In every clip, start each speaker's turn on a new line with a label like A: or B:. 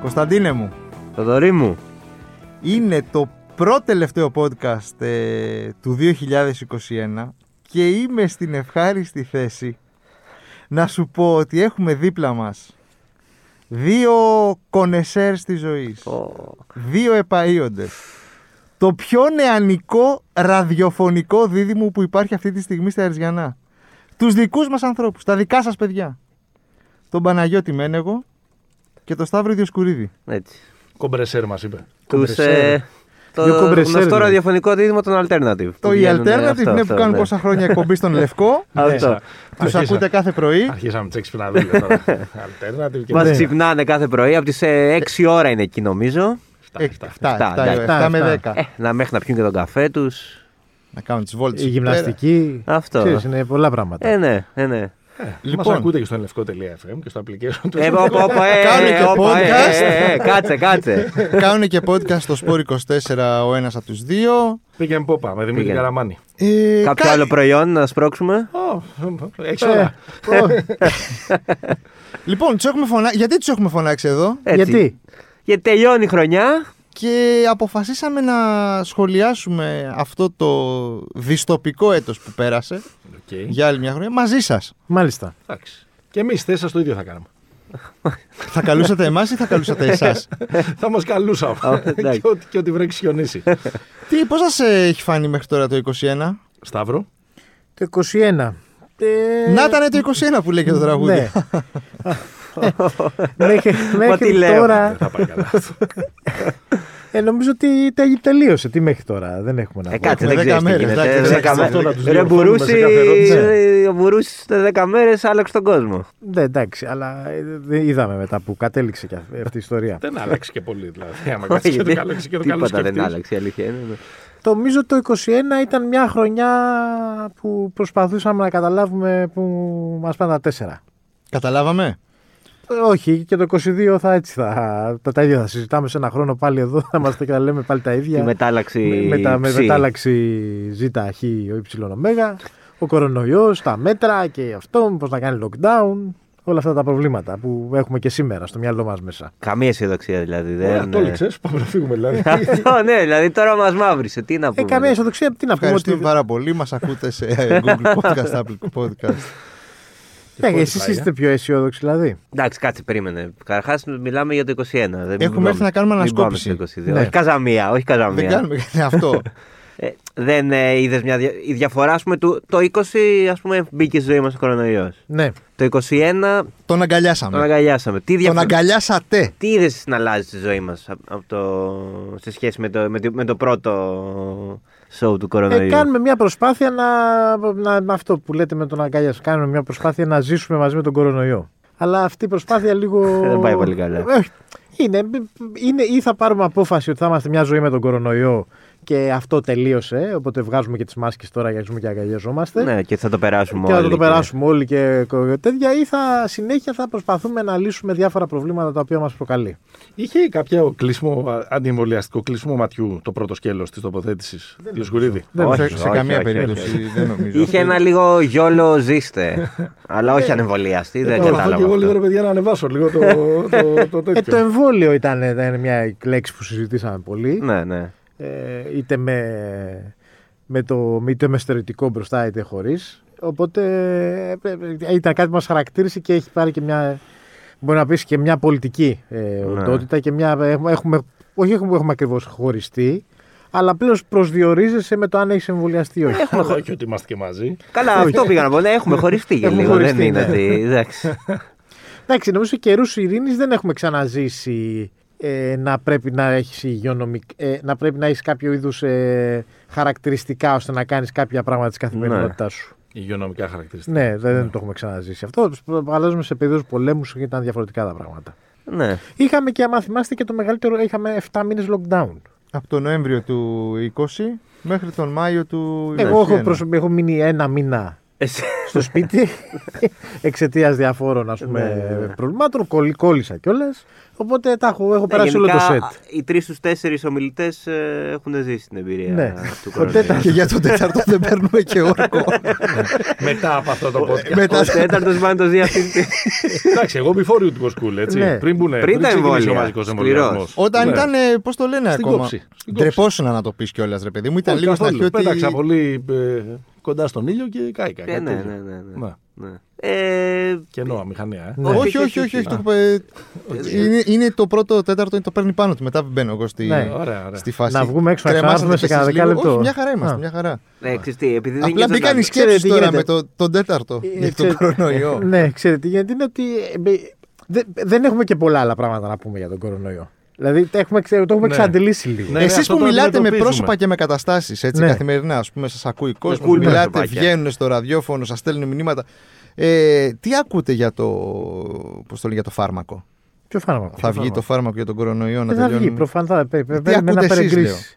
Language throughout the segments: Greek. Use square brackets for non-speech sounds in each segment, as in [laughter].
A: Κωνσταντίνε μου,
B: Θοδωρή μου.
A: είναι το πρώτο τελευταίο podcast ε, του 2021 και είμαι στην ευχάριστη θέση να σου πω ότι έχουμε δίπλα μας δύο κονεσέρ της ζωής, δύο επαΐοντες, το πιο νεανικό ραδιοφωνικό δίδυμο που υπάρχει αυτή τη στιγμή στα Αριζιανά. Τους δικούς μας ανθρώπους, τα δικά σας παιδιά. Τον Παναγιώτη Μένεγο και τον Σταύρο Διοσκουρίδη.
B: Έτσι.
C: Κομπρεσέρ μας είπε.
B: Τους, ε,
D: Δύο
B: το
D: κομπρεσέρ
B: γνωστό
D: είναι.
B: ραδιοφωνικό δίδυμο των Alternative. ε,
A: Το η Alternative είναι που
B: ναι.
A: κάνουν πόσα Ναι. χρόνια εκπομπή στον Λευκό.
B: Αυτό.
A: Τους
C: Αρχίσαμε.
A: ακούτε κάθε πρωί.
C: Αρχίσαμε τις
B: [laughs]
C: εξυπναδούλε τώρα. Alternative και
B: Μας
C: μετά.
B: ξυπνάνε κάθε πρωί, από τι 6 ώρα είναι εκεί νομίζω.
C: Αυτά,
A: Ε,
C: αυτά.
A: 7 με 10.
B: Ε, να μέχρι να πιούν και τον καφέ τους.
A: Να κάνουν τις βόλτες.
D: Η γυμναστική.
B: Αυτό.
D: Ξέρεις, είναι πολλά πράγματα.
B: Ε, ναι, ε, ναι.
C: Μας
A: Λοιπόν.
C: ακούτε και στο ελευκό.fm και στο application του.
B: Ε, όπα, όπα, ε,
A: Κάνουν και
B: ε, όπα, ε,
A: podcast.
B: ε, ε, ε, Κάτσε, κάτσε.
A: Κάνουν και podcast στο Σπόρ 24 ο ένας από τους δύο.
C: Πήγαινε πόπα με Δημήτρη
B: Πήγαινε.
C: Καραμάνη.
A: Ε,
B: Κάποιο
A: κα-
B: άλλο προϊόν να σπρώξουμε.
C: Ω, Έξι ώρα.
B: ε.
A: Λοιπόν, τους έχουμε φωνα... γιατί τους έχουμε φωνάξει εδώ
B: Έτσι.
D: Γιατί.
B: Γιατί τελειώνει η χρονιά.
A: και αποφασίσαμε να σχολιάσουμε αυτό το δυστοπικό έτος που πέρασε
C: Οκ.
A: για άλλη μια χρονιά μαζί σας.
D: Μάλιστα.
C: Εντάξει. Και εμείς θέσαμε το ίδιο θα κάναμε.
A: θα καλούσατε εμάς ή θα καλούσατε εσάς.
C: Θα μας καλούσαμε.
B: Α, εντάξει.
C: [laughs] Και ό,τι- Και ό,τι βρέξει χιονίσει.
A: Τι, πώς σας ε, έχει φάνει μέχρι τώρα το 21.
C: Σταύρο.
D: Το 21. Ε,
A: Να ήταν το 21 που λέει και το τραγούδι.
D: ναι. [laughs] μέχρι μέχρι
B: τι λέω.
C: Δεν
D: τώρα.
C: θα πάει
B: [laughs]
C: καλά.
D: Ε, νομίζω ότι τε- τελείωσε. Τι μέχρι τώρα. Δεν έχουμε να
B: Ε,
D: πούμε.
B: κάτσε,
A: έχουμε
B: δεν ξέρει
A: δέκα
B: τι
A: μέρες,
B: γίνεται. Ε,
A: εντάξει,
B: Δέκα
A: εντάξει,
B: μέρες.
C: αυτό να τους
B: Ρε
C: διορθώνουμε
B: Μπουρούση, ε,
C: σε κάθε ερώτηση.
B: ο Μπουρούση στα 10 μέρες άλλαξε τον κόσμο.
D: Ναι, εντάξει, αλλά ε, δε- είδαμε μετά που κατέληξε και αυτή η ιστορία.
C: Δεν άλλαξε και πολύ δηλαδή. Άμα κάτσεις και το
B: Γιατί
C: καλό έχεις και το καλό
B: Τίποτα δεν
C: σκεφτείς.
B: άλλαξε, η αλήθεια είναι. ναι.
D: Νομίζω το 21 ήταν μια χρονιά που προσπαθούσαμε να καταλάβουμε που μας πάνε τα τέσσερα.
A: Καταλάβαμε.
D: Ε, Όχι, και το 22 θα έτσι θα. Τα, τα ίδια θα συζητάμε σε ένα χρόνο πάλι εδώ. [laughs] Θα είμαστε και θα λέμε πάλι τα ίδια.
B: Η μετάλλαξη.
D: με, με, τα- με
B: ψ.
D: μετάλλαξη ζ, χ, ο ω, ο κορονοϊός, τα μέτρα και αυτό, πώς να κάνει lockdown, όλα αυτά τα προβλήματα που έχουμε και σήμερα στο μυαλό μας μέσα. Ε,
B: Καμία αισιοδοξία δηλαδή.
C: Ωραία,
B: Δεν...
C: Το έλεξες, Πάμε να φύγουμε δηλαδή.
B: [laughs] Αυτό ναι, δηλαδή τώρα μας μαύρισε. Τι να
D: Ε,
B: πούμε.
D: καμία αισιοδοξία, τι να πούμε.
A: Ευχαριστούμε
D: Ότι...
A: πάρα πολύ. Μας ακούτε σε ε, Google Podcast, Apple Podcast.
D: Ε, Εσείς
C: Spotify, ε.
D: είστε πιο αισιόδοξοι, δηλαδή.
B: Εντάξει, κάτσε, περίμενε. Καταρχάς μιλάμε για το 21. Δεν
A: Έχουμε έρθει να κάνουμε ανασκόπηση.
D: Ναι.
B: Όχι καζαμία, όχι καζαμία.
A: Δεν κάνουμε γιατί αυτό.
B: Ε, δεν ε, είδες μια. δια- Η διαφορά, ας πούμε, του, το 20 ας πούμε, μπήκε στη ζωή μας ο κορονοϊός.
D: Ναι.
B: Το 21
A: Τον
B: τον
A: αγκαλιάσαμε.
B: αγκαλιάσαμε. Τι,
A: Τον
B: διαφορά...
A: αγκαλιάσατε.
B: Τι είδες να αλλάζει στη ζωή μας το... σε σχέση με το, με, το, με το πρώτο show του κορονοϊού.
D: Ε, κάνουμε μια προσπάθεια να, να, να- Αυτό που λέτε με τον αγκαλιά. Κάνουμε μια προσπάθεια να ζήσουμε μαζί με τον κορονοϊό. Αλλά αυτή η προσπάθεια λίγο.
B: [laughs] Δεν πάει πολύ καλά.
D: Ε, όχι. Είναι, είναι, ή θα πάρουμε απόφαση ότι θα είμαστε μια ζωή με τον κορονοϊό και αυτό τελείωσε. Οπότε βγάζουμε και τις μάσκες τώρα για να ζούμε και αγκαλιαζόμαστε.
B: Ναι, και θα το περάσουμε
D: και θα
B: όλοι
D: το περάσουμε όλοι και κο- τέτοια. Ή θα συνέχεια θα προσπαθούμε να λύσουμε διάφορα προβλήματα τα οποία μας προκαλεί.
C: Είχε κάποιο κλείσιμο, α, αντιεμβολιαστικό κλείσιμο ματιού το πρώτο σκέλος της τοποθέτησης του Σκουρίδη.
D: Δεν
B: Όχι,
A: σε, σε
B: όχι,
A: καμία
B: όχι,
A: περίπτωση
B: όχι.
A: δεν νομίζω.
B: Είχε ένα λίγο γιόλο ζήστε. αλλά
D: Ε,
B: όχι ανεμβολιαστή, δεν
C: και
B: κατάλαβα.
C: εγώ λίγο
B: αυτό.
C: ρε παιδιά να ανεβάσω λίγο [laughs] το, το, το
D: Ε, το
C: τέτοιο.
D: εμβόλιο ήταν, ήταν μια λέξη που συζητήσαμε πολύ.
B: Ναι, ναι.
D: ε, είτε με, με το, είτε με στερεωτικό μπροστά είτε χωρίς. Οπότε ε, ε, ήταν κάτι που μας χαρακτήρισε και έχει πάρει και μια, μπορεί να πεις και μια πολιτική ε, οντότητα και μια, έχουμε, έχουμε- όχι έχουμε, έχουμε ακριβώς χωριστεί, αλλά πλέον προσδιορίζεσαι με το αν έχει εμβολιαστεί ή όχι.
C: Έχουμε και ότι είμαστε και μαζί.
B: Καλά, αυτό πήγα να πω. Ναι, έχουμε χωριστεί και
D: Έχουμε
B: λίγο. Δεν
D: χωριστεί,
B: είναι
D: ναι.
B: ότι.
D: [laughs]
B: εντάξει.
D: Εντάξει, νομίζω σε καιρούς ειρήνης δεν έχουμε ξαναζήσει ε, να πρέπει να έχεις ε, να πρέπει να έχεις κάποιο είδους χαρακτηριστικά ώστε να κάνεις κάποια πράγματα της καθημερινότητάς σου.
C: Υγειονομικά χαρακτηριστικά.
D: Ναι, δεν, δεν το έχουμε ξαναζήσει αυτό. Αλλάζουμε σε περίοδους πολέμους και ήταν διαφορετικά τα πράγματα.
B: ναι.
D: Είχαμε και, άμα θυμάστε, και το μεγαλύτερο. Είχαμε 7 μήνες lockdown.
A: Από τον Νοέμβριο του 20 μέχρι τον Μάιο του 21. Ναι,
D: Εγώ έχω, προσωπικά έχω μείνει ένα
B: [laughs]
D: μήνα
B: Εσύ-
D: στο σπίτι εξαιτίας διαφόρων ας πούμε,
B: Ναι, ναι, ναι.
D: προβλημάτων. Κολλη- Κόλλησα κιόλας. Οπότε τα έχω, έχω
B: Ναι,
D: περάσει όλο το
B: γενικά,
D: σετ.
B: α, Οι τρεις στους τέσσερις ομιλητές ε, έχουν ζήσει την εμπειρία
D: Ναι.
B: του
D: Ο
B: κορονοϊού.
D: τέταρτος-
A: και για τον τέταρτο δεν παίρνουμε και όρκο.
C: Ναι. Ε, Μετά από αυτό το podcast. Ε,
A: Μετά
B: Ο τέταρτος μάλλον το ζει αυτή τη
C: Εντάξει, εγώ before you go school, έτσι.
D: Ναι.
C: Πριν μπουν
B: Πριν τα
C: ο
B: εμβόλια.
C: μαζικός
B: Σκληρός.
C: εμβολιασμός.
A: Όταν ήταν, πώς το λένε
C: Στην
A: ακόμα.
C: κόψη, στην κόψη.
A: Ντρεπόσουν να το πεις κιόλας, ρε παιδί μου. Ήταν λίγο στα χιότι.
C: Πέταξα πολύ ε, κοντά στον ήλιο και κάηκα.
B: Ε,
C: κάτι
B: ναι,
C: τέτοιο.
B: ναι, ναι, ναι.
C: Ναι.
B: ναι. Ε,
C: Κενό, αμηχανία. ε.
D: Ναι.
A: Όχι, όχι, όχι. όχι, το έχω- ε, είναι, είναι το πρώτο τέταρτο, είναι το παίρνει πάνω του. Μετά μπαίνω εγώ στη,
D: Ναι.
C: Ωραία, ωραία.
A: στη φάση.
D: Να βγούμε έξω, να
A: Κρεμάζετε
D: ξανάρθουμε σε
A: κι εσείς
D: κανένα
A: λίγο.
D: δεκάλεπτο.
A: Όχι, μια χαρά είμαστε,
D: Α.
A: μια χαρά.
B: Ναι, ξέρεις τι, επειδή δεν
A: Απλά
B: νιώθω
A: μπήκαν οι
B: ζάλιζα.
A: σκέψεις
D: τι
A: τώρα
D: γίνεται.
A: με το, τον τέταρτο
D: Ε,
A: για τον
D: ξέρετε-
A: κορονοϊό.
D: [laughs] Ναι, ξέρετε, γιατί είναι ότι ε, μπε- δε- δεν έχουμε και πολλά άλλα πράγματα να πούμε για τον κορονοϊό. Δηλαδή τα έχουμε, ξε- το έχουμε
C: Ναι.
D: εξαντλήσει λίγο.
C: Ναι,
A: Εσείς
C: αυτό
A: που
C: το
A: μιλάτε με
C: αντιμετωπίζουμε.
A: πρόσωπα και με καταστάσεις έτσι
D: Ναι.
A: καθημερινά, ας πούμε, σας ακούει κόσμο,
B: cool
A: μιλάτε,
B: πρόσωπάκια.
A: βγαίνουν στο ραδιόφωνο, σας στέλνουν μηνύματα. Ε, τι ακούτε για το, πώς το, λένε, για το φάρμακο.
D: Ποιο φάρμακο.
A: θα βγει το φάρμακο για τον κορονοϊό να
D: Ε, θα βγει,
A: τελειώνουμε.
D: προφανώς. Θα πε- πε- περιμένουμε
A: ακούτε
D: να
A: εσείς,
D: παρεγκρίσει.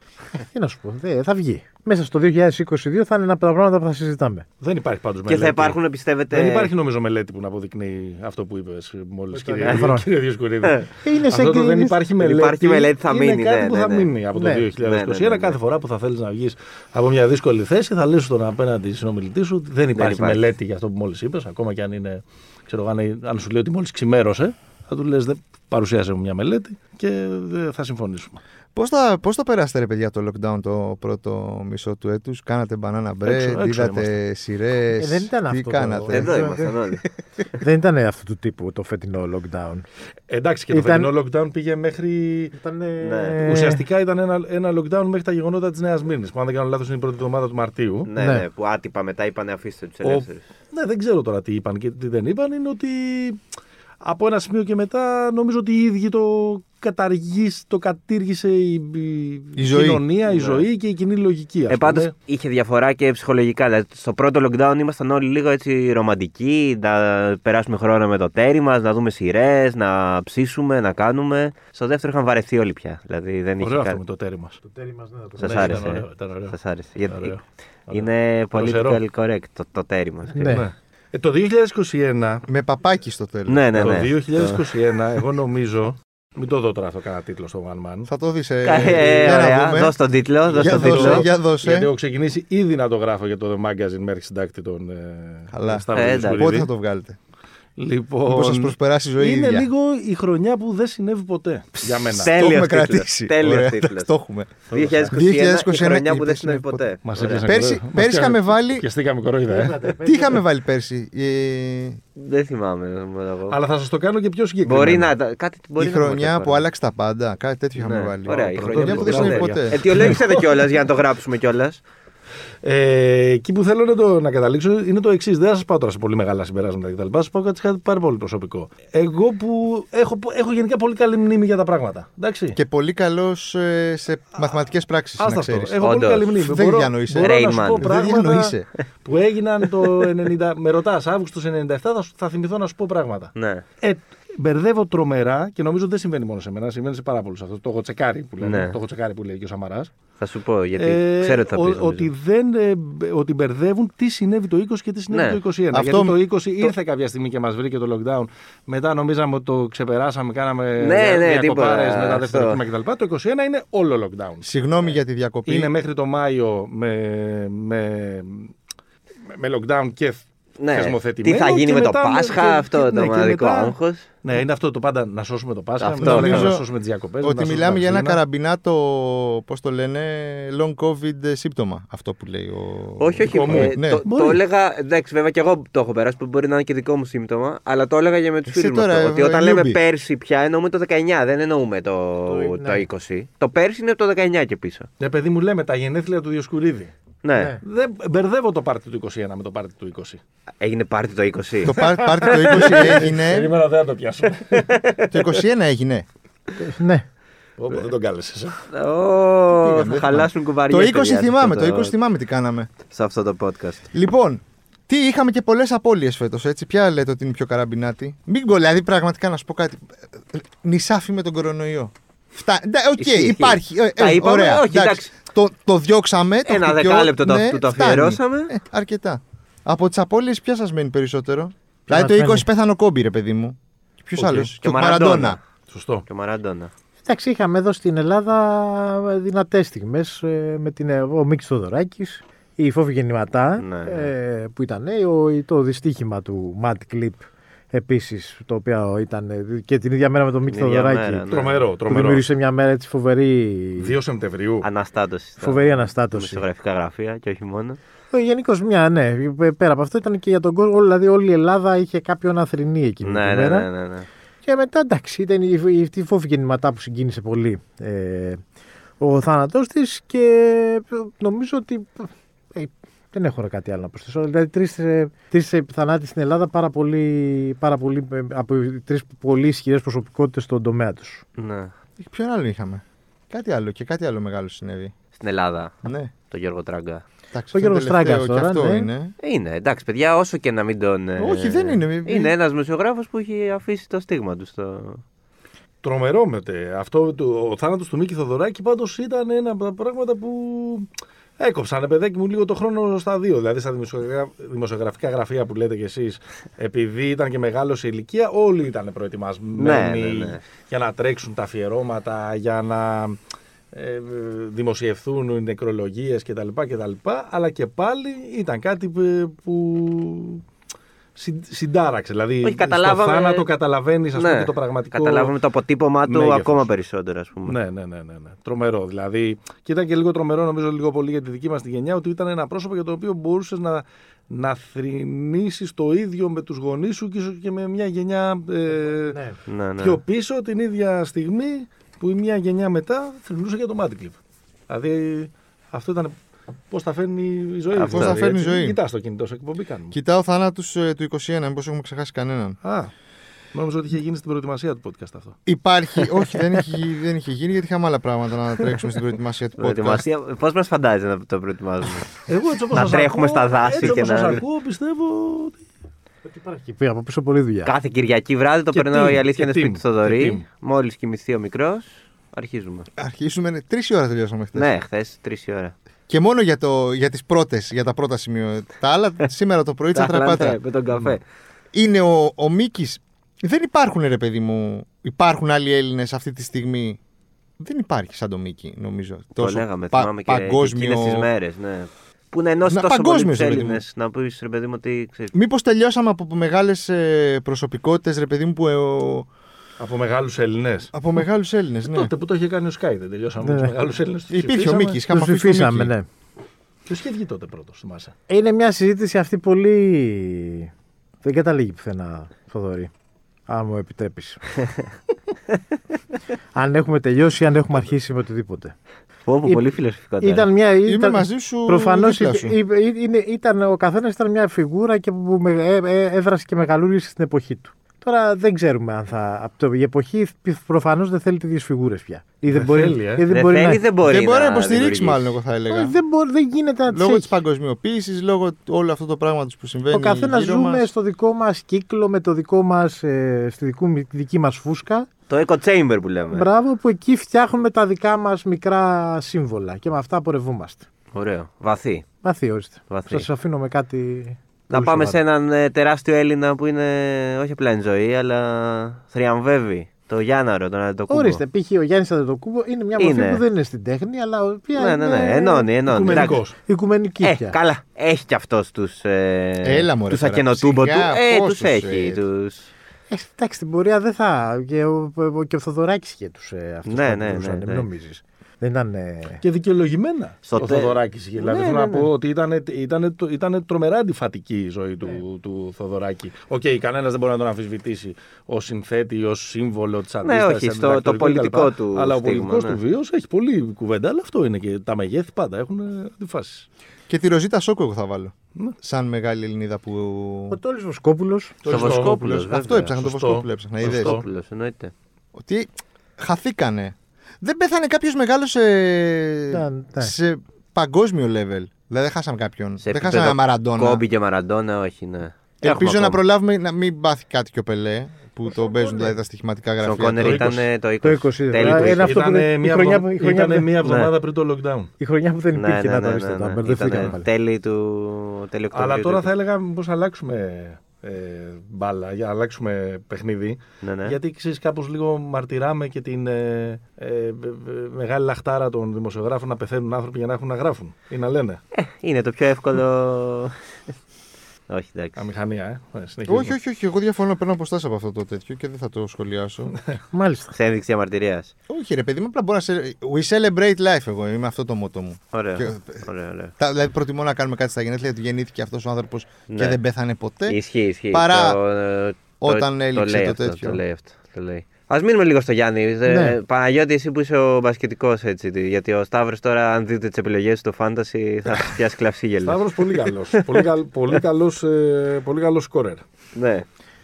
D: Τι να σου πω, δε, θα βγει. Μέσα στο 2022 θα είναι ένα από τα πράγματα που θα
A: [laughs]
D: συζητάμε.
C: Δεν υπάρχει πάντως μελέτη.
B: Και θα υπάρχουν, πιστεύετε.
C: Δεν υπάρχει νομίζω μελέτη που να αποδεικνύει αυτό που είπες μόλις, κύριε,
D: ευρώ.
C: κύριε Διοσκουρίδη.
D: Ε, Είναι
C: Αυτό το
D: εγκλη-
C: δεν
D: είναι-
C: υπάρχει
B: Δεν
C: μελέτη.
B: υπάρχει μελέτη, θα
C: είναι
B: μείνει,
C: Κάτι
B: ναι,
C: που
B: ναι,
C: θα
B: ναι.
C: μείνει από το
D: Ναι.
C: 2021.
B: Ναι, ναι, ναι.
C: Κάθε φορά που θα θέλεις να βγεις από μια δύσκολη θέση, θα λες στον απέναντι συνομιλητή σου ότι δεν υπάρχει
B: υπάρχει.
C: μελέτη για αυτό που μόλις είπες. Ακόμα και αν είναι, ξέρω, εγώ, αν, αν σου λέει ότι μόλις ξημέρωσε, θα του λες: Παρουσίασε μου μια μελέτη και ε, θα συμφωνήσουμε.
A: Πώς θα, πώς θα περάσετε, ρε παιδιά, το lockdown το πρώτο μισό του έτους. Κάνατε banana bread,
C: έξω
A: είδατε
C: είμαστε.
A: σειρές.
D: Ε, δεν ήταν
A: τι
D: αυτό το-
A: Κάνατε.
B: Εδώ ήμασταν όλοι.
D: Δεν ήταν αυτού του τύπου το φετινό lockdown.
C: Εντάξει, και το
D: Ήταν-
C: φετινό lockdown πήγε μέχρι.
D: Ήταν.
C: Ε.
B: Ναι.
C: Ουσιαστικά ήταν ένα, ένα lockdown μέχρι τα γεγονότα της Νέας Μήνης, που αν δεν κάνω λάθος είναι η πρώτη εβδομάδα του Μαρτίου.
B: ναι,
D: Ναι.
B: ναι, που άτυπα μετά είπανε αφήστε τους
C: Ο-
B: ελεύθερους.
C: Ναι, δεν ξέρω τώρα τι είπαν και τι δεν είπαν. Είναι ότι από ένα σημείο και μετά νομίζω ότι οι ίδιοι το καταργείς, το κατήργησε η, η
A: Η ζωή.
C: κοινωνία, η
B: Ναι.
C: ζωή και η κοινή λογική. Ας
B: Ε, πάντως
C: πούμε.
B: είχε διαφορά και ψυχολογικά. Δηλαδή, στο πρώτο lockdown ήμασταν όλοι λίγο έτσι ρομαντικοί, να περάσουμε χρόνο με το τέρι μας, να δούμε σειρές, να ψήσουμε, να κάνουμε. Στο δεύτερο είχαν βαρεθεί όλοι πια. Δηλαδή δεν είχε
C: Ωραίο αυτό
B: κάτι.
C: με το τέρι μας.
B: Σας
C: Ναι,
B: άρεσε.
C: Ήταν ωραίο. Ήταν ωραίο.
B: Σας άρεσε. Γιατί
C: Ωραίο.
B: είναι
C: Παρουσιαρό.
B: political correct το, το τέρι μας.
D: Ναι.
C: Ναι. Ε, το 2021,
A: Με παπάκι στο τέλος.
B: ναι, ναι. ναι.
C: το 2021 εγώ νομίζω, μην το δω τώρα αυτό κανένα τίτλο στο One Man,
A: Θα το δεις. Ε,
B: Κα- ε,
A: για να
B: ωραία,
A: δούμε.
B: δώσ' τον τίτλο. Δώσ'
A: για
B: τον
C: δώσε,
A: δώσε,
B: τίτλο.
A: για
C: γιατί
A: δώσε.
C: έχω ξεκινήσει ήδη να το γράφω για το The Magazine μέχρι συντάκτη τον ε,
A: Καλά.
C: Σταύρο
B: Ε, εντάξει.
C: Δισκουρίδη.
A: Πότε θα το βγάλετε. Μήπως
C: Λοιπόν,
A: σας προσπεράσει η ζωή
C: είναι
A: ίδια.
C: λίγο η χρονιά που δεν συνέβη ποτέ για μένα.
A: Το έχουμε
B: Τέλειος τίτλος.
A: κρατήσει.
B: Τέλειος
A: Ωραία,
B: τίτλος.
A: εντάξει, [laughs] Το έχουμε.
B: 2021 η
A: 2021
B: χρονιά που
A: είπες,
B: δεν συνέβη
A: ναι,
B: ποτέ.
C: Μας
B: Ωραία.
C: έπιασαν
A: Πέρσι-
C: κοροϊδά.
A: πέρσι
C: Μας
A: είχαμε
C: πιάσαν-
A: βάλει-
C: Πιαστήκαμε κοροϊδά, ε.
A: Τι είχαμε βάλει πέρσι. ε,
B: Δεν θυμάμαι. να μου τα πω.
C: Αλλά θα σας το κάνω και πιο συγκεκριμένα.
B: Μπορεί να. τα- Κάτι μπορεί
A: Η
B: να μας
A: χρονιά
B: το
A: που
B: πάρει.
A: άλλαξε τα πάντα. Κάτι τέτοιο είχαμε
B: Ναι,
A: βάλει.
B: Ωραία, η
C: Πρώτο
B: χρονιά
C: λόγο,
B: που δεν Ε, συνέβη
C: μπράβο,
B: ποτέ.
A: παιδιά.
B: Αιτιολόγησε το κιόλας για να το γράψουμε κιόλας.
C: Ε, εκεί που θέλω να, το, να καταλήξω είναι το εξής. Δεν θα σας πάω τώρα σε πολύ μεγάλα συμπεράσματα κτλ. Θα σας πω κάτι κάτι πάρα πολύ προσωπικό. Εγώ που έχω, έχω γενικά πολύ καλή μνήμη για τα πράγματα. Εντάξει.
A: Και πολύ καλός σε μαθηματικές πράξεις.
C: Άστα
A: Να
C: αυτό.
A: ξέρεις.
C: Έχω πολύ
B: Όντως.
C: καλή μνήμη.
A: Δεν
C: μπορώ,
A: διανοείσαι.
C: μπορώ να
B: Rain
C: σου
B: Man.
C: πω
B: Δεν
C: πράγματα
A: διανοείσαι.
C: που έγιναν το 90. Με ρωτάς, Αύγουστος του 97 θα, σου- θα θυμηθώ να σου πω πράγματα.
B: Ναι.
C: Ε, μπερδεύω τρομερά και νομίζω ότι δεν συμβαίνει μόνο σε μένα, συμβαίνει σε πάρα πολλούς αυτό. Το έχω τσεκάρει που, λέμε,
B: Ναι.
C: το έχω τσεκάρει που λέει και ο Σαμαράς.
B: Θα σου πω γιατί ξέρω τι θα πεις. νομίζω.
C: Ε, ότι, δεν, ε, μπ- ότι μπερδεύουν τι συνέβη το 20 και τι συνέβη
B: Ναι.
C: το 21.
A: Αυτό-
C: Γιατί το 20 ήρθε κάποια στιγμή και μας βρήκε το lockdown. Μετά νομίζαμε ότι το ξεπεράσαμε, κάναμε
B: Ναι, ναι,
C: διακοπάρες
B: τίποτα,
C: μετά δεύτερο
B: αυτό.
C: κύμα κτλ. Το 21 είναι όλο lockdown.
A: Συγγνώμη για τη διακοπή.
C: Είναι μέχρι το Μάιο με, με, με lockdown και
B: Ναι.
C: θεσμοθετημένο.
B: Τι θα γίνει
C: και
B: με το
C: μετά
B: Πάσχα,
C: και-
B: αυτό
C: και-
B: το
C: ναι, και
B: μοναδικό
C: μετά-
B: άγχος.
C: Ναι, είναι αυτό το πάντα να σώσουμε το Πάσχα,
B: Αυτό.
C: μετά λέγαμε
A: Νομίζω
C: να σώσουμε τις διακοπές.
A: Ότι μιλάμε για ένα καραμπινάτο, πώς το λένε, long covid σύμπτωμα. Αυτό που λέει ο.
B: Όχι, όχι.
A: δικό μου.
B: ε,
A: Ναι.
B: το,
C: Μπορεί.
B: το έλεγα. Εντάξει, βέβαια και εγώ το έχω περάσει που μπορεί να είναι και δικό μου σύμπτωμα. Αλλά το έλεγα για με τους
A: Εσύ
B: φίλους μου.
A: τώρα,
B: αυτό,
A: ε,
B: Ότι όταν λέμε
A: newbie.
B: πέρσι πια εννοούμε το 19, δεν εννοούμε το, το,
D: Το- ναι.
B: 20. Το πέρσι είναι από το 19 και πίσω.
C: Ναι, παιδί μου, λέμε τα γενέθλια του Διοσκουρίδη.
B: Ναι.
D: Ναι.
C: Δεν μπερδεύω το πάρτι του 21 με το πάρτι του 20.
B: Έγινε πάρτι το 20.
A: Το πάρ- πάρτι το
B: [laughs]
A: 20 έγινε.
C: Περίμενα δεν θα το πιάσω.
A: το 21 έγινε.
D: [laughs] Ναι.
C: Όπω δεν τον κάλεσες.
B: Ω,
A: πήγαμε,
B: θα
A: δεν
B: χαλάσουν κουβαριά.
A: το 20 θυμάμαι, το 20 θυμάμαι τι κάναμε.
B: Σε αυτό το podcast.
A: Λοιπόν, τι είχαμε και πολλές απώλειες φέτος, έτσι. Ποια λέτε ότι είναι πιο καραμπινάτη. Μην κολλάει, δηλαδή πραγματικά να σου πω κάτι. Νησάφι με τον κορονοϊό. Φτά... ντα- Οκ,
B: Ισχύει,
A: υπάρχει. Ε,
B: Τα
A: ε,
B: είπαμε,
A: ωραία,
B: όχι, εντάξει.
A: Το, το διώξαμε. Το
B: Ένα
A: χτυπιό-
B: δεκάλεπτο το-
A: ναι,
B: του το
A: φτάνει.
B: αφιερώσαμε.
A: Ε, αρκετά. Από τις απώλειες, ποια σας μένει περισσότερο.
D: μας
A: Δηλαδή το 20
D: μένει?
A: πέθανε ο Κόμπι, ρε παιδί μου. Ποιος
C: Οκ.
A: άλλος.
C: Και
A: Και ο
B: Μαραντόνα.
A: Μαραντόνα.
C: Σωστό.
B: Και ο Μαραντόνα.
D: Εντάξει, είχαμε εδώ στην Ελλάδα δυνατές στιγμές με την, ε, ο Μίξ Θοδωράκης, η φόβη γεννηματά
B: Ναι, ναι.
D: ε, που ήταν, ε, ο- το δυστύχημα του Mad Clip επίσης, το οποίο ήταν ε, και την ίδια μέρα με τον Μίξ
B: Την ίδια
D: Θοδωράκη.
B: μέρα, ναι.
C: Τρομερό,
D: Που
C: τρομερό.
D: δημιούργησε μια μέρα έτσι φοβερή.
C: 2 Σεπτεμβρίου.
B: Αναστάτωσης. στα-
D: Φοβερή αναστάτωση.
B: στα Μισογραφικά γραφεία και όχι μόνο.
D: Γενικώς μια, ναι. Πέρα από αυτό ήταν και για τον κόσμο. Δηλαδή όλη η Ελλάδα είχε κάποιον αθρηνή εκείνη
B: Ναι,
D: τη
B: ναι,
D: μέρα.
B: ναι, ναι, ναι.
D: Και μετά εντάξει, ήταν η, η, αυτή η φόβη γεννηματά που συγκίνησε πολύ ε, ο θάνατός της και ε, νομίζω ότι ε, δεν έχω ρε κάτι άλλο να προσθέσω. Δηλαδή τρεις, ε, τρεις ε, θανάτοι στην Ελλάδα πάρα πολύ, πάρα πολύ ε, από τρεις πολύ ισχυρές προσωπικότητες στον τομέα τους.
B: ναι.
A: Ποιον άλλο είχαμε. Κάτι άλλο και κάτι άλλο μεγάλο συνέβη.
B: Στην Ελλάδα,
A: Ναι.
B: το Γιώργο Τράγκα. Ε,
A: Εντάξει, αυτό
D: Ο
A: είναι
D: Γιώργος Τράγκας
A: τελευταίο και
D: τώρα,
A: αυτό
D: ναι.
A: είναι.
B: Είναι, εντάξει, παιδιά, όσο και να μην τον. ε,
A: Όχι, δεν είναι, μη-
B: Είναι ένας δημοσιογράφος που έχει αφήσει το στίγμα του στο.
C: Τρομερό μετε. Αυτό, το- ο θάνατος του Μίκη Θοδωράκη πάντως ήταν ένα από τα πράγματα που έκοψαν, παιδάκι μου, λίγο το χρόνο στα δύο. Δηλαδή, στα δημοσιογρα- δημοσιογραφικά γραφεία που λέτε κι εσείς, επειδή ήταν και μεγάλος σε ηλικία, όλοι ήταν προετοιμασμένοι
B: Ναι, ναι, ναι.
C: για να τρέξουν τα αφιερώματα, για να ε, δημοσιευθούν οι νεκρολογίες κτλ, κτλ. Αλλά και πάλι ήταν κάτι ε, που συν- συντάραξε. Δηλαδή,
B: Όχι, καταλάβαμε- Ναι,
C: στο θάνατο καταλαβαίνεις ας πούμε, και το πραγματικό...
B: Καταλάβαμε το αποτύπωμα του
C: μέγεθος.
B: ακόμα περισσότερο, ας πούμε.
C: Ναι, ναι, ναι, ναι, ναι. Τρομερό. Δηλαδή, και ήταν και λίγο τρομερό, νομίζω, λίγο πολύ για τη δική μας τη γενιά, ότι ήταν ένα πρόσωπο για το οποίο μπορούσες να, να θρυνήσει το ίδιο με τους γονείς σου και ίσως και με μια γενιά ε,
B: Ναι, ναι.
C: πιο πίσω την ίδια στιγμή που η μια γενιά μετά θρυνούσε για το Μάντικλιπ. Δηλαδή, αυτό ήταν. Πώς τα φέρνει η ζωή.
B: Πώς τα
C: δηλαδή,
A: φέρνει η
C: έτσι.
A: ζωή.
C: Κοιτά το κινητό σου, εκπομπή κάνουμε.
A: Κοιτάω θανάτου του 21, μήπως έχουμε ξεχάσει κανέναν.
C: Α, νόμιζα ότι είχε γίνει στην προετοιμασία του podcast αυτό.
B: [laughs]
A: Υπάρχει, όχι, δεν είχε, δεν είχε γίνει γιατί είχαμε άλλα πράγματα να τρέξουμε στην προετοιμασία του podcast.
B: Προετοιμασία. Πώς μας φαντάζεσαι να το προετοιμάζουμε.
C: Εγώ έτσι όπως
B: Να
C: σας
B: τρέχουμε
C: ακούω,
B: στα δάση
C: έτσι
B: και
C: όπως
B: να-
C: σας ακούω, πιστεύω ότι
D: Υπάρχει και από πίσω πολλή δουλειά.
B: Κάθε Κυριακή βράδυ το
C: Και
B: περνάω
C: team,
B: η αλήθεια είναι
C: και
B: σπίτι
C: team,
B: του Θοδωρή.
C: και
B: Μόλις κοιμηθεί ο μικρός, αρχίζουμε.
A: Αρχίσουμε, τρει ώρα τελειώσαμε χθες.
B: Ναι, χθες, τρεις ώρα.
A: Και μόνο για, το, για τις πρώτες, για τα πρώτα σημεία. Τα
B: [laughs]
A: άλλα σήμερα το πρωί
B: Τα χλαντρέ,
A: τσατραπάτα.
B: Με τον καφέ.
A: Είναι ο, ο Μίκης. Δεν υπάρχουν ρε παιδί μου, υπάρχουν άλλοι Έλληνες αυτή τη στιγμή. Δεν υπάρχει σαν το Μίκη νομίζω.
B: Το λέγαμε,
A: πα-
B: θυμάμαι και
A: παγκόσμιο.
B: εκείνες τις μέρες, ναι. Που να ενώσει
A: Να-
B: τόσο πολύ
A: παγκόσμιος,
B: τους
A: ρε παιδί
B: Έλληνες, να πεις ρε παιδί μου ότι ξέρεις,
A: Μήπως τελειώσαμε από μεγάλες ε, προσωπικότητες ρε παιδί μου που, ε, ο-
C: από μεγάλους Ελληνέ.
A: από μεγάλους Έλληνες. Ναι.
C: Τότε που το είχε κάνει ο Sky, δεν τελειώσαμε
D: Ναι,
C: με του
D: ναι.
C: μεγάλους Έλληνες.
A: Υπήρχε ο Μίκης, είχαμε
D: Τους
A: αφήσει το
D: ψηφίσαμε,
A: Μίκη.
D: ναι.
C: Ποιο είχε βγει τότε πρώτος, θυμάσαι.
D: Είναι μια συζήτηση αυτή πολύ. Δεν καταλήγει πουθενά, Θοδωρή. Αν μου επιτρέπεις.
B: [laughs]
D: αν έχουμε τελειώσει, αν έχουμε αρχίσει με οτιδήποτε.
B: πω, πω,
D: Ή-
B: πολύ φιλοσοφικά τώρα.
D: Ήταν μια.
A: Είμαι
D: Ήταν...
A: μαζί σου.
D: Προφανώς
A: δίπλα σου.
D: ήταν, ο καθένας ήταν μια φιγούρα και που με, ε, ε, έδρασε και μεγαλούρισε στην εποχή του. Τώρα δεν ξέρουμε αν θα. Από το, η εποχή προφανώς δεν θέλει τέτοιες φιγούρες πια. Ή δεν, μπορεί,
C: θέλει, ε.
D: ή
B: δεν
D: μπορεί
B: θέλει,
D: να-
B: δεν μπορεί
A: Δεν μπορεί να
B: δημιουργήσει.
A: υποστηρίξει, μάλλον, εγώ θα έλεγα.
D: Όχι, δεν, μπορεί, δεν γίνεται να τις
A: Λόγω
D: έχει.
A: τη παγκοσμιοποίησης, λόγω του- όλου αυτού του πράγματο που συμβαίνει.
D: Ο καθένας
A: γύρω
D: ζούμε
A: μας.
D: στο δικό μας κύκλο, με το δικό μας, ε, στη δικού- τη δική μας φούσκα.
B: Το echo chamber που λέμε.
D: Μπράβο, που εκεί φτιάχνουμε τα δικά μας μικρά σύμβολα και με αυτά πορευόμαστε.
B: Ωραίο, βαθύ.
D: Βαθύ, ορίστε.
B: Βαθύ.
D: Σας αφήνω με κάτι.
B: Να
D: πολύ
B: πάμε
D: σοβαρό.
B: σε έναν ε, τεράστιο Έλληνα που είναι όχι απλά εν ζωή, αλλά θριαμβεύει. Το Γιάνναρο, τον Αντετοκούμπο.
D: Ορίστε, π.χ. ο Γιάννης Αντετοκούμπο είναι μια μορφή
B: Είναι.
D: που δεν είναι στην τέχνη, αλλά η οποία
B: Ναι, ναι, ναι,
D: είναι
B: ενώνει, ενώνει.
C: Οικουμενικός.
B: Εντάξει.
D: οικουμενική
B: Ε,
D: πια.
B: καλά, έχει κι αυτός τους, ε,
A: Έλα, μωρέ,
B: τους
A: τώρα,
B: ακενοτούμπο του.
A: ψυχιά,
B: Ε,
A: πόσους,
B: τους έχει.
A: ε,
B: Τους...
D: Ε, εντάξει, στην πορεία δεν θα. Και ο, ο- και ο Θοδωράκης είχε τους ε, αυτούς
B: Ναι,
D: που
B: ναι,
D: ακολουθούσαν,
B: ναι,
D: μην
B: ναι.
D: νομίζεις. Δεν ήταν. ε,
C: Και δικαιολογημένα.
B: Στο
C: ο
B: τε-
C: Θοδωράκης είχε. Δηλαδή
B: Ναι,
C: θέλω
B: ναι,
C: να
B: ναι.
C: πω ότι ήταν, ήταν, ήταν τρομερά αντιφατική η ζωή του,
B: Ναι.
C: του Θοδωράκη. Οκ, κανένας δεν μπορεί να τον αμφισβητήσει ως συνθέτη, ως σύμβολο της αντίσταση.
B: Ναι, όχι, στο- το πολιτικό του
C: Αλλά ο
B: στίγμα,
C: πολιτικός
B: ναι.
C: του βίος έχει πολλή κουβέντα, αλλά αυτό είναι και τα μεγέθη πάντα έχουν ε, αντιφάσεις.
A: Και τη Ροζίτα Σόκο, εγώ θα βάλω.
C: Ναι.
A: Σαν μεγάλη Ελληνίδα που.
D: Ο Τόλης Βοσκόπουλος.
B: Το Βοσκόπουλος,
A: Αυτό
B: βέβαια.
A: έψαχνα, το
C: σωστό.
A: Βοσκόπουλο έψαχνα.
C: Σωστό.
A: Είδες.
B: Βοσκόπουλος, εννοείται.
A: Ότι χαθήκανε. Δεν πέθανε κάποιος μεγάλος σε...
D: Ναι, ναι.
A: σε παγκόσμιο level. Δηλαδή δεν χάσαμε κάποιον.
B: Σε
A: δεν
B: επίπεδο
A: χάσαμε ένα Μαραντόνα.
B: Κόμπι και Μαραντόνα, όχι, ναι. Έχουμε
A: Ελπίζω να
B: ακόμα.
A: προλάβουμε να μην πάθει κάτι και ο Πελέ. που το παίζουν δηλαδή τα στοιχηματικά
B: Ο
A: γραφεία.
B: Κόνερ
A: το-
B: ήταν
C: 20.
B: ε, το 20.
D: Το 20,
B: Τέλειο
D: δηλαδή,
B: του 20.
D: ένα- αυτό που δεν- η
C: Ήταν μία
D: χρονιά που- η χρονιά που δεν-
C: εβδομάδα πριν το lockdown.
D: Η χρονιά που δεν
B: Ναι,
D: υπήρχε
B: ναι,
D: να
B: ναι,
D: τα
B: ναι,
D: βρίσκεται.
B: ναι.
D: Ναι,
B: Ήτανε
D: Μπερδευτήκαμε πάλι.
B: Τέλη του τέλειο Οκτωβρίου.
C: Αλλά
B: του
C: τώρα
B: 20.
C: θα έλεγα πώ αλλάξουμε ε, μπάλα, για να αλλάξουμε παιχνίδι.
B: Ναι, ναι.
C: Γιατί ξέρεις, κάπως λίγο μαρτυράμε και την ε, ε, ε, μεγάλη λαχτάρα των δημοσιογράφων να πεθαίνουν άνθρωποι για να έχουν να γράφουν ή να λένε.
B: Ε. Είναι το πιο [laughs] εύκολο. Όχι, εντάξει.
C: Αμηχανία, ε. ε. συνεχίζουμε.
A: Όχι, όχι, όχι. Εγώ διαφωνώ. Παίρνω αποστάσεις από αυτό το τέτοιο και δεν θα το
B: [laughs]
A: σχολιάσω.
D: Μάλιστα. Ε,
B: Σε ένδειξη αμαρτυρίας.
A: όχι, ρε παιδί μου, απλά μπορώ να σε. We celebrate life, εγώ. Είμαι αυτό το μότο μου.
B: Ωραίο.
A: Και-
B: ωραίο, ωραίο.
A: Τα, δηλαδή, προτιμώ να κάνουμε κάτι στα γενέθλια του. Γεννήθηκε αυτός ο άνθρωπος
B: Ναι.
A: και δεν πέθανε ποτέ.
B: Ισχύει, ισχύει.
A: Παρά
B: Το, ε,
A: όταν έληξε
B: λέει
A: το
B: αυτό,
A: τέτοιο.
B: Το λέει αυτό. Το λέει. Ας μείνουμε λίγο στο Γιάννη. Ε,
D: Ναι.
B: Παναγιώτη, εσύ που είσαι ο μπασκετικός έτσι. τι- Γιατί ο Σταύρος τώρα, αν δείτε τις επιλογές του στο Fantasy, θα πιάσει κλαυσί γελίο.
C: Σταύρος πολύ καλός. πολύ, καλ, πολύ, καλός, ε, πολύ καλός σκόρερ.
B: ναι.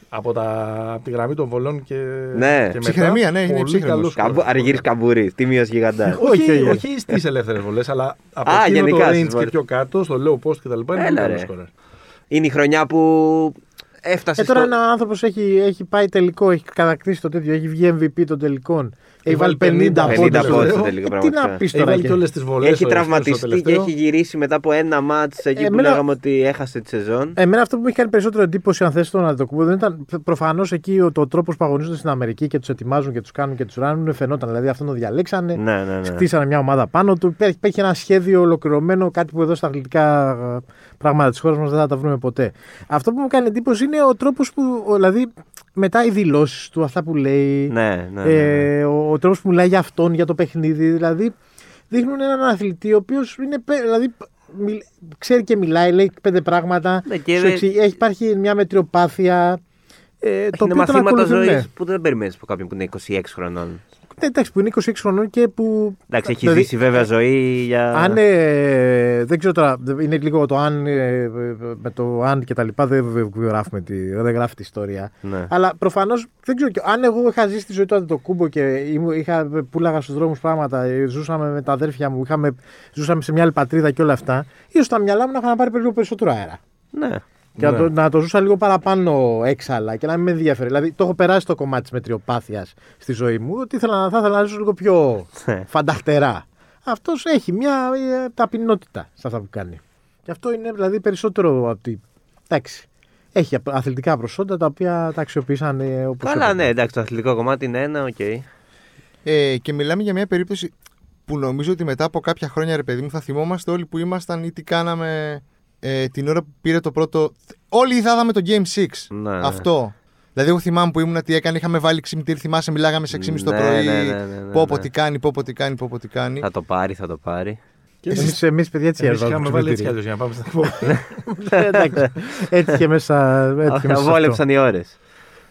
C: Από, τα, από τη γραμμή των βολών και.
B: Ναι.
C: και μετά,
A: Ψυχραιμία, ναι, είναι
C: Πολύ
A: ψύχρεμος.
C: καλός
B: Καμπου, Αργύρις Καμπούρη, τίμιος γιγαντάς.
C: Όχι,
D: Ναι. Όχι,
C: όχι, στις ελεύθερες βολές, αλλά από
B: Α,
C: εκείνο το
B: γενικά στις
C: range και
B: βολές.
C: πιο κάτω, στο low post κτλ. Είναι πολύ
B: Έλα,
C: καλός
B: ρε.
C: σκόρερ.
B: Είναι η χρονιά που έφτασε.
D: Ε, τώρα
B: στο...
D: ένα άνθρωπος έχει, έχει πάει τελικό, έχει κατακτήσει το τέτοιο, έχει βγει MVP των τελικών. Έχει βάλει 50
C: 50
D: πόντους.
C: πόντους
D: Ε,
C: στο
B: τελικό,
D: Τι
B: πραγματικά.
D: να πεις
C: Έχει
D: τώρα.
C: βάλει
D: και-
C: και όλες τις βολές.
B: Έχει τραυματιστεί και έχει γυρίσει μετά από ένα μάτς εκεί που
D: Εμένα-
B: λέγαμε ότι έχασε τη σεζόν.
D: Εμένα αυτό που μου έχει κάνει περισσότερο εντύπωση, αν θέσει τον Αντετοκούμπο, δεν ήταν. Προφανώς εκεί ο, το τρόπος που αγωνίζονται στην Αμερική και τους ετοιμάζουν και τους κάνουν και τους ράνουν φαινόταν. Δηλαδή αυτόν τον διαλέξανε.
B: Ναι, ναι, ναι.
D: Χτίσανε μια ομάδα πάνω του. Υπήρχε- Υπήρχε ένα σχέδιο ολοκληρωμένο, κάτι που εδώ στα αθλητικά ε, πράγματα της χώρας μας δεν θα τα βρούμε ποτέ. Αυτό που μου κάνει εντύπωση είναι ο τρόπος που. ο- Δηλαδή, μετά οι δηλώσεις του, αυτά που λέει.
B: Ναι, ναι, ναι, ναι.
D: Ε, ο, ο τρόπος που μιλάει για αυτόν, για το παιχνίδι. Δηλαδή, δείχνουν έναν αθλητή ο οποίος είναι. πε- Δηλαδή, μιλ- ξέρει και μιλάει, λέει πέντε πράγματα.
B: Ναι, και
D: σου
B: δεν-
D: εξηγεί- έχει, υπάρχει μια μετριοπάθεια. Ε, το
B: είναι
D: οποίο τον
B: μαθήματα
D: ακολουθούν.
B: ζωής
D: ναι.
B: που δεν περιμένεις από κάποιον που είναι 26 χρονών.
D: Ναι, εντάξει, που είναι 26 χρονών και που.
B: Εντάξει, έχει
D: δηλαδή,
B: ζήσει βέβαια ζωή για.
D: Αν, ε, δεν ξέρω τώρα, είναι λίγο το αν ε, ε, με το αν και τα λοιπά δεν βε- γράφουμε τη, δεν γράφει τη ιστορία.
B: Ναι.
D: Αλλά προφανώς δεν ξέρω, και αν εγώ είχα ζήσει τη ζωή του Αντετοκούμπο και ήμου- είχα, πουλάγα στους δρόμους πράγματα, ε, ζούσαμε με τα αδέρφια μου, είχαμε, ζούσαμε σε μια άλλη πατρίδα και όλα αυτά, ίσως τα μυαλά μου να είχαν πάρει λίγο περισσότερο αέρα.
B: ναι.
D: Και να, το, να το ζούσα λίγο παραπάνω έξαλα και να μην με ενδιαφέρει. Δηλαδή, το έχω περάσει το κομμάτι της μετριοπάθειας στη ζωή μου, ότι ήθελα, να- θα ήθελα να ζήσω λίγο πιο
B: Ναι.
D: φανταχτερά. Αυτός έχει μια ε, ταπεινότητα σε αυτά που κάνει. Και αυτό είναι δηλαδή περισσότερο από τη. Εντάξει. Έχει απ- αθλητικά προσόντα τα οποία τα αξιοποίησαν ε, όπως
B: Καλά,
D: έπρεπε.
B: ναι, εντάξει, το αθλητικό κομμάτι είναι ένα, οκ.
A: Ε, και μιλάμε για μια περίπτωση που νομίζω ότι μετά από κάποια χρόνια, ρε παιδί μου, θα θυμόμαστε όλοι που ήμασταν ή τι κάναμε ε, την ώρα που πήρε το πρώτο. Όλοι θα είδαμε το Game 6.
B: Ναι, ναι.
A: Αυτό. Δηλαδή, εγώ θυμάμαι που ήμουν τι έκανε, είχαμε βάλει ξυπνητήρι, θυμάσαι, μιλάγαμε σε 6.30 το
B: Ναι,
A: πρωί.
B: ναι, ναι, ναι, ναι,
A: πω, πω,
B: ναι.
A: τι κάνει, πω, πω, τι κάνει, πω, πω, τι κάνει.
B: Θα το πάρει, θα το πάρει.
D: Εμείς, εμείς, παιδιά έτσι
C: Εμείς
D: έβαλαμε
C: είχαμε
D: το
C: βάλει έτσι κι
D: ξυπνητήρι.
C: αλλιώς για να πάμε στα [laughs] υπόλοιπα.
D: [laughs] Εντάξει. Έτυχε μέσα. Έτυχε μέσα σε αυτό.
B: Βόλεψαν οι ώρες.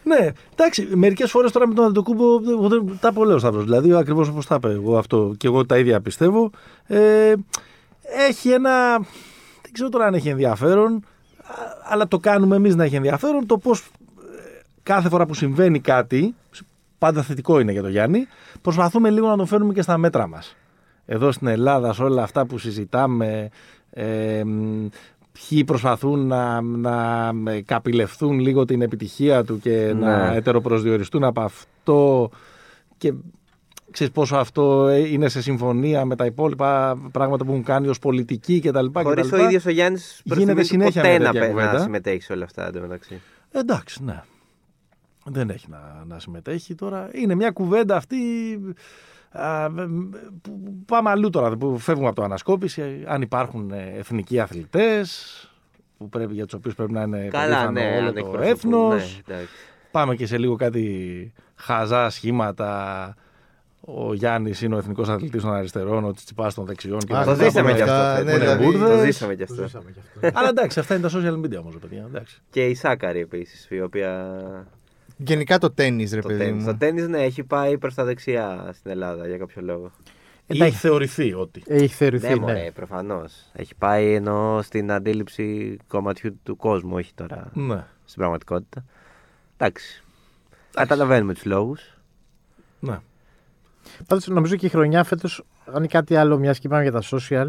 C: Ναι, εντάξει, μερικές φορές τώρα με τον Αντοκούμπο εγώ δεν- τα πω λέω Σταύρος. Δηλαδή, ακριβώς όπως τα είπε εγώ αυτό και εγώ τα ίδια πιστεύω. Ε, έχει ένα. Δεν ξέρω τώρα αν έχει ενδιαφέρον, α- αλλά το κάνουμε εμείς να έχει ενδιαφέρον το πώς κάθε φορά που συμβαίνει κάτι, πάντα θετικό είναι για τον Γιάννη, προσπαθούμε λίγο να το φέρνουμε και στα μέτρα μας. Εδώ στην Ελλάδα, σε όλα αυτά που συζητάμε, ε, μ, ποιοι προσπαθούν να, να ε, καπηλευθούν λίγο την επιτυχία του και να
B: Ναι.
C: ετεροπροσδιοριστούν από αυτό και ξέρεις πόσο αυτό ε, είναι σε συμφωνία με τα υπόλοιπα πράγματα που έχουν κάνει ως πολιτική κτλ.
B: Χωρίς ο ίδιος ο Γιάννης
C: Γίνεται συνέχεια
B: ποτέ να,
C: μια τέτοια
B: πε- να
C: κουβέντα.
B: συμμετέχει σε όλα αυτά εντωμεταξύ.
C: Εντάξει, ναι. Δεν έχει να, να συμμετέχει τώρα. Είναι μια κουβέντα αυτή α, μ, που πάμε αλλού τώρα, που φεύγουμε από το ανασκόπηση. Αν υπάρχουν ε, εθνικοί αθλητές, που πρέπει, για τους οποίους πρέπει να είναι
B: Καλά,
C: περήφανο
B: ναι, αν
C: Ε, όλο το
B: εκπροσωπούν,
C: έθνος.
B: ναι, εντάξει.
C: Πάμε και σε λίγο κάτι χαζά σχήματα. Ο Γιάννης είναι ο εθνικός αθλητής των αριστερών, ο Τσιτσιπάς των δεξιών. και
A: Α,
C: τα
B: Το
A: Αυτά
C: λοιπά.
B: ζήσαμε
A: που
B: κι
A: είναι αυτά,
B: αυτό.
A: ναι,
B: το
C: δηλαδή.
B: Μπούρδες. Το
C: Μπούρδες.
B: ζήσαμε κι αυτό.
C: Αλλά εντάξει, αυτά είναι τα social media όμως, ρε παιδιά. εντάξει.
B: Και η Σάκαρη επίσης, η οποία
A: Γενικά το τέννη, ρε
B: Το
A: παιδί
B: τένις. Το
A: μου.
B: τέννις, ναι, έχει πάει προς τα δεξιά στην Ελλάδα για κάποιο λόγο.
C: Ή θεωρηθεί ότι.
D: Έχει
B: Ναι,
D: θεωρηθεί.
B: μωρέ,
D: ναι.
B: προφανώς. Έχει πάει ενώ στην αντίληψη κομματιού του κόσμου, όχι τώρα
C: Ναι.
B: στην πραγματικότητα. Εντάξει. Καταλαβαίνουμε τους λόγους.
C: ναι.
D: Πάντως νομίζω και η χρονιά φέτος, αν είναι κάτι άλλο, μιας και είπαμε για τα social,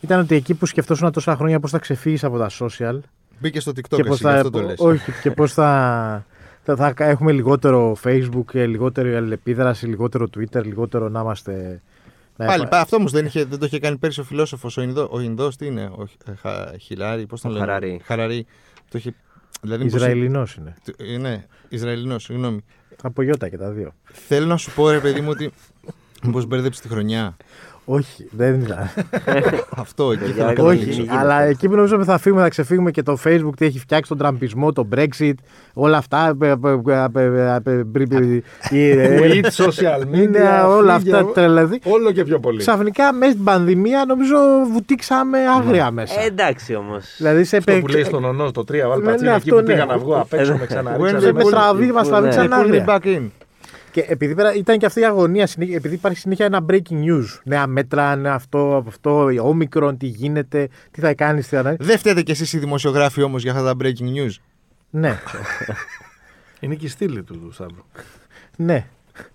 D: ήταν ότι εκεί που σκεφτόσουν τόσα χρόνια πώς θα ξεφύγεις από τα social
A: Μπήκες στο TikTok
D: και πώς
A: εσύ, γι'
D: θα.
A: αυτό το λες.
D: όχι, και πώς θα. θα, θα έχουμε λιγότερο Facebook, ε, λιγότερη αλληλεπίδραση, λιγότερο Twitter, λιγότερο να είμαστε.
B: Ναι,
D: να
A: Πάλι,
D: υπά-
A: πα- αυτό όμως δεν, είχε- δεν το είχε κάνει πέρσι ο φιλόσοφος. Ο Ινδό, ο Ινδός, τι είναι, ο Χι- ε, Χα- Χιλάρη, πώς τον
B: Ο
A: λένε.
B: Χαραρή.
A: Το είχε. Δηλαδή, μήπως-
D: Ισραηλινός είναι.
A: ε, Ναι, Ισραηλινός, συγγνώμη.
D: Από γιώτα και τα δύο.
A: Θέλω να σου πω, ρε παιδί μου, ότι. Μήπως μπέρδεψε τη χρονιά.
D: Όχι, δεν ήταν.
A: Αυτό εκεί
B: Παιδιά,
A: θέλω να
B: δεν
A: καταλήξω.
D: Όχι,
B: γίνεται.
D: αλλά εκεί που νομίζω ότι θα φύγουμε, θα ξεφύγουμε και το Facebook, τι έχει φτιάξει τον τραμπισμό, το Brexit, όλα αυτά. ε, ε, ε, ε, ε, ε, ε, ε,
C: Tweet, social media.
D: Είναι όλα
C: φύγε,
D: αυτά τρελαδί.
C: Όλο και πιο πολύ.
D: Ξαφνικά μέσα στην πανδημία νομίζω βουτήξαμε άγρια μέσα.
B: Ε, εντάξει όμω.
D: Δηλαδή σε
C: Αυτό που λέει
D: επέκταση.
C: στον ονό, το 3, βάλει
D: Ναι,
C: πατσίνα
D: ναι,
C: εκεί
D: αυτό
C: που
D: ναι.
C: πήγα να βγω απ' έξω, με
A: When
C: ξαναρίξανε.
A: the
D: Με
A: Πολύ-
D: τραβή μα
B: Ναι.
D: τραβήξαν
A: Pull me
D: άγρια.
A: back in.
D: Και επειδή πέρα, ήταν και αυτή η αγωνία, συνή- επειδή υπάρχει συνέχεια ένα breaking news. Νέα μέτρα, νέα αυτό, από αυτό, η όμικρον, τι γίνεται, τι θα κάνει, τι θα κάνει.
A: Δεν φταίτε κι εσείς οι δημοσιογράφοι όμως για αυτά τα breaking news.
D: Ναι,
C: Είναι και η στήλη του του Σταύρου.
D: ναι.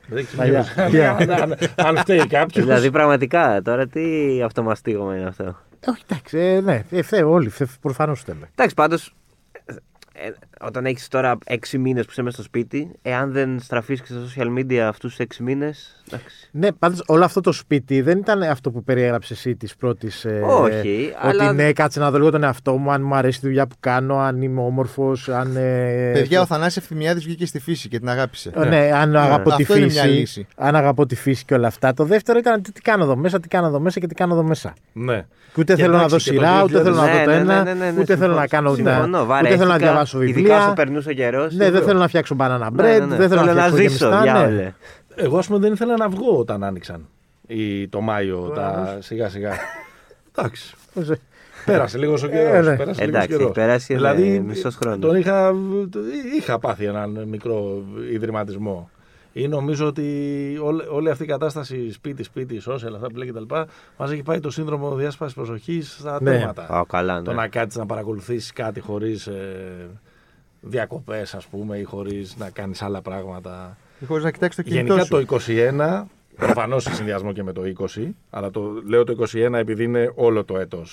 C: Δεν έχει
D: Παλιά.
C: σημασία. [laughs] Αν- αν- Αν φταίει κάποιος.
B: Δηλαδή πραγματικά τώρα τι αυτομαστίγωμα είναι αυτό.
D: Όχι, εντάξει, ε, ναι, ε, φταίω όλοι, προφανώς φταίμε.
B: Εντάξει, πάντως. όταν έχεις τώρα 6 μήνες που είσαι μέσα στο σπίτι, εάν δεν στραφείς και στα social media αυτούς τους 6 μήνε.
D: Ναι, πάντως όλο αυτό το σπίτι δεν ήταν αυτό που περιέγραψες εσύ της πρώτης. Ε,
B: Όχι,
D: ότι
B: αλλά-
D: ναι, κάτσε να δω λίγο τον εαυτό μου, αν μου αρέσει τη δουλειά που κάνω, αν είμαι όμορφος, αν. Ε,
A: Παιδιά, ο Θανάσης Ευθυμιάδης βγήκε στη φύση και την αγάπησε.
D: Ε, Ναι, αν αγαπώ τη
A: Αυτό είναι μια
D: φύση.
A: λύση.
D: Αν αγαπώ τη φύση και όλα αυτά. Το δεύτερο ήταν τι, τι κάνω εδώ μέσα, τι κάνω εδώ μέσα και τι κάνω εδώ μέσα.
C: Ναι.
D: Και ούτε
C: Και
D: θέλω να
C: εντάξει,
D: δω
C: και το
D: σειρά, ούτε
C: 2000
D: θέλω
B: Ναι,
D: να δω το ένα, ούτε θέλω να κάνω ούτε,
B: Συμφωνώ,
D: ούτε θέλω να
B: βαρέθηκα,
D: διαβάσω
B: Ειδικά όσο
D: βιβλία.
B: περνούσε ο καιρός.
D: Ναι, δεν θέλω να φτιάξω banana bread,
B: ναι,
D: δεν θέλω να φτιάξω
B: ζήσω.
D: γεμιστά, ναι.
B: διάολε.
C: Εγώ, ας πούμε, δεν ήθελα να βγω όταν άνοιξαν οι- το Μάιο τα σιγά-σιγά. [laughs] Εντάξει. Πέρασε λίγος ο καιρό.
D: Ε, ναι.
B: Εντάξει, έχει περάσει, ε, μισός χρόνος.
C: Τον είχα, είχα πάθει έναν μικρό ιδρυματισμό. Ή νομίζω ότι όλη, όλη αυτή η κατάσταση σπίτι-σπίτι, social, αυτά που λέει κτλ. Μας έχει πάει το σύνδρομο διάσπασης προσοχής στα
D: Ναι.
C: τέματα.
B: Α, καλά,
C: Το
B: ναι.
C: να κάτσεις να παρακολουθήσεις κάτι χωρίς διακοπές, ας πούμε, ή χωρίς να κάνεις άλλα πράγματα.
A: Χωρίς να κοιτάξει το κινητό
C: Γενικά
A: σου.
C: το 21, προφανώς σε συνδυασμό και με το 20, αλλά το, λέω το 21 επειδή είναι όλο το έτος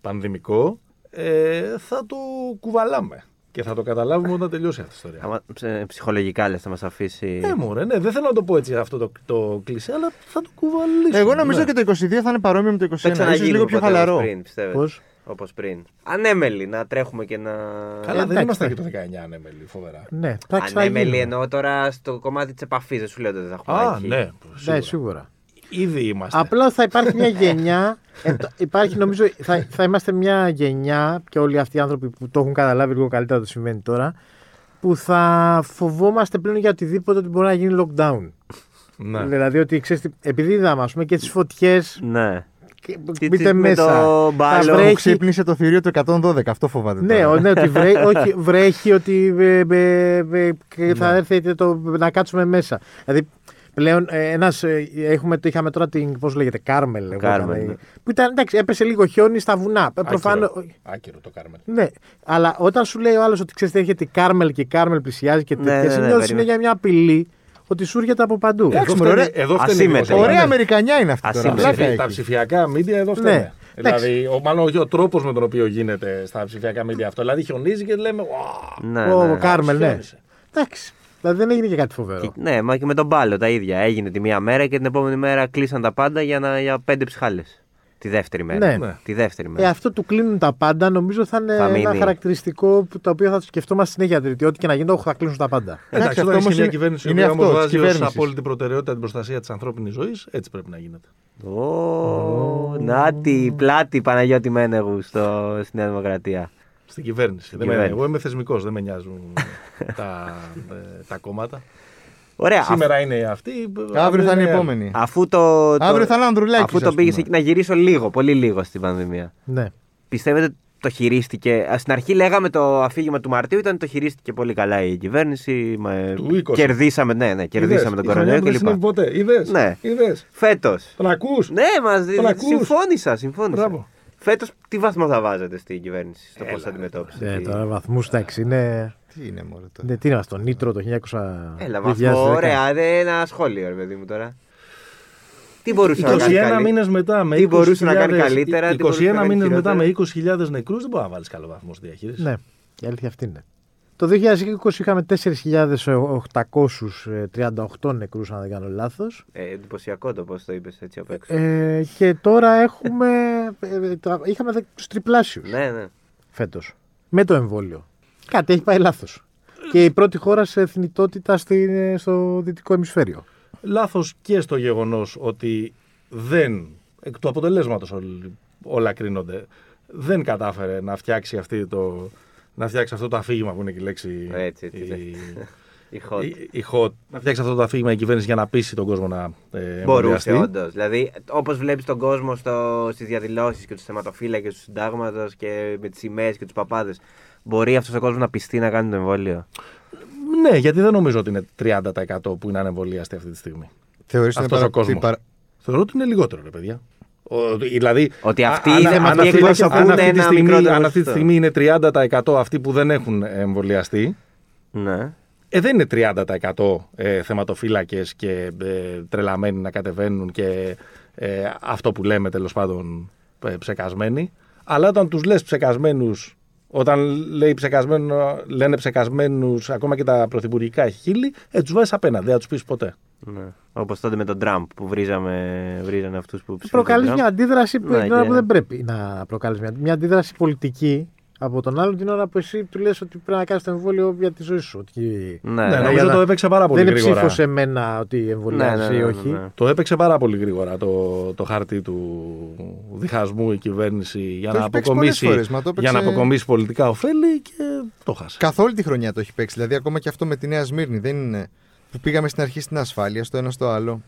C: πανδημικό, ε, θα το κουβαλάμε και θα το καταλάβουμε όταν τελειώσει αυτή η ιστορία.
B: Άμα, ψε- ψυχολογικά λες, θα μας
A: Ε,
B: αφήσει.
C: Ναι, μωρέ, ναι, δεν θέλω να το πω έτσι αυτό το, το κλισέ, αλλά θα το κουβαλήσουμε.
A: Εγώ νομίζω
C: ναι.
A: και το 22 θα είναι παρόμοιο με το 21.
B: Δεν
A: Ίσως
B: ξαναγίνει
A: λίγο πιο
B: ποτέ όπως
A: χαλαρό.
B: Πριν, πιστεύετε.
D: Πώς?
B: Όπως πριν. Ανέμελοι, να τρέχουμε και να.
C: Καλά, δεν
D: εντάξει,
C: ήμασταν
D: ναι.
C: και το 19, ανέμελοι, φοβερά.
D: Ναι, θα
B: Ανέμελοι
D: ξαναγίνει.
B: εννοώ τώρα στο κομμάτι της επαφής. Δεν σου λέω ότι δεν θα έχουμε
C: Α,
B: εκεί.
C: ναι,
D: Ναι,
C: σίγουρα.
D: σίγουρα.
C: Ήδη είμαστε.
D: Απλά θα υπάρχει μια γενιά. ε, το- υπάρχει, νομίζω, θα, θα είμαστε μια γενιά και όλοι αυτοί οι άνθρωποι που το έχουν καταλάβει λίγο καλύτερα το συμβαίνει τώρα. Που θα φοβόμαστε πλέον για οτιδήποτε ότι μπορεί να γίνει lockdown.
C: Ναι.
D: Δηλαδή ότι ξέρεις, τι- επειδή είδαμε, ας πούμε, και τις φωτιές.
B: Ναι. Τι-
D: Μπείτε
B: τι- με
D: μέσα.
B: το
D: θα
B: μπάλο που
A: Που
D: βρέχει.
A: ξύπνησε το θηρίο του 112, αυτό φοβάται.
D: Ναι,
A: τώρα.
D: ο- ναι, ότι βρέ,
B: [laughs]
D: όχι, βρέχει, ότι ε, ε, ε, και
B: Ναι.
D: θα έρθετε το, να κάτσουμε μέσα. Δηλαδή, πλέον ε, ένας, ε, έχουμε, το είχαμε τώρα την, πώς λέγεται, Κάρμελ. εγώ
B: Κάρμελ,
D: έκανα,
B: ναι.
D: Που ήταν, εντάξει, έπεσε λίγο χιόνι στα βουνά. Ε, Προφανώς,
C: Άκυρο. Άκυρο το Κάρμελ.
D: ναι, αλλά όταν σου λέει ο άλλος ότι ξέρεις, έρχεται η Κάρμελ και η Κάρμελ πλησιάζει και
B: Ναι,
D: τέτοια,
B: ναι, ναι,
D: συνήθως είναι
B: περίμενα.
D: για μια απειλή ότι σου έρχεται από παντού.
C: Εδώ
A: μωρέ,
C: φταίνε-
A: ωραία.
C: εδώ φταίνε οι
B: Ασύμμετρα.
C: δημοσιογράφοι.
A: Ωραία Αμερικανιά είναι αυτή τώρα.
B: Ασύμμετρη.
A: Πλάκα
C: ψηφι- τα
A: έχει.
C: ψηφιακά media εδώ φταίνε.
D: Ναι.
C: Δηλαδή, ο, μάλλον όχι ο τρόπος με τον οποίο γίνεται στα ψηφιακά media αυτό. Δηλαδή, χιονίζει και λέμε. «Ουα».
B: Ναι,
D: ο
B: ναι.
D: Κάρμελ, ναι.
C: Χιόνισε.
D: Εντάξει. Δηλαδή δεν έγινε και κάτι φοβερό.
B: Και- ναι, μα και με τον μπάλο τα ίδια. Έγινε τη μία μέρα και την επόμενη μέρα κλείσαν τα πάντα για, να, για πέντε ψυχάλες. Τη δεύτερη μέρα.
D: Ναι.
B: Τη δεύτερη μέρα.
D: Ε, αυτό του κλείνουν τα πάντα νομίζω θα είναι
B: Θα
D: ένα
B: μείνει.
D: χαρακτηριστικό που, το οποίο θα το σκεφτόμαστε συνέχεια. Δηλαδή, ό,τι και να γίνει, όχι, θα κλείσουν τα πάντα.
A: Εντάξει,
C: Εντάξει,
A: αυτό
C: όταν
A: όμως
C: είσαι μια
A: είναι-
C: κυβέρνηση η
A: είναι
C: οποία
A: αυτό,
C: όμως
A: της
C: βάζει ως
A: κυβέρνησης.
C: απόλυτη προτεραιότητα την προστασία της ανθρώπινης ζωής, έτσι πρέπει να γίνεται.
B: Ω, Να τη πλάτη Παναγιώτη Μένεγου στο, στη Νέα Δημοκρατία.
C: Στην κυβέρνηση. Δεν με-
B: κυβέρνηση.
C: εγώ είμαι θεσμικός, δεν με
A: [laughs]
C: νοιάζουν τα, ε, τα κόμματα.
B: Ωραία. αφ-
C: Σήμερα είναι ε, αυτή.
A: Αύριο θα είναι η
C: Ναι.
A: επόμενη.
B: αφού το. το-
A: Αύριο θα είναι ο Ανδρουλάκης,
B: Αφού
A: ας
B: το πήγες
A: πούμε.
B: εκεί, να γυρίσω λίγο, πολύ λίγο στην πανδημία.
D: ναι.
B: Πιστεύετε το χειρίστηκε. α, Στην αρχή λέγαμε το αφήγημα του Μαρτίου ήταν το χειρίστηκε πολύ καλά η κυβέρνηση. με-
C: Του 20.
B: Κερδίσαμε, ναι,
C: ε,
B: ναι, κερδίσαμε τον κορονοϊό
C: Δεν συνέβη
B: κλπ.
C: ποτέ. Είδες.
B: Ναι. Φέτος.
C: Τον ακούς.
B: Ναι, μας
C: Τον ακούς.
B: συμφώνησα. συμφώνησα.
C: Μπράβο.
B: Φέτος τι βάθμο θα βάζετε στην κυβέρνηση, στο πώ
C: Έλα,
B: θα αντιμετώπισε.
D: Ε,
B: τη-
D: τώρα βαθμούς εντάξει είναι.
A: Τι είναι μόνο τώρα.
D: Ναι, τι είναι αυτό, Νίτρο το 1900.
B: Έλα, βαθμό. Ωραία, δε, ένα σχόλιο, ρε παιδί μου τώρα. Τι μπορούσε να κάνει.
C: 21
B: καλύ-
C: μήνες μετά με
B: Τι μπορούσε να
C: 20.000
B: κάνει καλύτερα, τι μπορούσε να
C: 21
B: κάνει
C: μήνες μετά με
B: χειρότερα.
C: 20.000 νεκρούς δεν μπορεί να βάλεις καλό βαθμό στη διαχείριση.
D: Ναι, η αλήθεια αυτή είναι. Το 2020 είχαμε 4.838 νεκρούς, αν δεν κάνω λάθος.
B: Ε, εντυπωσιακό το πώς το είπες έτσι απ' έξω.
D: Ε, και τώρα έχουμε... ε, τα- είχαμε δε- τους τριπλάσιους
B: ναι, ναι.
D: φέτος. Με το εμβόλιο. Κάτι έχει πάει λάθος. Και η πρώτη χώρα σε θνητότητα στη- στο δυτικό ημισφαίριο.
C: Λάθος και στο γεγονός ότι δεν, εκ του αποτελέσματος όλα κρίνονται, δεν κατάφερε να φτιάξει, αυτή το, να φτιάξει αυτό το αφήγημα που είναι και η λέξη.
B: Έτσι, έτσι, ναι.
C: η-
B: Η hot.
D: Ε,
C: η- η hot. Να φτιάξει αυτό το αφήγημα η κυβέρνηση για να πείσει τον κόσμο να ε,
B: Μπορούσε,
C: εμβολιαστεί.
B: όντως. Δηλαδή, όπως βλέπεις τον κόσμο στο, στις διαδηλώσεις και τους θεματοφύλακες τους συντάγματος και με τις σημαίες και τους παπάδες, μπορεί αυτός ο κόσμος να πιστεί να κάνει το εμβόλιο.
C: Ναι, γιατί δεν νομίζω ότι είναι 30% που είναι ανεμβολίαστοι αυτή τη στιγμή.
A: Θεωρείς ότι
C: Αυτός
A: είναι
C: ο κόσμος.
A: παρα-
C: Θεωρώ ότι είναι λιγότερο, ρε παιδιά. Ο, δηλαδή,
B: Ότι
C: α-
B: αυτοί
C: αν-
B: είναι-
C: αν
B: αυτοί
C: αυτή-
B: εκπροσωπούν
C: αν αυτή τη
B: ένα
C: στιγμή-
B: μικρότερο
C: Αν αυτή τη
B: ποσοστό.
C: στιγμή είναι 30% αυτοί που δεν έχουν ε, εμβολιαστεί,
B: Ναι.
C: ε, δεν είναι 30% ε, θεματοφύλακες και ε, τρελαμένοι να κατεβαίνουν και ε, αυτό που λέμε τέλος πάντων ε, ψεκασμένοι. Αλλά όταν τους λες ψεκασμένους, όταν λέει ψεκασμένο, λένε ψεκασμένους ακόμα και τα πρωθυπουργικά χείλη, ε, τους βάζεις απέναντι, δεν θα τους πεις ποτέ.
B: ναι. Όπως τότε με τον Τραμπ που βρίζαμε, βρίζανε αυτούς που ψήφισαν.
D: Προκαλεί
B: τον
D: μια
B: Τραμπ.
D: αντίδραση που,
B: Ναι,
D: την ώρα
B: και-
D: που δεν πρέπει να προκαλείς μια, μια αντίδραση πολιτική από τον άλλον την ώρα που εσύ του λες ότι πρέπει να κάνεις το εμβόλιο για τη ζωή σου. Ότι...
B: Ναι,
C: ναι,
B: ναι,
C: νομίζω
D: για να-
C: το έπαιξε πάρα πολύ
D: δεν είναι
C: γρήγορα.
D: ψήφο σε μένα ότι εμβολιάζει
B: Ναι, ναι,
D: ή
B: ναι,
D: όχι.
B: ναι, ναι.
C: Το έπαιξε πάρα πολύ γρήγορα το, το χάρτη του διχασμού η κυβέρνηση για,
A: Το
C: να
A: έχει παίξει πολλές
C: αποκομίσει,
A: φορές, μα το
C: για να
A: έπαιξε-
C: αποκομίσει πολιτικά ωφέλη και το χάσε.
A: Καθ' όλη τη χρονιά το έχει παίξει. Δηλαδή, ακόμα και αυτό με τη Νέα Σμύρνη δεν είναι. Που πήγαμε στην αρχή στην ασφάλεια, στο ένα στο άλλο.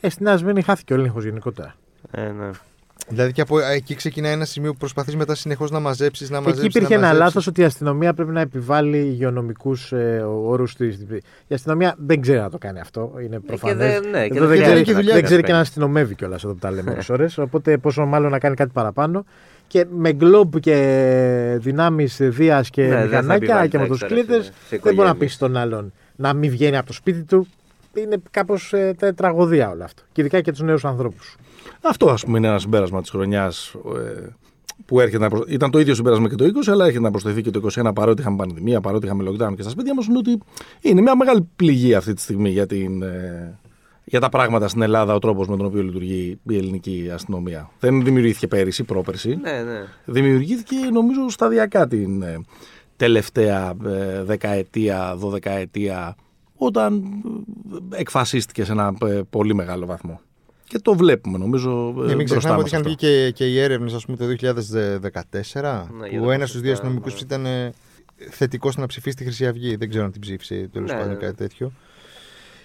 D: Ε, στην Ασμένη χάθηκε ο έλεγχος γενικότερα.
B: Ε, ναι.
A: Δηλαδή, και από εκεί ξεκινάει ένα σημείο που προσπαθείς μετά συνεχώς να μαζέψεις, να μαζέψει.
D: Εκεί υπήρχε ένα λάθος ότι η αστυνομία πρέπει να επιβάλλει υγειονομικούς ε, όρους της. Η αστυνομία δεν ξέρει να το κάνει αυτό. Είναι προφανές.
B: δεν- ναι, και δεν
D: δεν,
A: κάνει
D: ξέρει,
A: και δουλειά
D: δεν
A: της,
D: ξέρει και
B: παίρνει.
D: να αστυνομεύει κιόλας εδώ που τα
B: [laughs]
D: λέμε ώρες ώρες. Οπότε πόσο μάλλον να κάνει κάτι παραπάνω. Και με γκλόμπ και δυνάμεις δία και
B: Ναι, δεν θα
D: μηχανάκια
B: επιβάλλει,
D: και
B: εντάξει,
D: μοτοσυκλέτε
B: τώρα, σε- σε
D: δεν μπορεί να
B: οικογένειες.
D: πεις στον άλλον να μην βγαίνει από το σπίτι του. Είναι κάπως τραγωδία όλο αυτό. Και ειδικά και τους νέους ανθρώπους.
C: Αυτό ας πούμε είναι ένα συμπέρασμα της χρονιάς ε, που έρχεται να προσ... Ήταν το ίδιο συμπέρασμα και το 20, αλλά έρχεται να προσθεθεί και το 21 παρότι είχαμε πανδημία, παρότι είχαμε lockdown και στα σπίτια μας είναι ότι είναι μια μεγάλη πληγή αυτή τη στιγμή για, την, ε, για τα πράγματα στην Ελλάδα, ο τρόπος με τον οποίο λειτουργεί η ελληνική αστυνομία. Δεν δημιουργήθηκε πέρυσι, πρόπερσι.
B: ναι, ναι.
C: δημιουργήθηκε νομίζω σταδιακά την ε, τελευταία ε, δεκαετία, δωδεκαετία όταν ε, εκφασίστηκε σε ένα ε, πολύ μεγάλο βαθμό. Και το βλέπουμε νομίζω ε,
A: Και Ναι, μην
C: μπροστά
A: ξεχνάμε
C: μας
A: ότι είχαν
C: αυτό.
A: βγει και, και οι έρευνες, ας πούμε, το 2014.
B: Ναι, για
A: που
B: τα
A: ένας στους δύο
B: ποσοστά,
A: αστυνομικούς
B: ναι.
A: ήταν ε, θετικός να ψηφίσει τη Χρυσή Αυγή. Δεν ξέρω αν την ψήφισε τέλος
B: Ναι,
A: πάντων
B: ναι.
A: κάτι τέτοιο.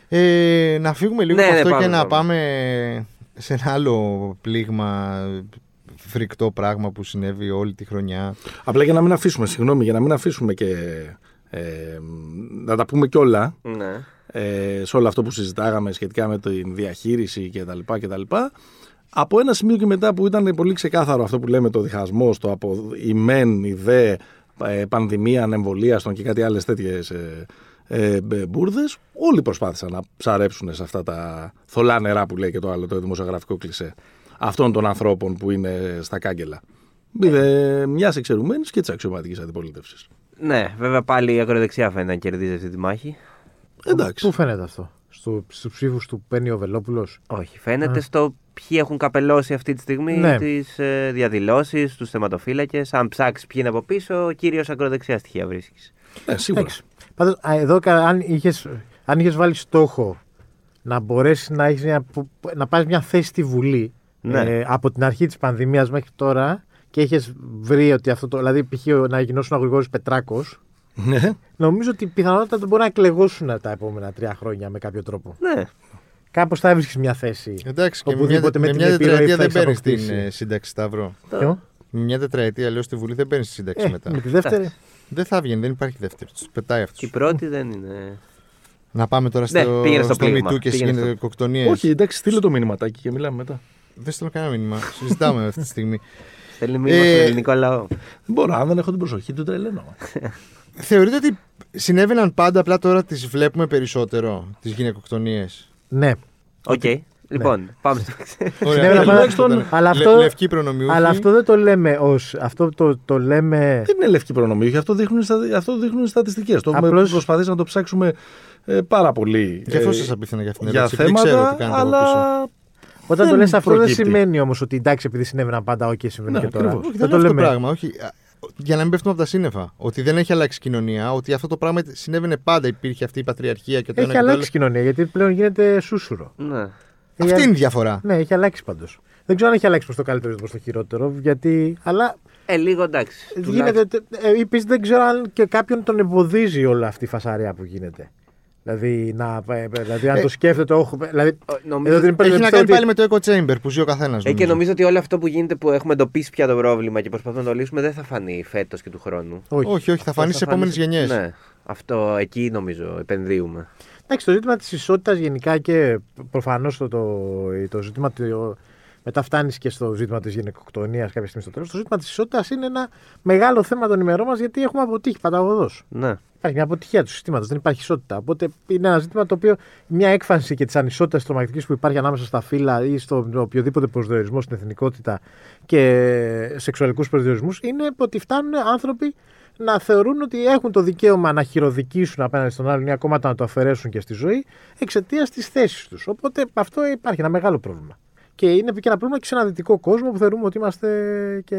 A: Ε, να φύγουμε λίγο
B: Ναι,
A: από
B: ναι,
A: αυτό και
B: πάμε,
A: να
B: πάμε.
A: πάμε σε ένα άλλο πλήγμα, φρικτό πράγμα που συνέβη όλη τη χρονιά.
C: Απλά για να μην αφήσουμε, συγγνώμη, για να μην αφήσουμε και ε, να τα πούμε κιόλα
B: ναι.
C: ε, σε όλο αυτό που συζητάγαμε σχετικά με την διαχείριση κτλ. κτλ. Από ένα σημείο και μετά που ήταν πολύ ξεκάθαρο αυτό που λέμε το διχασμό, το από η μεν, η δε, ε, πανδημία, ανεμβολία στον και κάτι άλλες τέτοιες ε, ε, μπε- μπουρδες, όλοι προσπάθησαν να ψαρέψουν σε αυτά τα θολά νερά που λέει και το άλλο το δημοσιογραφικό κλισέ αυτών των ανθρώπων που είναι στα κάγκελα.
D: Ναι.
C: Ε. Μιας εξαιρουμένης και της αξιωματικής αντιπολίτευσης.
B: Ναι, βέβαια πάλι η ακροδεξιά φαίνεται να κερδίζει αυτή τη μάχη.
C: Εντάξει.
D: Πού φαίνεται αυτό. Στο, στους ψήφους του παίρνει ο Βελόπουλος.
B: Όχι, φαίνεται στο ποιοι έχουν καπελώσει αυτή τη στιγμή
D: Ναι.
B: τις τι ε, διαδηλώσεις, τους θεματοφύλακες. Αν ψάξεις ποιοι είναι από πίσω, κυρίω ακροδεξιάς στοιχεία βρίσκεις.
C: Ναι, σίγουρα.
D: Πάντως, α, εδώ, κα- αν είχες, αν είχες βάλει στόχο να μπορέσεις να, έχεις μια, που- που- να πάρεις μια θέση στη Βουλή
B: Ναι.
D: ε, από την αρχή της πανδημίας μέχρι τώρα και έχεις βρει ότι αυτό το... Δηλαδή, π.χ. ο- να γινώσουν ο Γρηγόρης Πετράκος,
C: Ναι.
D: νομίζω ότι πιθανότατα τον μπορεί να εκλεγώσουν τα επόμενα τρία χρόνια με κάποιο τρόπο.
B: Ναι.
D: Κάπως θα έβρισκες μια θέση.
A: Εντάξει, και με μια,
D: Οπουδήποτε με
A: με
D: την
A: μια
D: επιρροή
A: τετραετία
D: θα
A: δεν
D: έχεις
A: παίρνεις την
D: αποκτήσει.
A: ε, σύνταξη Σταυρό.
D: Ποιο?
A: Με μια τετραετία, λέω στη Βουλή, δεν παίρνεις τη σύνταξη
D: Ε,
A: μετά.
D: με τη δεύτερη.
A: Δεν θα βγαίνει, δεν υπάρχει δεύτερη. Τους πετάει αυτό.
B: Και η πρώτη δεν είναι.
A: Να πάμε τώρα
B: Ναι,
A: στο,
B: πήγαινε στο
A: στο
B: πλήγμα.
A: Μητού και
B: Πήγαινε
A: στι
B: στο-
A: κοκτονίες.
C: Όχι, εντάξει, στείλε το μήνυματάκι και μιλάμε μετά.
A: Δεν στέλνω κανένα μήνυμα. Συζητάμε αυτή τη στιγμή.
B: Στέλνει μήνυμα
A: Ε,
B: στον ελληνικό λαό.
C: Δεν μπορώ, αν δεν έχω την προσοχή του, τρελαίνω.
A: Θεωρείτε ότι συνέβαιναν πάντα, απλά τώρα τις βλέπουμε περισσότερο, τις γυναικοκτονίες.
D: Ναι.
B: Οκ. Λοιπόν, πάμε στο.
A: Ωραία,
D: Συνέβη
A: αλλά-
C: τουλάχιστον-
A: λε-
D: αλλά αυτό-
A: Λευκή προνομιούχη.
D: Αλλά αυτό δεν το λέμε ως. Αυτό το, το λέμε.
C: Δεν είναι λευκή προνομίχη, αυτό δείχνουν, στα- αυτό δείχνουν οι στατιστικές. Το έχουμε
D: Απλώς-
C: προσπαθήσει να το ψάξουμε ε, πάρα πολύ.
A: Γι' αυτό
C: ε,
A: σας απίθυνα για αυτήν την
C: για
A: ερώτηση. Δεν ξέρω
C: θέματα,
A: τι κάνετε
C: αλλά.
A: από πίσω.
D: Όταν το
C: δεν
D: λες αυτό,
C: προκύπτει.
D: δεν σημαίνει όμως ότι εντάξει, επειδή συνέβαιναν πάντα, οκ, συμβαίνει
C: Ναι,
D: και τώρα.
C: ακριβώς.
A: Όχι,
D: Δεν
A: δεν είναι
D: το
A: αυτό το
D: λέμε.
A: πράγμα. Όχι. Α, Για να μην πέφτουμε από τα σύννεφα. Ότι δεν έχει αλλάξει η κοινωνία, ότι αυτό το πράγμα συνέβαινε πάντα. Υπήρχε αυτή η πατριαρχία και το
D: Έχει
A: ένα
D: αλλάξει η
A: και
D: κοινωνία γιατί πλέον γίνεται σούσουρο.
B: Ναι.
A: το άλλο.
D: Έχει-
A: Αυτή είναι η διαφορά.
D: Ναι, έχει αλλάξει πάντως. Δεν ξέρω αν έχει αλλάξει προς το καλύτερο ή προς το χειρότερο. Γιατί... Αλλά
B: Ε, λίγο εντάξει.
D: γίνεται. ε, Επίσης δεν ξέρω αν και κάποιον τον εμποδίζει όλη αυτή η φασαρία που γίνεται. Δηλαδή, να, ε, ε, δηλαδή αν
A: Ε,
D: το σκέφτεται. Όχι, δηλαδή,
B: νομίζω-
D: εδώ την
A: Έχει
D: υπερλεπτώ
A: να κάνει
D: ότι-
A: πάλι με το echo chamber που ζει ο καθένας.
B: Ε, και νομίζω ότι όλο αυτό που γίνεται που έχουμε εντοπίσει πια το πρόβλημα και προσπαθούμε να το λύσουμε δεν θα φανεί φέτος και του χρόνου.
A: Όχι, όχι, θα φανεί σε επόμενε γενιές.
B: Ναι. Αυτό εκεί νομίζω επενδύουμε.
D: Εντάξει, το ζήτημα της ισότητας γενικά και προφανώς το, το, το ζήτημα του. Μετά φτάνεις και στο ζήτημα της γυναικοκτονίας κάποια στιγμή στο τέλος. Το ζήτημα της ισότητας είναι ένα μεγάλο θέμα των ημερών μας γιατί έχουμε αποτύχει παταγωδός.
B: Ναι.
D: Υπάρχει μια αποτυχία του συστήματος, δεν υπάρχει ισότητα. Οπότε είναι ένα ζήτημα το οποίο μια έκφανση και της ανισότητας τρομακτικής που υπάρχει ανάμεσα στα φύλλα ή στο οποιοδήποτε προσδιορισμό στην εθνικότητα και σεξουαλικούς προσδιορισμούς είναι ότι φτάνουν άνθρωποι να θεωρούν ότι έχουν το δικαίωμα να χειροδικήσουν απέναντι στον άλλον ή ακόμα να το αφαιρέσουν και στη ζωή εξαιτίας της θέσης τους. Οπότε αυτό υπάρχει ένα μεγάλο πρόβλημα. Και είναι και ένα πρόβλημα και σε ένα δυτικό κόσμο που θεωρούμε ότι είμαστε και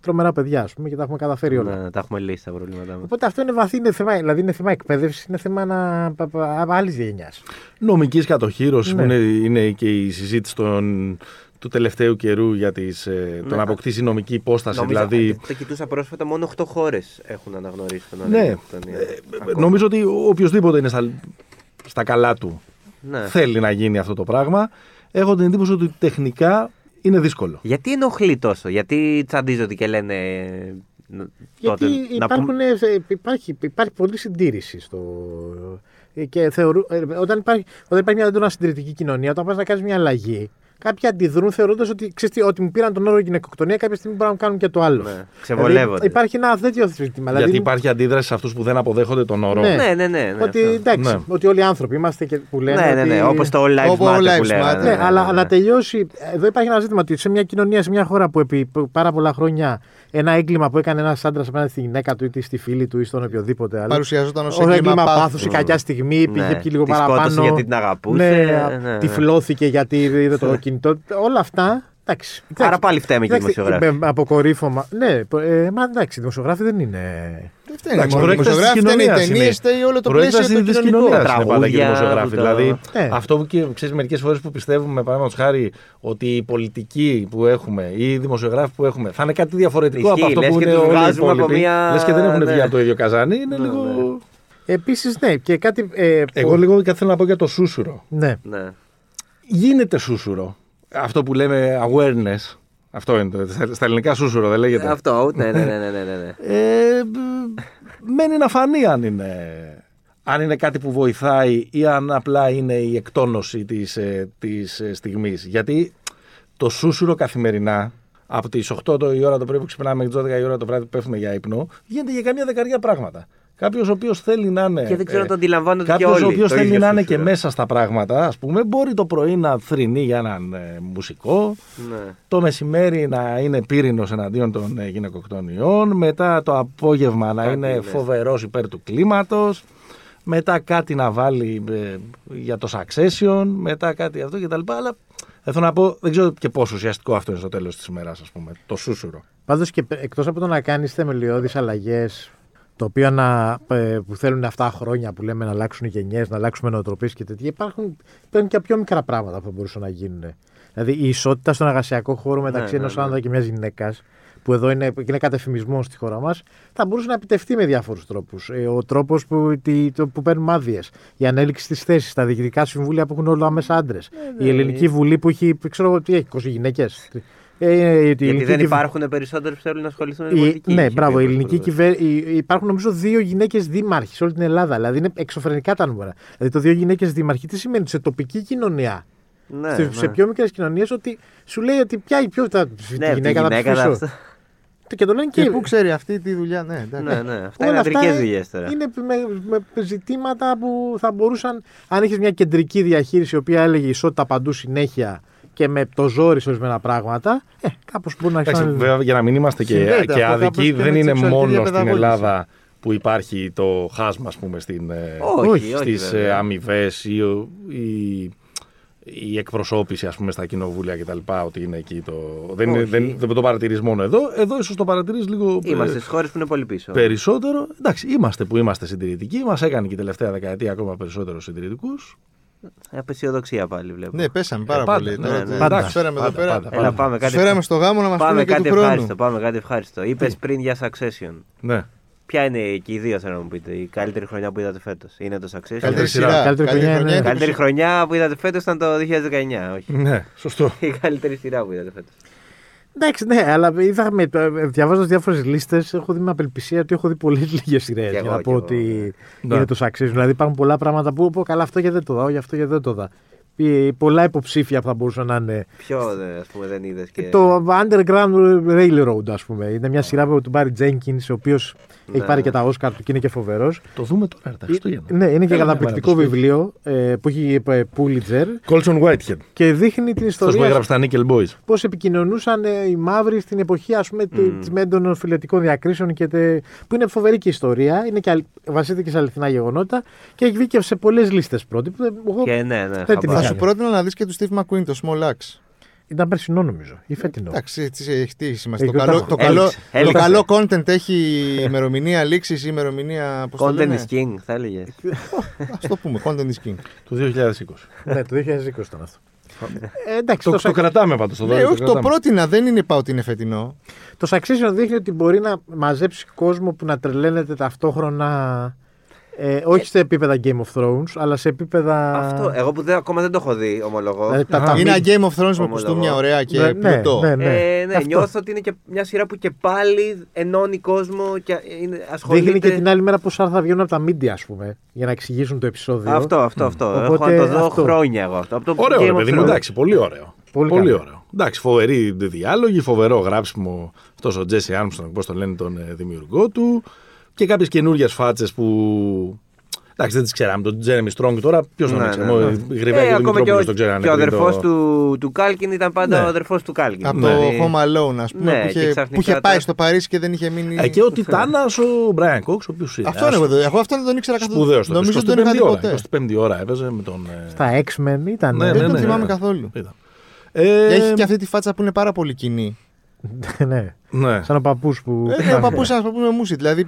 D: τρομερά παιδιά, ας πούμε, και τα έχουμε καταφέρει όλα.
B: Να τα έχουμε λύσει τα προβλήματά μας.
D: Οπότε αυτό είναι βαθύ, είναι θέμα, δηλαδή είναι θέμα εκπαίδευσης, είναι θέμα να... άλλης γενιάς.
C: Νομικής κατοχήρωσης
D: Ναι.
C: που είναι, είναι και η συζήτηση των, του τελευταίου καιρού για τις, ε, το
B: Ναι.
C: να αποκτήσει νομική υπόσταση.
B: Νομίζω-
C: δηλαδή,
B: Το ε, κοιτούσα πρόσφατα, μόνο 8 χώρες έχουν αναγνωρίσει τον
C: Ναι.
B: ανεξαρτητονία.
A: Ε,
D: Ε,
B: Ακόμα.
C: νομίζω ότι οποιοδήποτε είναι στα, στα καλά του
B: Ναι.
C: θέλει να γίνει αυτό το πράγμα. Έχω την εντύπωση ότι τεχνικά είναι δύσκολο.
B: Γιατί ενοχλεί τόσο, γιατί τσαντίζονται και λένε. ε, ν-
D: Γιατί
B: τότε να
D: υπάρχουν,
B: πούμε-
D: ε, υπάρχει, υπάρχει πολλή συντήρηση στο. ε, Και θεωρού, ε, όταν, υπάρχει, όταν υπάρχει μια έντονα συντηρητική κοινωνία, όταν πας να κάνεις μια αλλαγή, κάποιοι αντιδρούν θεωρώντας ότι, ξέρεις τι, ότι μου πήραν τον όρο γυναικοκτονία, κάποια στιγμή μπορεί να μου κάνουν και το άλλο.
B: Ναι,
D: Δηλαδή,
B: ξεβολεύονται.
D: υπάρχει ένα τέτοιο ζήτημα.
C: Γιατί
D: δηλαδή-
C: υπάρχει αντίδραση σε αυτούς που δεν αποδέχονται τον όρο.
D: Ναι.
B: Ναι, ναι, ναι. ναι,
D: ότι,
B: αυτό.
D: εντάξει,
C: Ναι.
D: ότι όλοι οι άνθρωποι είμαστε και που λένε.
B: ναι, ναι, ναι.
D: ότι-
B: Όπως το All Lives
A: Όπως All
B: Matter που
A: Lives
B: λέγανε.
A: Matter.
D: Ναι,
A: Ναι,
D: αλλά να τελειώσει. Εδώ υπάρχει ένα ζήτημα ότι σε μια κοινωνία, σε μια χώρα που επί πάρα πολλά χρόνια ένα έγκλημα που έκανε ένας άντρας απέναντι στη γυναίκα του ή στη φίλη του ή στον οποιοδήποτε άλλο.
A: Παρουσιαζόταν ως
D: Ω έγκλημα πάθου ή
A: πάθους.
D: κακιά στιγμή, πήγε
B: Ναι,
D: πήγε λίγο
B: τη
D: παραπάνω.
B: σκότωσε γιατί την αγαπούσε.
D: Ναι,
B: Ναι, ναι.
D: τυφλώθηκε γιατί είδε το κινητό. Όλα αυτά. Εντάξει.
B: Άρα πάλι φταίμε και οι
D: Κοιτάξτε,
B: δημοσιογράφοι.
D: με αποκορύφωμα. Ναι, ε, μα εντάξει, οι δημοσιογράφοι δεν είναι.
A: Δεν φταίνει.
C: Εντάξει,
A: μόνο οι
C: προέκταση
A: δημοσιογράφοι,
C: της
A: φταίνε οι
C: κοινωνίας
A: ταινίες,
C: είναι.
A: φταίει όλο το
C: Προέκταση
A: πλαίσιο
C: της
A: το κοινωνικό.
C: κοινωνίας είναι πάντα και οι
B: τραγούδια,
C: δημοσιογράφοι.
B: τα-
C: Δηλαδή,
D: Ναι.
C: αυτό που και ξέρεις μερικές φορές που πιστεύουμε, παραδείγματος χάρη, ότι η πολιτική που έχουμε ή οι δημοσιογράφοι που έχουμε θα είναι κάτι διαφορετικό
B: Ισχύει,
C: από αυτό
B: λες
C: που
B: και
C: είναι
B: τους
C: όλοι οι
B: βγάζουμε από
C: υπόλοιποι.
B: μια-
C: Λες και δεν έχουν
B: ναι.
C: βγει από το ίδιο καζάνι. Είναι
B: Ναι,
C: λίγο.
B: ναι.
D: Επίσης, ναι, και κάτι. ε, που-
C: Εγώ λίγο και θέλω να πω για το σούσουρο.
D: Ναι.
B: Ναι.
C: Γίνεται σούσουρο. Αυτό που λέμε awareness. Αυτό είναι το. στα- Στα ελληνικά σούσουρο δεν λέγεται.
B: Αυτό, ναι, ναι, ναι, ναι, ναι, ναι, ναι.
C: Ε, μ, μένει να φανεί αν είναι, αν είναι κάτι που βοηθάει ή αν απλά είναι η εκτόνωση της, ε, της ε, στιγμής. Γιατί το σούσουρο καθημερινά, από τις 8 το η ώρα το πρωί που ξυπνάμε και τις 12 η ώρα το βράδυ που πέφτουμε για ύπνο, γίνεται για καμιά δεκαριά πράγματα. Κάποιος ο οποίος θέλει να είναι.
B: Και δεν ξέρω
C: ε,
B: αν το αντιλαμβάνονται και
C: Κάποιος
B: όλοι.
C: ο οποίος
B: το
C: θέλει
B: ίδιο
C: να είναι
B: σούσουρο.
C: και μέσα στα πράγματα, ας πούμε, μπορεί το πρωί να θρυνεί για έναν ε, μουσικό,
B: Ναι.
C: το μεσημέρι να είναι πύρινος εναντίον των ε, γυναικοκτονιών, μετά το απόγευμα να
B: Κάτι
C: είναι
B: λες.
C: φοβερός υπέρ του κλίματος, μετά κάτι να βάλει ε, για το succession, μετά κάτι αυτό κτλ. Αλλά ε, θέλω να πω, δεν ξέρω και πόσο ουσιαστικό αυτό είναι στο τέλος της ημέρας, ας πούμε, το σούσουρο.
D: Πάντως και εκτός από το να κάνεις θεμελιώδεις αλλαγές, το οποίο να, ε, που θέλουν αυτά χρόνια που λέμε να αλλάξουν γενιές, να αλλάξουμε νοοτροπίες και τέτοια, υπάρχουν πλέον και πιο μικρά πράγματα που θα μπορούσαν να γίνουν. Δηλαδή η ισότητα στον εργασιακό χώρο μεταξύ
B: ναι,
D: ενός
B: ναι.
D: άνδρα και μιας γυναίκας, που εδώ είναι, είναι κατεφημισμός στη χώρα μας, θα μπορούσε να επιτευχθεί με διάφορους τρόπους. ο τρόπος που, τη- το- που παίρνουμε άδειες, η ανέλυξη της θέσης, τα διοικητικά συμβούλια που έχουν όλα άμεσα άντρες,
B: Ναι,
D: η Ελληνική Βουλή που έχει, ξέρω εγώ, τι έχει, Ε, 20 γυναίκε.
B: Γιατί δεν υπάρχουν περισσότεροι που θέλουν να ασχοληθούν με την
D: Η-
B: πολιτική.
D: ναι,
B: είχε
D: μπράβο.
B: πει
D: Η
B: ο
D: ελληνική
B: Πρωθυπουργός.
D: κυβέρνηση. Υπάρχουν νομίζω δύο γυναίκες δήμαρχοι σε όλη την Ελλάδα. Δηλαδή είναι εξωφρενικά τα νούμερα. Δηλαδή το δύο γυναίκες δήμαρχοι τι σημαίνει σε τοπική κοινωνία.
B: Ναι,
D: σε,
B: ναι.
D: σε πιο μικρές κοινωνίες ότι σου λέει ότι πια η πιο. Τα, τη
B: Ναι, τη
D: γυναίκα θα
B: γυναίκα θα
D: ψηφίσω.
B: ψ-
D: Και το λένε και.
A: Και πού ξέρει αυτή τη δουλειά. Ναι, εντάξει.
B: Ναι, ναι. Αυτά
D: όλα
B: είναι αντρικέ
D: αυτά
B: δουλειές τώρα.
D: Είναι με, με ζητήματα που θα μπορούσαν, αν είχε μια κεντρική διαχείριση η οποία έλεγε ισότητα παντού συνέχεια και με το ζόρι σε ορισμένα πράγματα, ε, κάπως μπορεί να
C: Εντάξει,
D: ξαναδεί.
C: βέβαια για να μην είμαστε και,
A: Συνδέεται
C: και
A: αυτό κάπως
C: αδικοί,
A: και με
C: δεν
A: τη
C: είναι
A: σεξουαλική
C: μόνο στην
A: διαπαιδαγώγηση.
C: Ελλάδα που υπάρχει το χάσμα, ας πούμε, στην, ε,
B: Όχι, όχι.
C: στις
B: βέβαια.
C: αμοιβές ή, ο- η, η εκπροσώπηση ας πούμε στα κοινοβούλια κτλ. Ότι είναι εκεί το... Δεν, είναι-
B: Όχι.
C: δεν, δεν το παρατηρείς μόνο εδώ. Εδώ ίσως το παρατηρείς λίγο ε,
B: Είμαστε στις χώρες που είναι πολύ πίσω.
C: περισσότερο. Εντάξει, είμαστε που είμαστε συντηρητικοί. Μας έκανε και η τελευταία δεκαετία ακόμα περισσότερο συντηρητικούς.
B: Απεσιοδοξία πάλι βλέπω.
A: Ναι, πέσαμε πάρα
C: Ε, πάντα,
A: πολύ.
C: ναι,
A: Τώρα
B: ναι,
A: τους-
B: ναι.
A: τους
C: Πάντα,
A: φέραμε εδώ
C: πάντα,
A: πέρα.
C: πάντα,
B: Έλα, πάμε
A: Τους
B: κάτι.
A: φέραμε στο γάμο να μας
B: Πάμε
A: πούνε και
B: κάτι
A: του χρόνου.
B: ευχάριστο. Πάμε κάτι ευχάριστο. Είπες πριν για Succession.
C: Ναι.
B: Ποια είναι και οι δύο θέλω να μου πείτε. Η καλύτερη χρονιά που είδατε φέτος. Είναι το Succession.
A: Καλύτερη
C: Καλύτερη
A: σειρά.
C: σειρά.
D: Καλύτερη χρονιά, ναι.
A: είναι το
B: Καλύτερη
A: επεισόδιο.
B: χρονιά που είδατε φέτος ήταν το 2019. Όχι. [laughs]
C: ναι, σωστό.
D: Ε,
B: Η καλύτερη σειρά που είδατε φέτος.
D: Εντάξει, ναι, αλλά είδαμε, διαβάζοντας διάφορες λίστες, έχω δει με απελπισία ότι έχω δει πολλές λίγες σειρές.
B: Κι
D: Για
B: εγώ,
D: να
B: κι
D: πω
B: εγώ,
D: ότι
C: ναι.
D: είναι
C: Ναι.
D: το αξίζει. Δηλαδή υπάρχουν πολλά πράγματα που πω καλά, αυτό γιατί δεν το δάω, γι' αυτό γιατί δεν το δάω. Ε, Πολλά υποψήφια που θα μπορούσαν να είναι.
B: Ποιο δε, ας πούμε δεν είδες και.
D: ε, Το Underground Railroad, ας πούμε. Είναι
C: Ναι.
D: μια σειρά με τον Barry Jenkins, ο οποίος έχει
B: Ναι.
D: πάρει και τα Όσκαρ του και είναι και φοβερός.
C: Το δούμε τώρα. τα Χριστούγεννα.
D: Ναι, είναι και
C: Έλα,
D: καταπληκτικό
C: μάνα, το
D: βιβλίο ε, που έχει ε, Pulitzer
C: Colson Whitehead.
D: και δείχνει την
C: Αυτός που
D: ιστορία
C: έγραψε τα Nickel Boys.
D: πώς επικοινωνούσαν ε, οι μαύροι στην εποχή ας πούμε, mm. με έντονων φιλετικών διακρίσεων. Και τε- που είναι φοβερή και ιστορία. Είναι και αλ- βασίζεται και σε αληθινά γεγονότα και έχει βγει και σε πολλές λίστες πρώτη. Που, δεν- εγώ,
B: Και ναι, ναι.
D: Δεν την
A: Θα
B: χαμπάρι.
A: σου
D: Κάνει.
A: πρότεινα να δεις και τους Steve McQueen, το Small Axe.
D: Ήταν περσινό νομίζω ή φετινό.
A: Εντάξει, έτσι έχει τι σημασία.
D: Έχει
A: Το καλό,
D: τάχο.
A: το, καλό,
B: Έληξε,
A: το
B: έληξε.
A: καλό content έχει ημερομηνία λήξης ή ημερομηνία. Πώς το
B: Content
A: λένε.
B: is king, θα έλεγε.
A: Ας το πούμε, content is king.
C: Το 2020.
D: ναι, το 2020 ήταν αυτό. Ε,
C: Το,
D: εντάξει, το,
C: το κρατάμε πάντως. Το
A: ναι,
C: δώρο,
A: όχι, το
C: κρατάμε.
A: πρότεινα δεν είναι πάω ότι είναι φετινό.
D: Το Succession δείχνει ότι μπορεί να μαζέψει κόσμο που να τρελαίνεται ταυτόχρονα. Ε, όχι σε επίπεδα Game of Thrones, αλλά σε επίπεδα.
B: Αυτό, ε, εγώ που δεν, ακόμα δεν το έχω δει, ομολογώ.
D: Δηλαδή, τα,
C: Α,
D: τα
A: είναι
D: μη-
A: ένα Game of Thrones με
B: Ομολογώ.
A: κουστούμια ωραία και
D: Ναι, ναι,
A: πλουτό.
D: ναι, ναι.
B: Ε, ναι,
D: Αυτό.
B: νιώθω ότι είναι και μια σειρά που και πάλι ενώνει κόσμο και ε, είναι, ασχολείται.
D: Δείχνει και την άλλη μέρα πόσα θα βγαίνουν από τα μίντια, ας πούμε, για να εξηγήσουν το επεισόδιο.
B: Αυτό, αυτό, αυτό. Έχω
D: Οπότε
B: να το δω
D: αυτό.
B: χρόνια εγώ. Αυτό. Από το
C: Ωραίο,
B: Game
C: ρε
B: of
C: παιδί μου,
B: Thrones.
C: εντάξει, πολύ ωραίο.
D: Πολύ
C: Πολύ,
D: καλό.
C: ωραίο. Εντάξει, φοβερή διάλογοι, φοβερό γράψιμο αυτός ο Τζέσι Άρμστρον, πώς τον λένε τον ε, δημιουργό του. Και κάποιες καινούριε φάτσες που. Εντάξει, δεν τις ξέραμε. Τον Τζέρεμι Στρόγκ τώρα, ποιος
B: Ναι,
C: τον
B: ναι,
C: ήξερε.
B: ναι.
C: Ο Γρυβέκη
B: Ε,
C: και ο
B: ακόμα και
C: Δημητρόπουλο
B: ο,
C: τον ξέρανε.
B: και ο
C: πριν το-
B: αδερφός του, του Κάλκιν ήταν πάντα
C: Ναι.
B: ο αδερφός του Κάλκιν.
A: Από
B: Δηλαδή,
A: το Home Alone, ας πούμε,
B: Ναι,
A: που,
B: και
A: είχε,
B: ξαφνικά
A: που είχε
B: τώρα-
A: πάει στο Παρίσι και δεν είχε μείνει.
C: Ε, Και ο Τιτάνας ο Μπράιν Κόξ, ο οποίος είναι.
A: Αυτό είναι εγώ. Εγώ αυτόν δεν τον ήξερα καθόλου.
C: Σπουδαίος τώρα.
A: Νομίζω ότι δεν είχα
C: 25η
A: δει
C: ώρα.
A: ποτέ.
C: 25η ώρα έπαιζε με τον. ε,
D: Στα X-Men ήταν.
C: Ναι,
D: ε,
A: Δεν
C: ναι,
A: τον
C: ναι.
A: θυμάμαι καθόλου.
C: ήταν. Ε,
A: Έχει και αυτή τη φάτσα που είναι πάρα πολύ κοινή.
D: [laughs] ναι.
C: Ναι.
D: Σαν ο παππούς που.
A: Ε, ναι, Ο παππού ένας παππούς με μουσι. Δηλαδή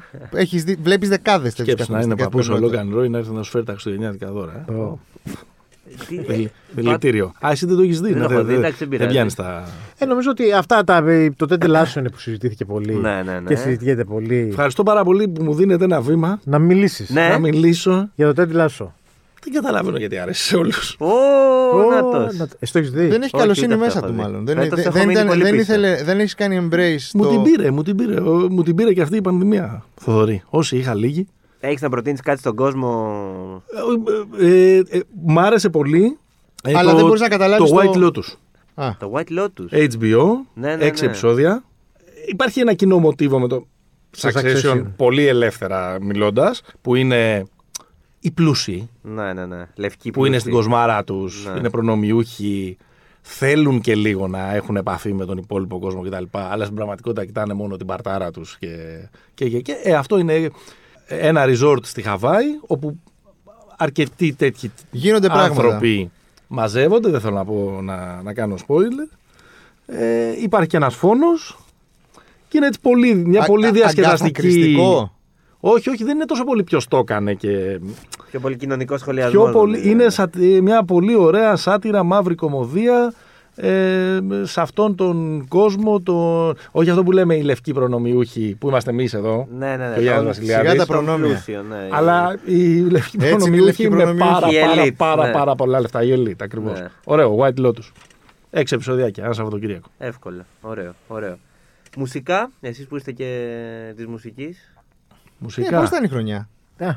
A: βλέπεις δεκάδες τέτοιους
C: Σκέψου να είναι παππούς ο Λόγκαν Ρόι να έρθει να σου φέρει τα χριστουγεννιάτικα δώρα. ε.
D: Το-
B: τι-
C: Δηλητήριο. Α, εσύ δεν το έχεις δει.
B: Δεν
C: ναι,
B: έχω δει, εντάξει, δεν
C: Δεν
B: πειράζει.
C: πιάνεις τα.
D: Ε, νομίζω ότι αυτά τα. Το Τέντε Λάσο είναι που συζητήθηκε πολύ.
B: Ναι, ναι, ναι.
D: Και συζητιέται πολύ.
C: Ευχαριστώ πάρα πολύ που μου δίνετε ένα βήμα
D: Να μιλήσεις.
B: Ναι.
C: να μιλήσω.
D: Για το Τέντε Λάσο.
C: Δεν καταλαβαίνω γιατί άρεσε σε όλους.
B: Ω, νάτος.
D: Εσύ το έχει Ε, δει.
A: Δεν έχει
B: Όχι,
A: καλοσύνη
B: ούτε
A: μέσα
B: αυτό
A: του,
B: έχω δει.
A: μάλλον. Δεν,
B: Φέτος
A: δεν,
B: έχω
A: δεν,
B: μείνει
A: ήταν-
B: πολύ
A: δεν,
B: πίσω.
A: ήθελε, δεν έχεις κάνει embrace.
C: Μου
A: το...
C: την πήρε, μου την πήρε. Ο, Μου την πήρε και αυτή η πανδημία, Θοδωρή. Όσοι είχα λίγη.
B: Έχεις να προτείνεις κάτι στον κόσμο.
C: Ε, ε, ε, μ' άρεσε πολύ. Ε,
A: Αλλά
C: το-
A: δεν μπορείς να καταλάβεις
C: Το
A: το-
C: White Lotus.
A: Α,
B: Το White Lotus.
C: Ε- HBO,
B: Ναι, ναι,
C: έξι
B: ναι.
C: επεισόδια. Υπάρχει ένα κοινό μοτίβο με το
D: Succession.
C: Succession, πολύ ελεύθερα μιλώντας, που είναι οι πλούσιοι,
B: Ναι, ναι, ναι. Λευκή
C: που είναι στην κοσμάρα τους,
B: Ναι.
C: είναι προνομιούχοι, θέλουν και λίγο να έχουν επαφή με τον υπόλοιπο κόσμο κτλ. Αλλά στην πραγματικότητα κοιτάνε μόνο την παρτάρα τους. Και, και, και, και. Ε, αυτό είναι ένα resort στη Χαβάη, όπου αρκετοί τέτοιοι
A: γίνονται πράγματα.
C: άνθρωποι μαζεύονται. Δεν θέλω να, πω, να, να κάνω spoiler. Ε, υπάρχει και ένας φόνος. Και είναι έτσι πολύ, μια
A: Α-
C: πολύ
A: α-
C: διασκεδαστική.
A: αγκάθακριστικό.
C: Όχι, όχι, δεν είναι τόσο πολύ ποιος το έκανε και
B: Πιο πολύ κοινωνικό δηλαδή. σχολιασμός.
C: Πιο πολύ, είναι σατι- μια πολύ ωραία σάτυρα μαύρη κομμωδία ε, σε αυτόν τον κόσμο. Το... Όχι αυτό που λέμε οι λευκοί προνομιούχοι που είμαστε εμείς εδώ.
B: Ναι, ναι, ναι.
C: Και ο Γιάννης
B: Τον-
C: Βασιλιάδης.
A: Σιγά τα
B: τον
A: προνόμια.
B: πλούσιο, ναι.
C: Αλλά οι λευκοί
A: είναι οι λευκοί
C: προνομιούχοι με
A: προνομιούχοι.
C: πάρα,
B: Η
C: πάρα,
B: elite,
C: πάρα,
B: ναι.
C: πάρα πολλά λεφτά. Η elite ακριβώς.
B: Ναι.
C: Ωραίο, White Lotus. Έξι επεισοδιάκια, ένα Σαββατοκύριακο.
B: Εύκολα. Ωραίο, ωραίο. Μουσικά, εσείς που είστε και της μουσικής.
A: Ε,
C: Μουσικά.
A: Πώς ήταν η χρονιά.
D: Α,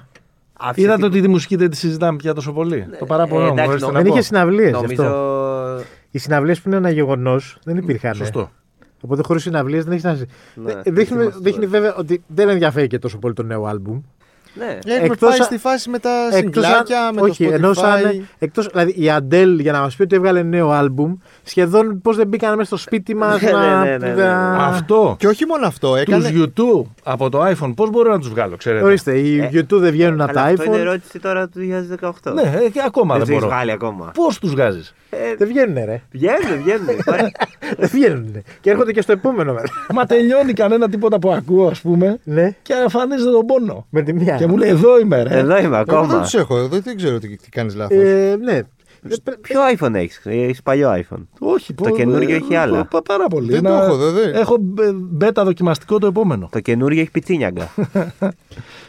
B: Άφησε
C: Είδατε
B: την-
C: ότι τη μουσική δεν τη συζητάμε πια τόσο πολύ. Το παράπονο
B: ε,
C: μου.
B: εντάξει,
C: ορίστε
B: νο-
C: να
D: Δεν
C: πω.
D: είχε συναυλίες.
B: Νομίζω.
D: Οι συναυλίες που είναι ένα γεγονός δεν υπήρχαν. ε.
C: Σωστό.
D: Οπότε χωρίς συναυλίες δεν έχει να ζει.
B: Ναι,
D: Δε-
B: τι
D: δείχνει,
B: θυμάστε
D: δείχνει
B: τώρα.
D: βέβαια ότι δεν ενδιαφέρει και τόσο πολύ το νέο άλμπουμ.
B: Ναι.
A: Έχουμε
D: Εκτός
A: πάει
D: αν-
A: στη φάση με τα
D: Εκτός αν-
A: συγκλάκια, με
D: όχι,
A: το Spotify.
D: ενώ σαν- εκτός, δηλαδή η Αντέλ για να μας πει ότι έβγαλε νέο άλμπουμ, σχεδόν πώς δεν μπήκαν μέσα στο σπίτι μας.
B: Ναι,
D: να,
B: ναι, ναι, ναι, ναι.
D: να-
C: Αυτό
A: Και όχι μόνο αυτό, έκανε...
C: του YouTube από το iPhone, πώς μπορώ να τους βγάλω, ξέρετε.
D: Ορίστε, οι
B: Ε,
D: YouTube δεν βγαίνουν από
B: Αλλά
D: τα
B: αυτό είναι
D: iPhone.
B: ερώτηση τώρα του 2018.
C: Ναι, ε, και
B: δεν
C: ακόμα δεν
B: τους έχεις
C: μπορώ.
B: βγάλει ακόμα.
C: Πώς τους βγάζεις.
B: Ε,
D: Δεν βγαίνουν, ρε.
B: βγαίνουν, βγαίνουν. Υπάρχει-
D: Δεν βγαίνουν. Και έρχονται και στο επόμενο μέρο.
C: Μα τελειώνει κανένα τίποτα που ακούω, ας πούμε,
D: ναι,
C: και εμφανίζεται τον πόνο.
D: με τη μία.
C: Και μου λέει, εδώ είμαι, ρε.
B: Ε. Εδώ είμαι
A: Εγώ δεν
B: ακόμα.
A: τους έχω, δεν, δεν ξέρω τι, τι κάνεις λάθος.
D: Ε, ναι. Ε, πρέ-
B: Ποιο iPhone έχεις, έχεις παλιό iPhone.
C: Όχι, ε,
B: Το καινούργιο έχει άλλα.
C: πα- πάρα πολύ.
A: Δεν το
C: Ένα-
A: έχω, δε, δε.
C: Έχω μπε- μπέτα δοκιμαστικό το επόμενο.
B: Το καινούριο έχει πιτσίνιαγκα.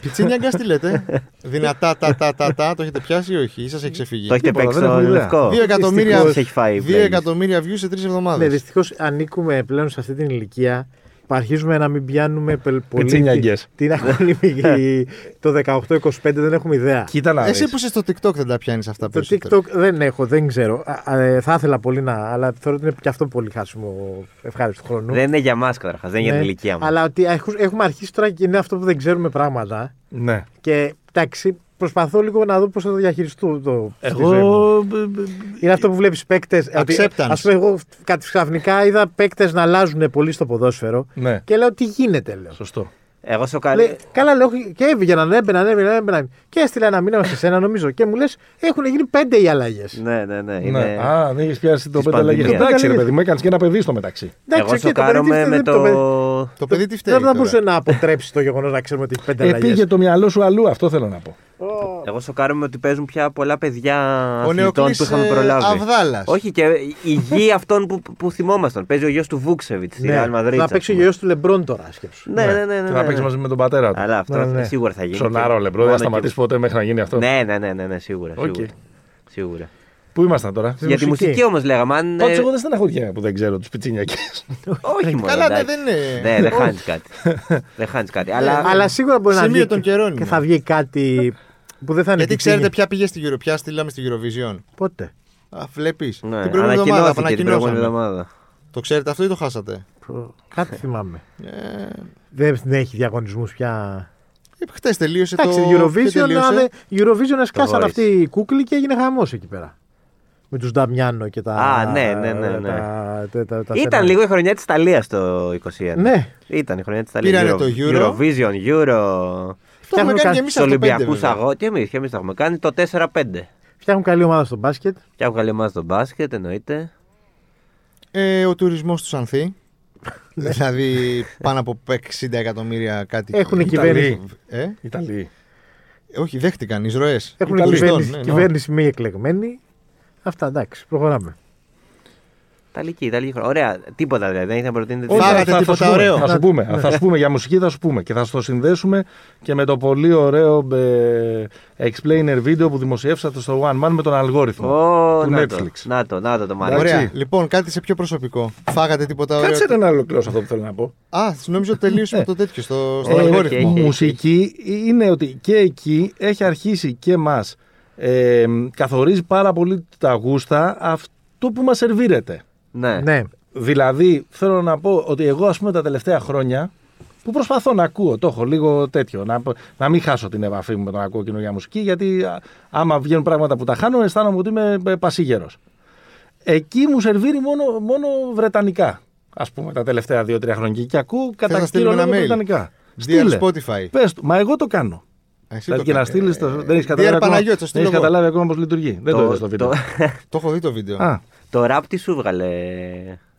A: Πιτσίνιαγκα τι
D: [laughs]
A: λέτε. Δυνατά τα τα τα τα, το έχετε πιάσει ή όχι, ή σας έχει ξεφύγει.
B: το έχετε
C: Τίποτα,
B: παίξει
C: δεν
B: στο
C: έχω ιδέα.
B: λευκό.
A: Δύο εκατομμύρια,
B: Δυστυχώς έχει φάει η
A: δύο
B: playlist.
A: εκατομμύρια views σε τρεις
D: Ναι,
A: εβδομάδε.
D: δυστυχώς ανήκουμε πλέον σε αυτή την ηλικία που αρχίζουμε να μην πιάνουμε πελ- πολύ.
C: Πιτσίνιαγκες.
D: Τι [laughs] να
A: Ε.
D: κάνουμε το 18-25, δεν έχουμε ιδέα.
C: Κοίτα να
A: Εσύ
C: δεις.
A: που είσαι στο TikTok δεν τα πιάνεις αυτά
D: Το
A: περισσότερο.
D: TikTok δεν έχω, δεν ξέρω. Α, α, ε, θα ήθελα πολύ να, αλλά θεωρώ ότι είναι και αυτό πολύ χάσιμο ευχάριστο χρόνο. Ναι,
B: Δεν είναι για μας καταρχάς, δεν είναι για την ηλικία μας.
D: Αλλά ότι έχου- έχουμε αρχίσει τώρα και είναι αυτό που δεν ξέρουμε πράγματα.
C: Ναι.
D: Και εντάξει, προσπαθώ λίγο να δω πώς θα το διαχειριστώ το. στη ζωή μου.
C: Εγώ. ε, μπ- μπ-
D: Είναι αυτό που βλέπεις παίκτες.
A: Acceptance.
D: Ας πούμε, εγώ κάτι ξαφνικά είδα παίκτες να αλλάζουν πολύ στο ποδόσφαιρο.
C: Ναι,
D: Και λέω τι γίνεται, λέω.
C: σωστό.
B: Εγώ σοκαρή.
D: Λέει, καλά, λέω, όχι, και έβγαιναν, έμπαιναν, έμπαιναν, έμπαιναν. Και έστειλα ένα μήνυμα σε σένα, νομίζω. Και μου λες, έχουν γίνει πέντε οι αλλαγές.
B: Ναι, ναι, ναι.
C: Ναι.
B: Είναι...
C: Α, δεν έχεις πιάσει το
B: της
C: πέντε αλλαγές.
B: πανδημίας.
C: Εντάξει, ρε παιδί μου, έκανες και ένα παιδί στο μεταξύ.
B: Εγώ σοκάρομαι με το...
A: Το παιδί τι φταίει.
D: Δεν θα
A: τώρα.
D: μπορούσε να αποτρέψει το γεγονός να ξέρουμε ότι έχει πέντε
C: Ε, πήγε
D: αλλαγέ.
C: το μυαλό σου αλλού, αυτό θέλω να πω.
B: Εγώ σοκάρομαι ότι παίζουν πια πολλά παιδιά αθλητών
A: Νεοκλής,
B: που είχαμε
A: ε,
B: προλάβει.
A: Αβδάλας.
B: Όχι και η γη αυτών που, που θυμόμασταν. Παίζει ο γιος του Βούξεβιτ στη
A: Ναι.
B: Real Madrid.
D: να παίξει ο γιος του Λεμπρόν τώρα, σκέψου.
B: Ναι, ναι, ναι. ναι,
C: Και να
B: ναι,
C: παίξει
B: ναι.
C: μαζί με τον πατέρα του.
B: Αλλά αυτό
D: Ναι, ναι.
B: σίγουρα θα γίνει.
C: Σονάρο,
B: Και-
C: λεμπρό, δεν
B: μόνο
C: θα σταματήσει
B: και-
C: ποτέ μέχρι να γίνει αυτό.
B: Ναι, ναι, ναι, ναι, ναι, σίγουρα.
C: Οκ.
B: σίγουρα. σίγουρα.
C: Πού ήμασταν τώρα.
D: Στη
B: Για τη
D: μουσική.
B: μουσική όμως λέγαμε. Αν...
C: Πάντω,
B: ε,
C: εγώ δεν στεναχωριέμαι που δεν ξέρω τους πιτσίνιακε.
B: Όχι μόνο.
A: Καλά, ναι,
B: εντάξει.
A: δεν είναι. Ναι,
B: Ναι, δεν χάνεις
A: [laughs]
B: κάτι. δεν χάνεις κάτι. Αλλά.
D: Ε, Αλλά σίγουρα μπορεί να
A: Σημείο
D: βγει.
A: των καιρών
D: Και
A: είναι.
D: θα βγει κάτι που δεν θα είναι.
A: Γιατί
D: επιθυμη-
A: ξέρετε ποια πήγε στην Euro, ποια στείλαμε στην Eurovision.
D: Πότε.
A: Βλέπεις.
B: Ναι,
A: την προηγούμενη εβδομάδα
B: ανακοινώθηκε την προηγούμενη
A: ανακοινώσαμε.
B: εβδομάδα.
A: Το ξέρετε αυτό ή το χάσατε.
D: Προ- Κάτι θυμάμαι.
A: Ε,
D: Δεν δεν έχει διαγωνισμούς πια.
A: Χθε Ε, τελείωσε
D: Εντάξει, η
A: το. ποιο
D: Eurovision,
A: τελείωσε?
D: άδε, η Eurovision εσκάσαν
B: Voice.
D: αυτοί οι κούκλοι και έγινε χαμός εκεί πέρα. Με τους Νταμιάνο και τα.
B: Α, ναι, ναι, ναι, ναι.
D: τα- τα- τα- τα- τα-
B: Ήταν λίγο η χρονιά της Ιταλίας το 2021.
D: Ναι.
B: Ήταν η χρονιά της Ιταλίας.
A: Πήρανε το Euro.
B: Eurovision, Euro.
A: Το έχουμε
D: Φτιάχνουν
A: κάνει
D: κα-
A: και εμείς
B: Στους
A: αυτό.
B: Ολυμπιακού
A: πέντε,
B: αγώνε. Και εμείς και εμείς τα έχουμε κάνει το 4-5.
D: Φτιάχνουν καλή ομάδα στο μπάσκετ.
B: Και έχω καλή εμά τον μπάσκετ, εννοείται.
A: βέβαια. Ε, ο τουρισμός του
C: [laughs]
A: Ανθή. δηλαδή πάνω από 60 εκατομμύρια κάτι.
D: Έχουν κυβέρνηση.
A: Ε,
C: Ιταλοί.
A: όχι, δέχτηκαν εισρωές.
D: Έχουν
A: Ιταλιστών,
D: κυβέρνηση,
A: ναι, ναι.
D: κυβέρνηση μη εκλεγμένη. Αυτά εντάξει, προχωράμε.
B: Ιταλική, Ιταλική χρονιά. Ωραία, τίποτα δηλαδή. Δεν ήθελα να προτείνετε
A: Όχι,
B: τίποτα.
A: Φάγατε
C: θα,
A: τίποτα
C: σου πούμε,
A: ωραίο.
C: Θα σου πούμε, θα σου πούμε για μουσική, θα σου πούμε και θα το συνδέσουμε και με το πολύ ωραίο ε, explainer video που δημοσιεύσατε στο One Man με τον αλγόριθμο
B: Ω,
C: του
B: να, το,
C: Netflix.
B: να το, να το το μάτι.
C: Εντάξει.
A: Ωραία. Λοιπόν, κάτι σε πιο προσωπικό. Φάγατε τίποτα ωραίο.
C: Κάτσε ρε να ολοκληρώσω αυτό που θέλω να πω.
A: Α, νόμιζα ότι τελείωσε με το τέτοιο στο, στο
B: Ε,
A: αλγόριθμο.
B: Έχει, έχει,
C: μουσική είναι ότι και εκεί έχει αρχίσει και μας ε, καθορίζει πάρα πολύ τα γούστα αυτό που μας σερβίρεται.
A: Ε.
B: Ναι.
D: Ναι.
C: Δηλαδή, θέλω να πω ότι εγώ, ας πούμε, τα τελευταία χρόνια που προσπαθώ να ακούω, το έχω λίγο τέτοιο, να, να μην χάσω την επαφή μου με το να ακούω καινούργια μουσική, γιατί α, άμα βγαίνουν πράγματα που τα χάνω, αισθάνομαι ότι είμαι ε, πασίγερος. Εκεί μου σερβίρει μόνο, μόνο βρετανικά, ας πούμε, τα τελευταία δύο-τρία χρόνια. Και ακούω κατά
A: να στείλουμε
C: κύριο λόγο
A: ένα mail?
C: βρετανικά.
A: Dear
C: Στείλε.
A: Spotify.
C: Πες του, μα εγώ το κάνω.
A: Εσύ
C: Δηλαδή
A: το
C: και να
A: κάνεις.
C: στείλεις.
A: Ε,
C: Δεν έχεις
A: Dear
C: καταλάβει, ακόμα-
A: Παναγιώτη, θα
C: δεν
A: στείλω
C: έχεις
A: εγώ.
C: καταλάβει ακόμα πώς λειτουργεί. Δεν το είδες το βίντεο.
B: Το,
A: Το έχω δει το βίντεο.
C: Α,
B: [laughs] το ραπ τι σου βγάλε.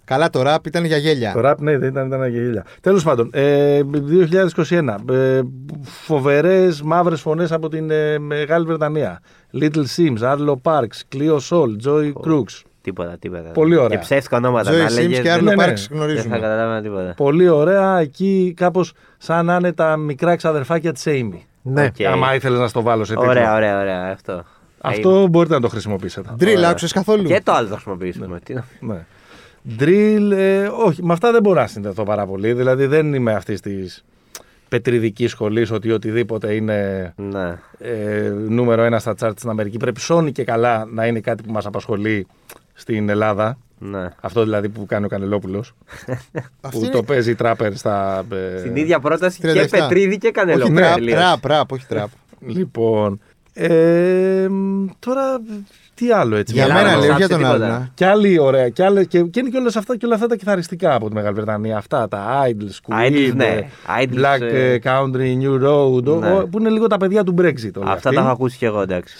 A: Καλά, το ραπ ήταν για γέλια.
C: Το ραπ, ναι, δεν ήταν, ήταν γελία. Τέλος πάντων, ε, 2021. Ε, Φοβερές μαύρες φωνές από την ε, Μεγάλη Βρετανία. Little Sims, Arlo Parks, Cleo Sol, Joy Crooks.
B: Τίποτα, τίποτα.
C: Πολύ ωραία.
B: Και ψεύτικα ονόματα.
A: Ζωή
B: να λέγες,
A: Sims και
B: δεν-
A: Άρλο
C: ναι, ναι.
A: Πάρξ
B: Δεν θα
A: γνωρίζουμε.
B: καταλάβαινα τίποτα.
C: Πολύ ωραία, εκεί κάπως σαν να είναι τα μικρά ξαδερφάκια της Amy.
D: ναι.
B: Οκ.
C: Άμα ήθελες να στο βάλω σε τίτλο.
B: Ωραία, ωραία, ωραία. Αυτό.
C: Αυτό μπορείτε να το χρησιμοποιήσετε.
A: Drill, άκουσες καθόλου.
B: Και το άλλο θα χρησιμοποιήσουμε. Τι να-
C: Ναι. Drill, ε, όχι, με αυτά δεν μπορώ να συνδεθώ πάρα πολύ. Δηλαδή δεν είμαι αυτής της πετριδικής σχολής ότι οτιδήποτε είναι
B: Ναι.
C: ε, νούμερο ένα στα τσάρτ στην Αμερική. Πρέπει Sony και καλά να είναι κάτι που μας απασχολεί στην Ελλάδα.
B: Ναι.
C: Αυτό δηλαδή που κάνει ο Κανελόπουλος.
A: Αυτή
C: που
A: είναι
C: το παίζει τράπερ στα. ε,
B: Στην ίδια πρόταση και
A: 37.
B: Πετρίδη και
A: όχι
B: Κανελόπουλο.
A: τραπ,
B: τελείως.
A: τραπ, τραπ, όχι τραπ.
C: Λοιπόν. Ε, μ, τώρα τι άλλο έτσι.
A: για
B: Γελάμε,
A: μένα
B: να
A: λέω, για
B: ψάξει
A: τον
B: τίποτα.
A: άλλον. α.
C: Και άλλη ωραία. Και, άλλες, και, και είναι και, όλες αυτά, και όλα αυτά τα κιθαριστικά από τη Μεγάλη Βρετανία. Αυτά τα Idle School.
B: Idles, ναι. Idles,
C: Black
B: ε,
C: ε, Country, New Road. ο-
B: ναι.
C: ο- που είναι λίγο τα παιδιά του Brexit. Όλα
B: Αυτά τα έχω ακούσει και εγώ, εντάξει.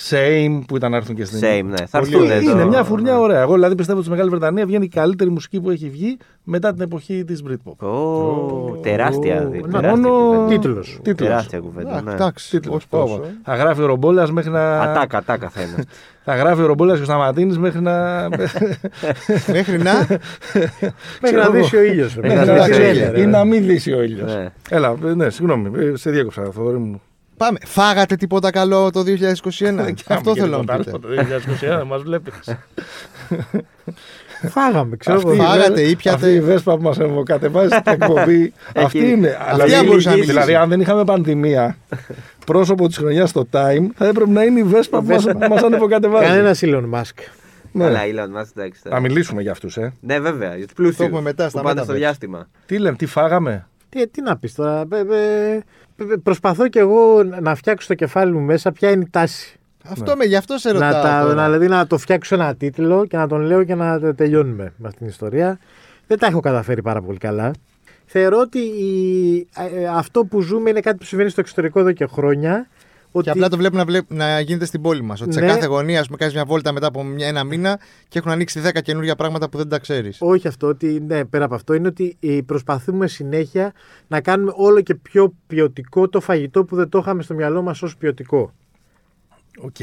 C: Same που ήταν να έρθουν και στην
B: Same, ναι. Θα
C: Πολύ
B: έρθουν
C: ωραία.
B: εδώ.
C: Είναι μια φουρνιά ωραία. Εγώ δηλαδή πιστεύω ότι στη Μεγάλη Βρετανία βγαίνει η καλύτερη μουσική που έχει βγει μετά την εποχή της Britpop.
B: Ω, τεράστια. δι-
D: ναι,
B: τεράστια
C: μόνο
B: κουβέντα.
D: τίτλος.
B: Τεράστια
A: Α,
B: κουβέντα. ναι.
A: Εντάξει,
C: Τίτλος,
A: όχι
C: φόβο.
A: τόσο.
C: Θα γράφει ο Ρομπόλας μέχρι να.
B: Ατάκα, ατάκα θα είναι.
C: Θα γράφει ο Ρομπόλα και ο Σταματίνης μέχρι να.
A: Μέχρι να.
D: Μέχρι να
C: εγώ.
D: δύσει ο ήλιος.
A: Ε,
B: Μέχρι να δύσει ο ήλιος.
C: Ή να μην δύσει ο ήλιος.
B: Ναι.
C: Έλα, ε, ναι, συγγνώμη, ε, σε διέκοψα, Θοδωρή μου.
A: Πάμε. Φάγατε τίποτα καλό το 2021. Αυτό θέλω να μου πείτε.
C: Το 2021 μας βλέπεις.
D: Φάγαμε, ξέρω
C: Αυτή η
D: εγώ.
A: Φάγατε,
C: Βέσπα-
A: ήπιατε.
C: Αυτή η Βέσπα που μα εμβοκατεβάζει στην [laughs] εκπομπή. Αυτή είναι.
B: αυτή
C: Δηλαδή,
A: μπορούσε να μιλήσει.
C: Δηλαδή, αν δεν είχαμε πανδημία, πρόσωπο της χρονιάς στο Time, θα έπρεπε να είναι η Βέσπα που μας ανεβοκατεβάζει.
D: Κανένα Elon Μάσκ.
C: Ναι.
B: Αλλά Elon Musk, εντάξει. τώρα.
C: Να μιλήσουμε για αυτούς, ε.
B: Ναι, βέβαια. Για του πλούσιους.
A: Το έχουμε μετά, στα
B: Που πάνε στο
A: Metaverse.
B: διάστημα.
C: Τι λέμε, τι φάγαμε.
D: Τι, τι να πεις τώρα. ε, ε, ε, ε, Προσπαθώ κι εγώ να φτιάξω το κεφάλι μου μέσα ποια είναι η τάση.
A: Αυτό με, γι' αυτό σε
D: Να,
A: ρωτάω.
D: τα,
A: τώρα.
D: να, δηλαδή να το φτιάξω ένα τίτλο και να τον λέω και να τε- τελειώνουμε με αυτήν την ιστορία. Δεν τα έχω καταφέρει πάρα πολύ καλά. Θεωρώ ότι η- ε, ε, αυτό που ζούμε είναι κάτι που συμβαίνει στο εξωτερικό εδώ και χρόνια. Ότι
A: Και απλά το βλέπουμε να, βλέπ- να γίνεται στην πόλη μας. Ότι σε
D: Ναι.
A: κάθε γωνία, ας πούμε, κάνεις μια βόλτα μετά από μια, ένα μήνα και έχουν ανοίξει 10 καινούργια πράγματα που δεν τα ξέρεις.
D: Όχι αυτό, ότι ναι, πέρα από αυτό, είναι ότι ε, προσπαθούμε συνέχεια να κάνουμε όλο και πιο ποιοτικό το φαγητό που δεν το είχαμε στο μυαλό μας ως ποιοτικό.
C: Οκ.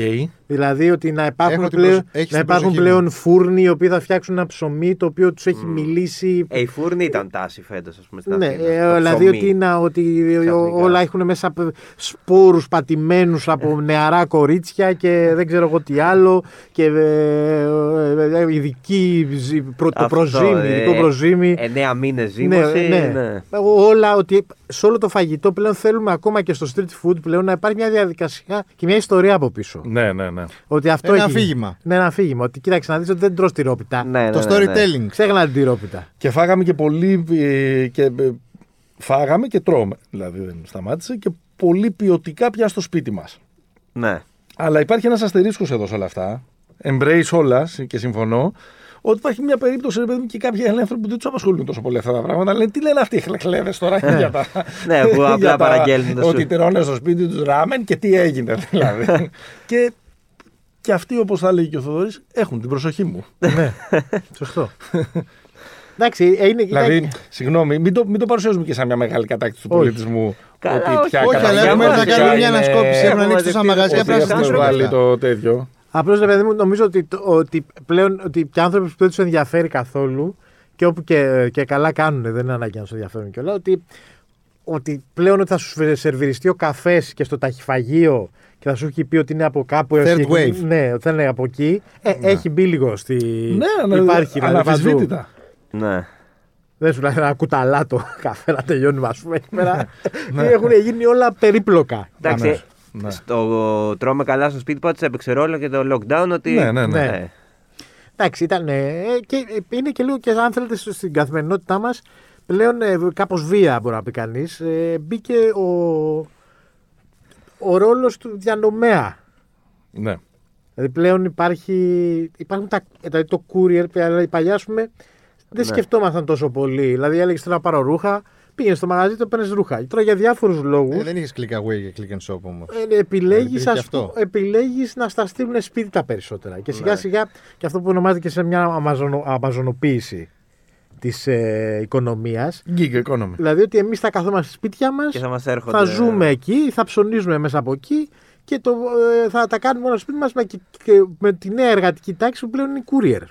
D: Δηλαδή ότι να
A: Έχω
D: υπάρχουν,
A: την
D: πλέον,
A: προσ- έχεις
D: να
A: την
D: υπάρχουν
A: προσοχή μου.
D: πλέον φούρνοι οι οποίοι θα φτιάξουν ένα ψωμί το οποίο τους έχει μιλήσει.
B: Ε, η φούρνη ήταν τάση φέτος, ας πούμε. Στην
D: ναι,
B: Αθήνα.
D: ε,
B: Το
D: δηλαδή
B: ψωμί.
D: ότι, να, ότι
B: Ξαφνικά.
D: όλα έχουν μέσα σπόρους πατημένους από νεαρά κορίτσια και δεν ξέρω εγώ τι άλλο. Και ε, ε, ε, ειδική ζυ- προ, το
B: Αυτό,
D: προζύμι,
B: ε,
D: ειδικό προζύμι.
B: Εννέα μήνες ζήμωση.
D: Ναι, ναι.
B: ναι.
D: Όλα ότι σε όλο το φαγητό πλέον θέλουμε ακόμα και στο street food πλέον να υπάρχει μια διαδικασία και μια ιστορία από πίσω.
C: Ναι, ναι, ναι.
D: Ότι αυτό
A: Ένα
D: έχει-
A: αφήγημα.
D: Ναι, ένα αφήγημα. Ότι κοίταξε να δεις ότι δεν τρώ τυρόπιτα.
B: Ναι, ναι,
A: το
B: ναι, ναι.
A: storytelling.
D: Ξέχνα την τυρόπιτα.
C: Και φάγαμε και πολύ. ε, Και ε, φάγαμε και τρώμε. Δηλαδή δεν σταμάτησε. Και πολύ ποιοτικά πια στο σπίτι μας.
B: Ναι.
C: Αλλά υπάρχει ένας αστερίσκος εδώ σε όλα αυτά. Embrace όλα και συμφωνώ. Ότι υπάρχει μια περίπτωση, ρε παιδί μου, και κάποιοι άλλοι άνθρωποι που δεν τους απασχολούν τόσο πολύ αυτά τα πράγματα. Λένε τι λένε αυτοί [laughs] οι χλεχλέδε τώρα για τα.
B: Ναι, που
C: [laughs] για
B: απλά
C: τα-
B: παραγγέλνουν τα
C: Ότι
B: σου.
C: τρώνε στο σπίτι τους ράμεν και τι έγινε δηλαδή. και, και αυτοί, όπως θα λέει και ο Θοδωρής, έχουν την προσοχή μου.
D: Σωστό. Εντάξει, ε, είναι.
C: δηλαδή,
D: ήταν-
C: συγγνώμη, μην το, μην το παρουσιάζουμε και σαν μια μεγάλη κατάκτηση του
D: Όχι.
C: πολιτισμού.
B: Καλά, όχι.
C: πια
A: Όχι,
B: Καλά,
A: αλλά
B: για
A: έχουμε
B: μας
A: να
C: καταναγκαστικά
A: κάνουμε μια
C: είναι-
A: ανασκόπηση. Έχουν
B: έχουμε
A: ανοίξει τόσα μαγαζιά
B: μαζευτεί όλοι
C: Ότι
A: πρέπει να
B: αυτοί άνθρωποι
C: έχουμε βάλει
A: συζητήσουμε. τα.
C: το τέτοιο.
D: Απλώς ρε παιδί μου, νομίζω ότι, το- ότι πλέον ότι και άνθρωποι που δεν τους ενδιαφέρει καθόλου και όπου και, και καλά κάνουν, δεν είναι ανάγκη να τους ενδιαφέρουν κιόλας, ότι, ότι πλέον ότι θα σου σερβιριστεί ο καφές και στο ταχυφαγείο και θα σου έχει πει ότι είναι από κάπου έως
A: Third
D: εκεί.
A: wave.
D: Ναι, ότι θα είναι από εκεί. Ε, Έχει μπει λίγο στη.
C: Ναι, ναι,
D: υπάρχει δηλαδή, παντού.
C: αναμφισβήτητα.
B: Ναι.
D: Δεν σου λέει ένα κουταλάτο καφέ να τελειώνουμε, ας πούμε, εκεί πέρα. Έχουν γίνει όλα περίπλοκα.
B: Εντάξει,
C: Ναι.
B: στο τρώμε καλά στο σπίτι πάντω έπαιξε ρόλο και το lockdown ότι.
C: Ναι, ναι, ναι.
B: Ε,
D: Εντάξει, ήταν. ε, και ε, είναι και λίγο και αν θέλετε στο- στην καθημερινότητά μας πλέον ε, κάπως βία, μπορεί να πει κανείς. μπήκε ο, ο ρόλος του διανομέα.
C: Ναι.
D: Δηλαδή πλέον υπάρχει, υπάρχουν τα, δηλαδή το courier, δηλαδή παλιά ας πούμε, δεν σκεφτόμασταν τόσο πολύ. Δηλαδή έλεγες θέλω να πάρω ρούχα, πήγαινε στο μαγαζί, το παίρνεις ρούχα. Τώρα για διάφορους λόγους.
A: Ε, Δεν είχες click away και click and shop όμως.
D: Ε, επιλέγεις,
A: και
D: ας
A: αυτό. Ναι.
D: πού- επιλέγεις να στα στείλουν σπίτι τα περισσότερα. Και σιγά σιγά και αυτό που ονομάζεται και σε μια αμαζονο, αμαζονοποίηση της ε, οικονομίας.
C: Gig economy.
D: Δηλαδή ότι εμείς θα καθόμαστε στη σπίτια μας,
B: Και θα μας έρχονται-
D: θα ζούμε εκεί, θα ψωνίζουμε μέσα από εκεί και το, ε, θα τα κάνουμε όλα στο σπίτι μας με, και- και με τη νέα εργατική τάξη που πλέον είναι courier.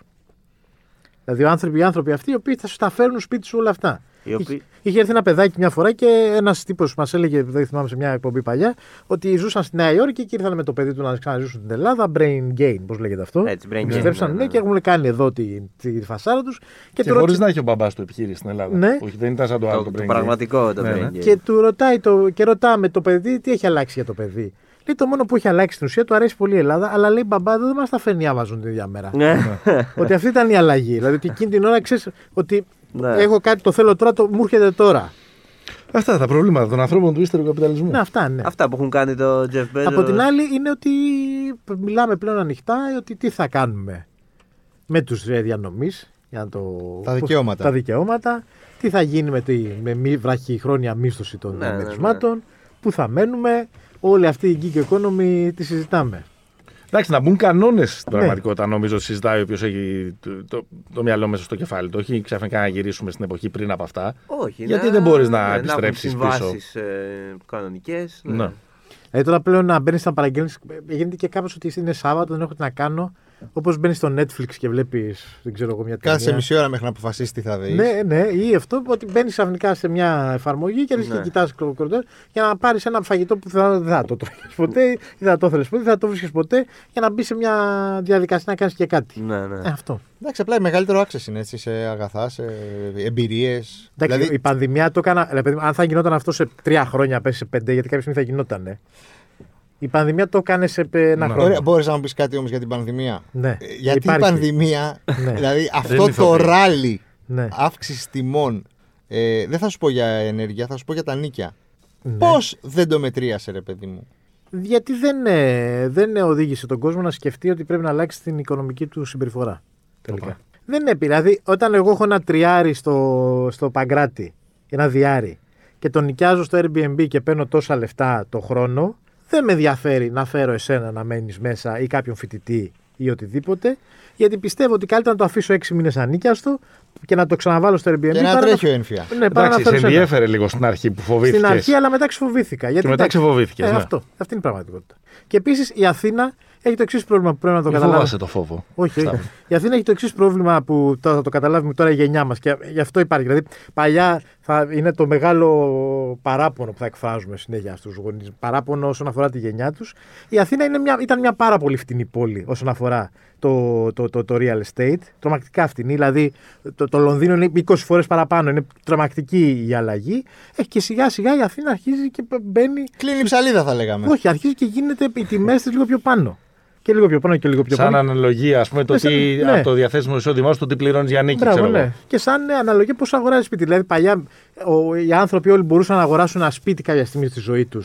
D: Δηλαδή οι άνθρωποι, οι άνθρωποι αυτοί οι οποίοι θα σου τα φέρνουν σπίτι σου όλα αυτά.
B: Οι οποίοι-
D: Είχε- Είχε έρθει ένα παιδάκι μια φορά και ένας τύπος μας έλεγε, δεν θυμάμαι σε μια εκπομπή παλιά, ότι ζούσαν στη Νέα Υόρκη και ήρθαν με το παιδί του να ξαναζήσουν την Ελλάδα. Brain gain, πώς λέγεται αυτό.
B: Έτσι, brain gain,
D: Ξεδέψαν,
B: ναι,
D: ναι,
B: ναι.
D: και έχουν κάνει εδώ τη, τη φασάρα τους. Και,
C: Και,
D: του
C: χωρίς
D: ρώτησε-
C: να έχει ο μπαμπάς του επιχείρηση στην Ελλάδα.
D: Ναι.
C: Όχι, δεν ήταν σαν το άλλο
B: Το,
C: το,
B: το
C: brain game.
B: πραγματικό το
C: Ναι,
B: brain
C: ναι.
B: game.
D: και του ρωτάει το, και ρωτάμε το παιδί τι έχει αλλάξει για το παιδί. Λέει το μόνο που έχει αλλάξει στην ουσία του αρέσει πολύ η Ελλάδα, αλλά λέει μπαμπά δεν μας τα φέρνει η Amazon την ίδια μέρα.
B: Ναι.
D: ότι αυτή ήταν η αλλαγή. Δηλαδή ότι εκείνη την ώρα ξέρεις ότι
B: Ναι.
D: έχω κάτι, το θέλω τώρα, το, μου έρχεται τώρα.
C: Αυτά τα προβλήματα των ανθρώπων του ύστερου καπιταλισμού.
D: Ναι, αυτά ναι.
B: [laughs] Αυτά που έχουν κάνει το Jeff Bezos.
D: Από την άλλη είναι ότι μιλάμε πλέον ανοιχτά ότι τι θα κάνουμε με τους ε, διανομής για να το...
A: Τα δικαιώματα.
D: τα δικαιώματα, τι θα γίνει με, τη, με μη, βραχυχρόνια μίσθωση των
B: Ναι, ναι, ναι.
D: μερισμάτων, πού θα μένουμε, όλη αυτή η gig economy τη συζητάμε.
C: Εντάξει, να μπουν κανόνες στην
D: Ναι.
C: πραγματικότητα, νομίζω, συζητάει όποιος έχει το, το, το μυαλό μέσα στο κεφάλι του. Όχι ξαφνικά να γυρίσουμε στην εποχή πριν από αυτά.
B: Όχι,
C: Γιατί
B: να-
C: δεν μπορείς να
B: ναι, έχουν
C: επιστρέψεις
B: συμβάσεις, ε, κανονικές. ναι.
C: Ναι.
D: Δηλαδή τώρα πλέον να μπαίνεις να παραγγέλνεις. ε, Γίνεται και κάπω ότι είναι Σάββατο, δεν έχω τι να κάνω. Όπως μπαίνεις στο Netflix και βλέπεις, δεν ξέρω εγώ, μια ταινία.
A: Κάτσε μισή ώρα μέχρι να αποφασίσεις τι θα δεις.
D: Ναι, ναι, ή αυτό που ότι μπαίνεις ξαφνικά σε μια εφαρμογή και αρχίζεις
B: Ναι.
D: και κοιτά κροκοντέρ για να πάρεις ένα φαγητό που θα, δεν θα το τρώγες ποτέ, ή δεν θα το θέλεις ποτέ, δεν θα το βρίσκεις ποτέ, για να μπεις σε μια διαδικασία να κάνεις και κάτι.
B: Ναι, ναι.
D: Ε, αυτό.
A: Εντάξει, απλά η μεγαλύτερο access είναι έτσι, σε αγαθά, σε εμπειρίες.
D: Εντάξει,
A: Δηλαδή,
D: η πανδημία το έκανα. ρε παιδί μου, αν θα γινόταν αυτό σε τρία χρόνια, πέσει σε πέντε, γιατί κάποια στιγμή θα γινότανε. Η πανδημία το έκανε σε πε- ένα
C: Ναι.
D: χρόνο.
A: μπορείς να μου πεις κάτι όμως για την πανδημία.
D: Ναι.
A: Ε, Γιατί
D: Υπάρχει.
A: η πανδημία,
D: Ναι.
A: δηλαδή
C: είναι
A: αυτό το
C: ηθοποιοί.
A: ράλι
D: Ναι.
A: αύξησης τιμών, ε, δεν θα σου πω για ενέργεια, θα σου πω για τα νίκια.
D: Ναι.
A: Πώς Πώ δεν το μετρίασε, ρε παιδί μου.
D: Γιατί δεν, ε, δεν ε, οδήγησε τον κόσμο να σκεφτεί ότι πρέπει να αλλάξει την οικονομική του συμπεριφορά. Τελικά.
C: Οπα.
D: Δεν έπειρα. Δηλαδή, όταν εγώ έχω ένα τριάρι στο, στο Παγκράτη, ένα διάρι, και τον νοικιάζω στο Airbnb και παίρνω τόσα λεφτά το χρόνο, δεν με ενδιαφέρει να φέρω εσένα να μένεις μέσα ή κάποιον φοιτητή ή οτιδήποτε, γιατί πιστεύω ότι καλύτερα να το αφήσω έξι μήνες ανίκιαστο και να το ξαναβάλω στο Airbnb.
A: Και
D: παρά
A: να τρέχει ο
D: Ναι,
A: ένφια.
D: παρά να
C: Εντάξει, σε
D: φέρω σένα.
C: ενδιέφερε λίγο στην αρχή που φοβήθηκες.
D: Στην αρχή, αλλά μετά ξεφοβήθηκα. Γιατί,
C: Και μετά
D: εντάξει,
C: ξεφοβήθηκες,
D: ε,
C: ναι.
D: Αυτό. Αυτή είναι η πραγματικότητα. Και επίσης η Αθήνα έχει το εξής πρόβλημα που πρέπει να το
C: Μη
D: καταλάβει.
C: Ε, φοβάσαι το φόβο.
D: Όχι, όχι. Η Αθήνα έχει το εξής πρόβλημα που τώρα θα το καταλάβουμε τώρα η γενιά μας και γι' αυτό υπάρχει. Δηλαδή, παλιά θα είναι το μεγάλο παράπονο που θα εκφράζουμε συνέχεια στους γονείς. Παράπονο όσον αφορά τη γενιά τους. Η Αθήνα είναι μια, ήταν μια πάρα πολύ φτηνή πόλη όσον αφορά το, το, το, το real estate. Τρομακτικά φτηνή. Δηλαδή, το, το Λονδίνο είναι 20 φορές παραπάνω. Είναι τρομακτική η αλλαγή. Ε, και σιγά σιγά η Αθήνα αρχίζει και μπαίνει.
A: Κλείνει η ψαλίδα, θα λέγαμε.
D: Όχι, αρχίζει και γίνεται οι τιμές της λίγο πιο πάνω. Και λίγο πιο πάνω και λίγο πιο
C: Σαν
D: πάνω.
C: αναλογία, ας πούμε, το,
D: Ναι, σαν-
C: τι,
D: ναι.
C: από το διαθέσιμο εισόδημά σου, το τι πληρώνεις για νίκη.
D: Μπράβο,
C: ξέρω
D: ναι.
C: εγώ.
D: Και σαν ε, αναλογία πώς αγοράζει σπίτι. Δηλαδή, παλιά ο, οι άνθρωποι όλοι μπορούσαν να αγοράσουν ένα σπίτι κάποια στιγμή στη ζωή τους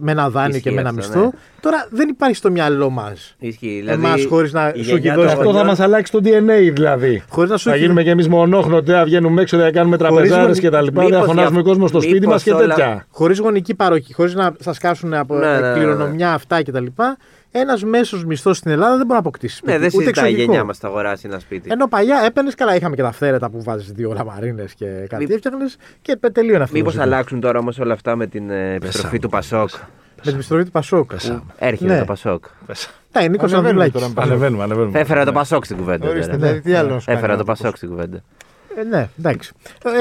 D: με ένα δάνειο
B: Ισχύει
D: και με ένα
B: αυτό,
D: μισθό.
B: ναι.
D: Τώρα δεν υπάρχει στο μυαλό μας.
B: Ισχύει. δηλαδή
D: Εμάς χωρίς να
B: η
D: σου
B: γενιά
D: κυδώσει
B: των
C: Αυτό θα
B: γονιών-
C: μας αλλάξει το DNA δηλαδή.
D: Χωρίς να σου
C: Θα
D: έχει-
C: γίνουμε κι εμεί μονόχνοτοι, θα βγαίνουμε έξω, θα κάνουμε τραπεζάρε
D: Χωρίς-
C: και τα λοιπά. Θα
B: μήπως
C: φωνάζουμε
B: για-
C: κόσμο στο σπίτι
B: μήπως
C: μας και
B: όλα-
C: τέτοια.
D: χωρίς γονική παροχή, χωρίς να σα κάψουν από
B: Ναι, ναι, ναι, ναι.
D: κληρονομιά αυτά κτλ. Ένας μέσος μισθός στην Ελλάδα δεν μπορεί να αποκτήσει.
B: Ναι,
D: σπίτι,
B: δεν
D: ούτε Ε, ναι.
B: συζητάει η
D: εξωτερικό.
B: γενιά μας να αγοράσει ένα σπίτι.
D: Ενώ παλιά έπαιρνες καλά, είχαμε και τα φθαίρετα που βάζεις δύο λαμαρίνες και κάτι
B: Μη-
D: έφτιαχνες και πε- τελείωνε αυτό. το
B: Μήπως
D: ζήτημα.
B: αλλάξουν τώρα όμως όλα αυτά με την ε, επιστροφή του Πασόκ.
D: Με την επιστροφή του Πασόκ.
C: Πέσαμε.
B: Έρχεται
D: Ναι.
B: το Πασόκ.
D: Τα είναι Νίκο
A: Ανεβαίνουμε
D: Ανδρουλάκη.
A: τώρα με
C: Ανεβαίνουμε, ανεβαίνουμε.
B: Έφερα το ναι. Πασόκ στην κουβέντα.
A: Ορίστε,
D: ναι,
B: τώρα.
A: δηλαδή, τι άλλο να σου κάνει
B: Έφερα
A: ο
B: το
A: άνθρωπος.
B: Πασόκ στην κουβέντα.
D: Ε, ναι, εντάξει.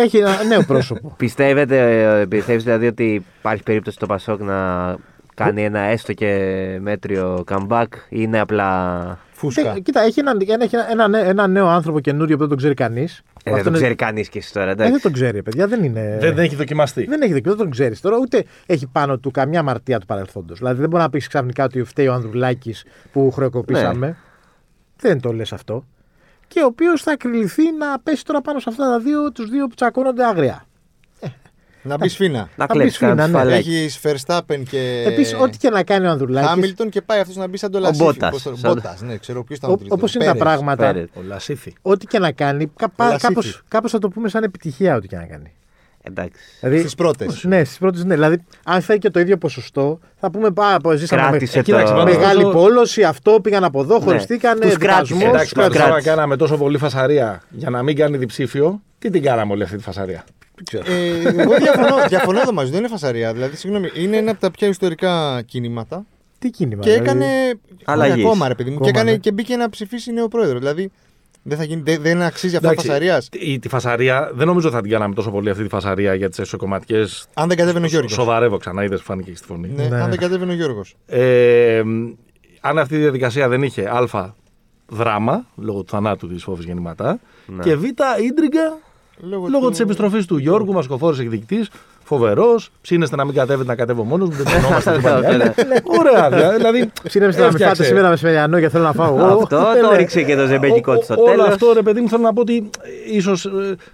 D: Έχει ένα νέο
B: [laughs]
D: πρόσωπο.
B: Πιστεύετε, ε, πιστεύεις δηλαδή ότι υπάρχει περίπτωση το Πασόκ να κάνει ένα έστω και μέτριο comeback ή είναι απλά...
A: Φούσκα.
D: Δεν- Κοίτα, έχει έναν ένα, έχει ένα, ένα, νέ- ένα νέο άνθρωπο καινούριο που δεν τον ξέρει κανείς.
B: Ε, δεν το ξέρει κανείς και εσύ τώρα,
D: Ε, δεν
B: εντάξει.
D: τον ξέρει, παιδιά. Δεν είναι.
C: Δεν έχει δοκιμαστεί.
D: δεν έχει δίκιο, δεν τον ξέρεις τώρα, ούτε έχει πάνω του καμιά μαρτία του παρελθόντος. Δηλαδή δεν μπορεί να πεις ξαφνικά ότι φταίει ο Ανδρουλάκη που χρεοκοπήσαμε.
B: Ναι.
D: Δεν το λες αυτό. Και ο οποίος θα κρυληθεί να πέσει τώρα πάνω σε αυτά τα δύο, τους δύο που τσακώνονται άγρια.
A: Να μπει φίνα.
B: Να
D: θα πεις
B: κλέψει
D: φίνα,
B: κανένα
D: ναι.
B: φαλάκι.
A: Έχει Verstappen και.
D: Επίση, ό,τι και να κάνει ο Ανδρουλάκη.
A: Ε, Χάμιλτον και πάει αυτό να μπει σαν το Λασίφι.
B: Μπότας.
A: Πώς το-
B: Σαν-
A: Μπότας, ναι, ξέρω ποιο ήταν ο τρίτος.
D: Όπω είναι τα
A: Πέρες.
D: πράγματα,
B: Φέρε.
C: Ο Λασίθη.
D: ό,τι και να κάνει,
A: Όλα
D: κάπω
A: σύφη.
D: κάπως θα το πούμε σαν επιτυχία ό,τι και να κάνει.
B: Εντάξει.
D: Δηλαδή,
A: Στις πρώτες.
D: Ναι, στι πρώτε. Ναι. Δηλαδή, αν φέρει και το ίδιο ποσοστό, θα πούμε πά, πω, ζήσαμε
B: Κράτησε
D: με- Ε,
B: το- Ναι.
D: κοίταξε, μεγάλη
C: Ωστόσο-
D: πόλωση, αυτό πήγαν από εδώ, χωριστήκανε.
B: Τους κράτησε.
D: δικασμός,
B: Εντάξει,
C: Εντάξει,
D: κράτησε.
B: κράτησε.
C: τώρα κάναμε τόσο πολύ φασαρία για να μην κάνει διψήφιο. Τι την κάναμε όλη αυτή τη φασαρία.
A: Ε, εγώ διαφωνώ, διαφωνώ εδώ μαζί, δεν είναι φασαρία. Δηλαδή, συγγνώμη, είναι ένα από τα πιο ιστορικά κινήματα.
D: Τι κίνημα.
A: Και
D: δηλαδή.
A: έκανε.
B: Αλλαγής.
A: Είναι Κόμμα, ρε παιδί μου.
D: Κόμμα,
A: και, έκανε,
D: ναι.
A: και μπήκε να ψηφίσει νέο πρόεδρο. Δηλαδή, δεν, θα γίνει, δεν, δεν αξίζει αυτό
C: Εντάξει,
A: φασαρίας.
C: Τη, τη φασαρία δεν νομίζω θα την κάναμε τόσο πολύ αυτή τη φασαρία για τις εσωκομματικέ.
A: Αν δεν κατέβαινε ο Γιώργος.
C: Σοβαρεύω ξανά, είδες φάνηκε και στη φωνή.
A: Ναι,
D: Ναι.
A: Αν δεν κατέβαινε ο Γιώργος.
C: Ε, μ, αν αυτή η διαδικασία δεν είχε Α. Δράμα, λόγω του θανάτου της φόβης
D: Ναι.
C: γεννηματά. Και Β. ίντριγκα,
A: Λόγω
C: λόγω
A: του-
C: της επιστροφής του Γιώργου, μασκοφόρος εκδικητής, φοβερός. Ψήνεστε να μην κατέβετε, να κατέβω μόνος μου. Δεν
D: [laughs]
C: τρωνόμαστε την παλιά. Ωραία, δια- δηλαδή.
D: Ψήνεψε ναι. να με
C: έφτιαξε.
D: φάτε σήμερα μεσημεριανό και θέλω να φάω εγώ.
B: Αυτό το ρίξε και το ζεμπέκικο
C: Ο-
B: του
C: ο-
B: στο
C: Όλο
B: τέλος.
C: αυτό, ρε παιδί μου, θέλω να πω ότι ε, ίσως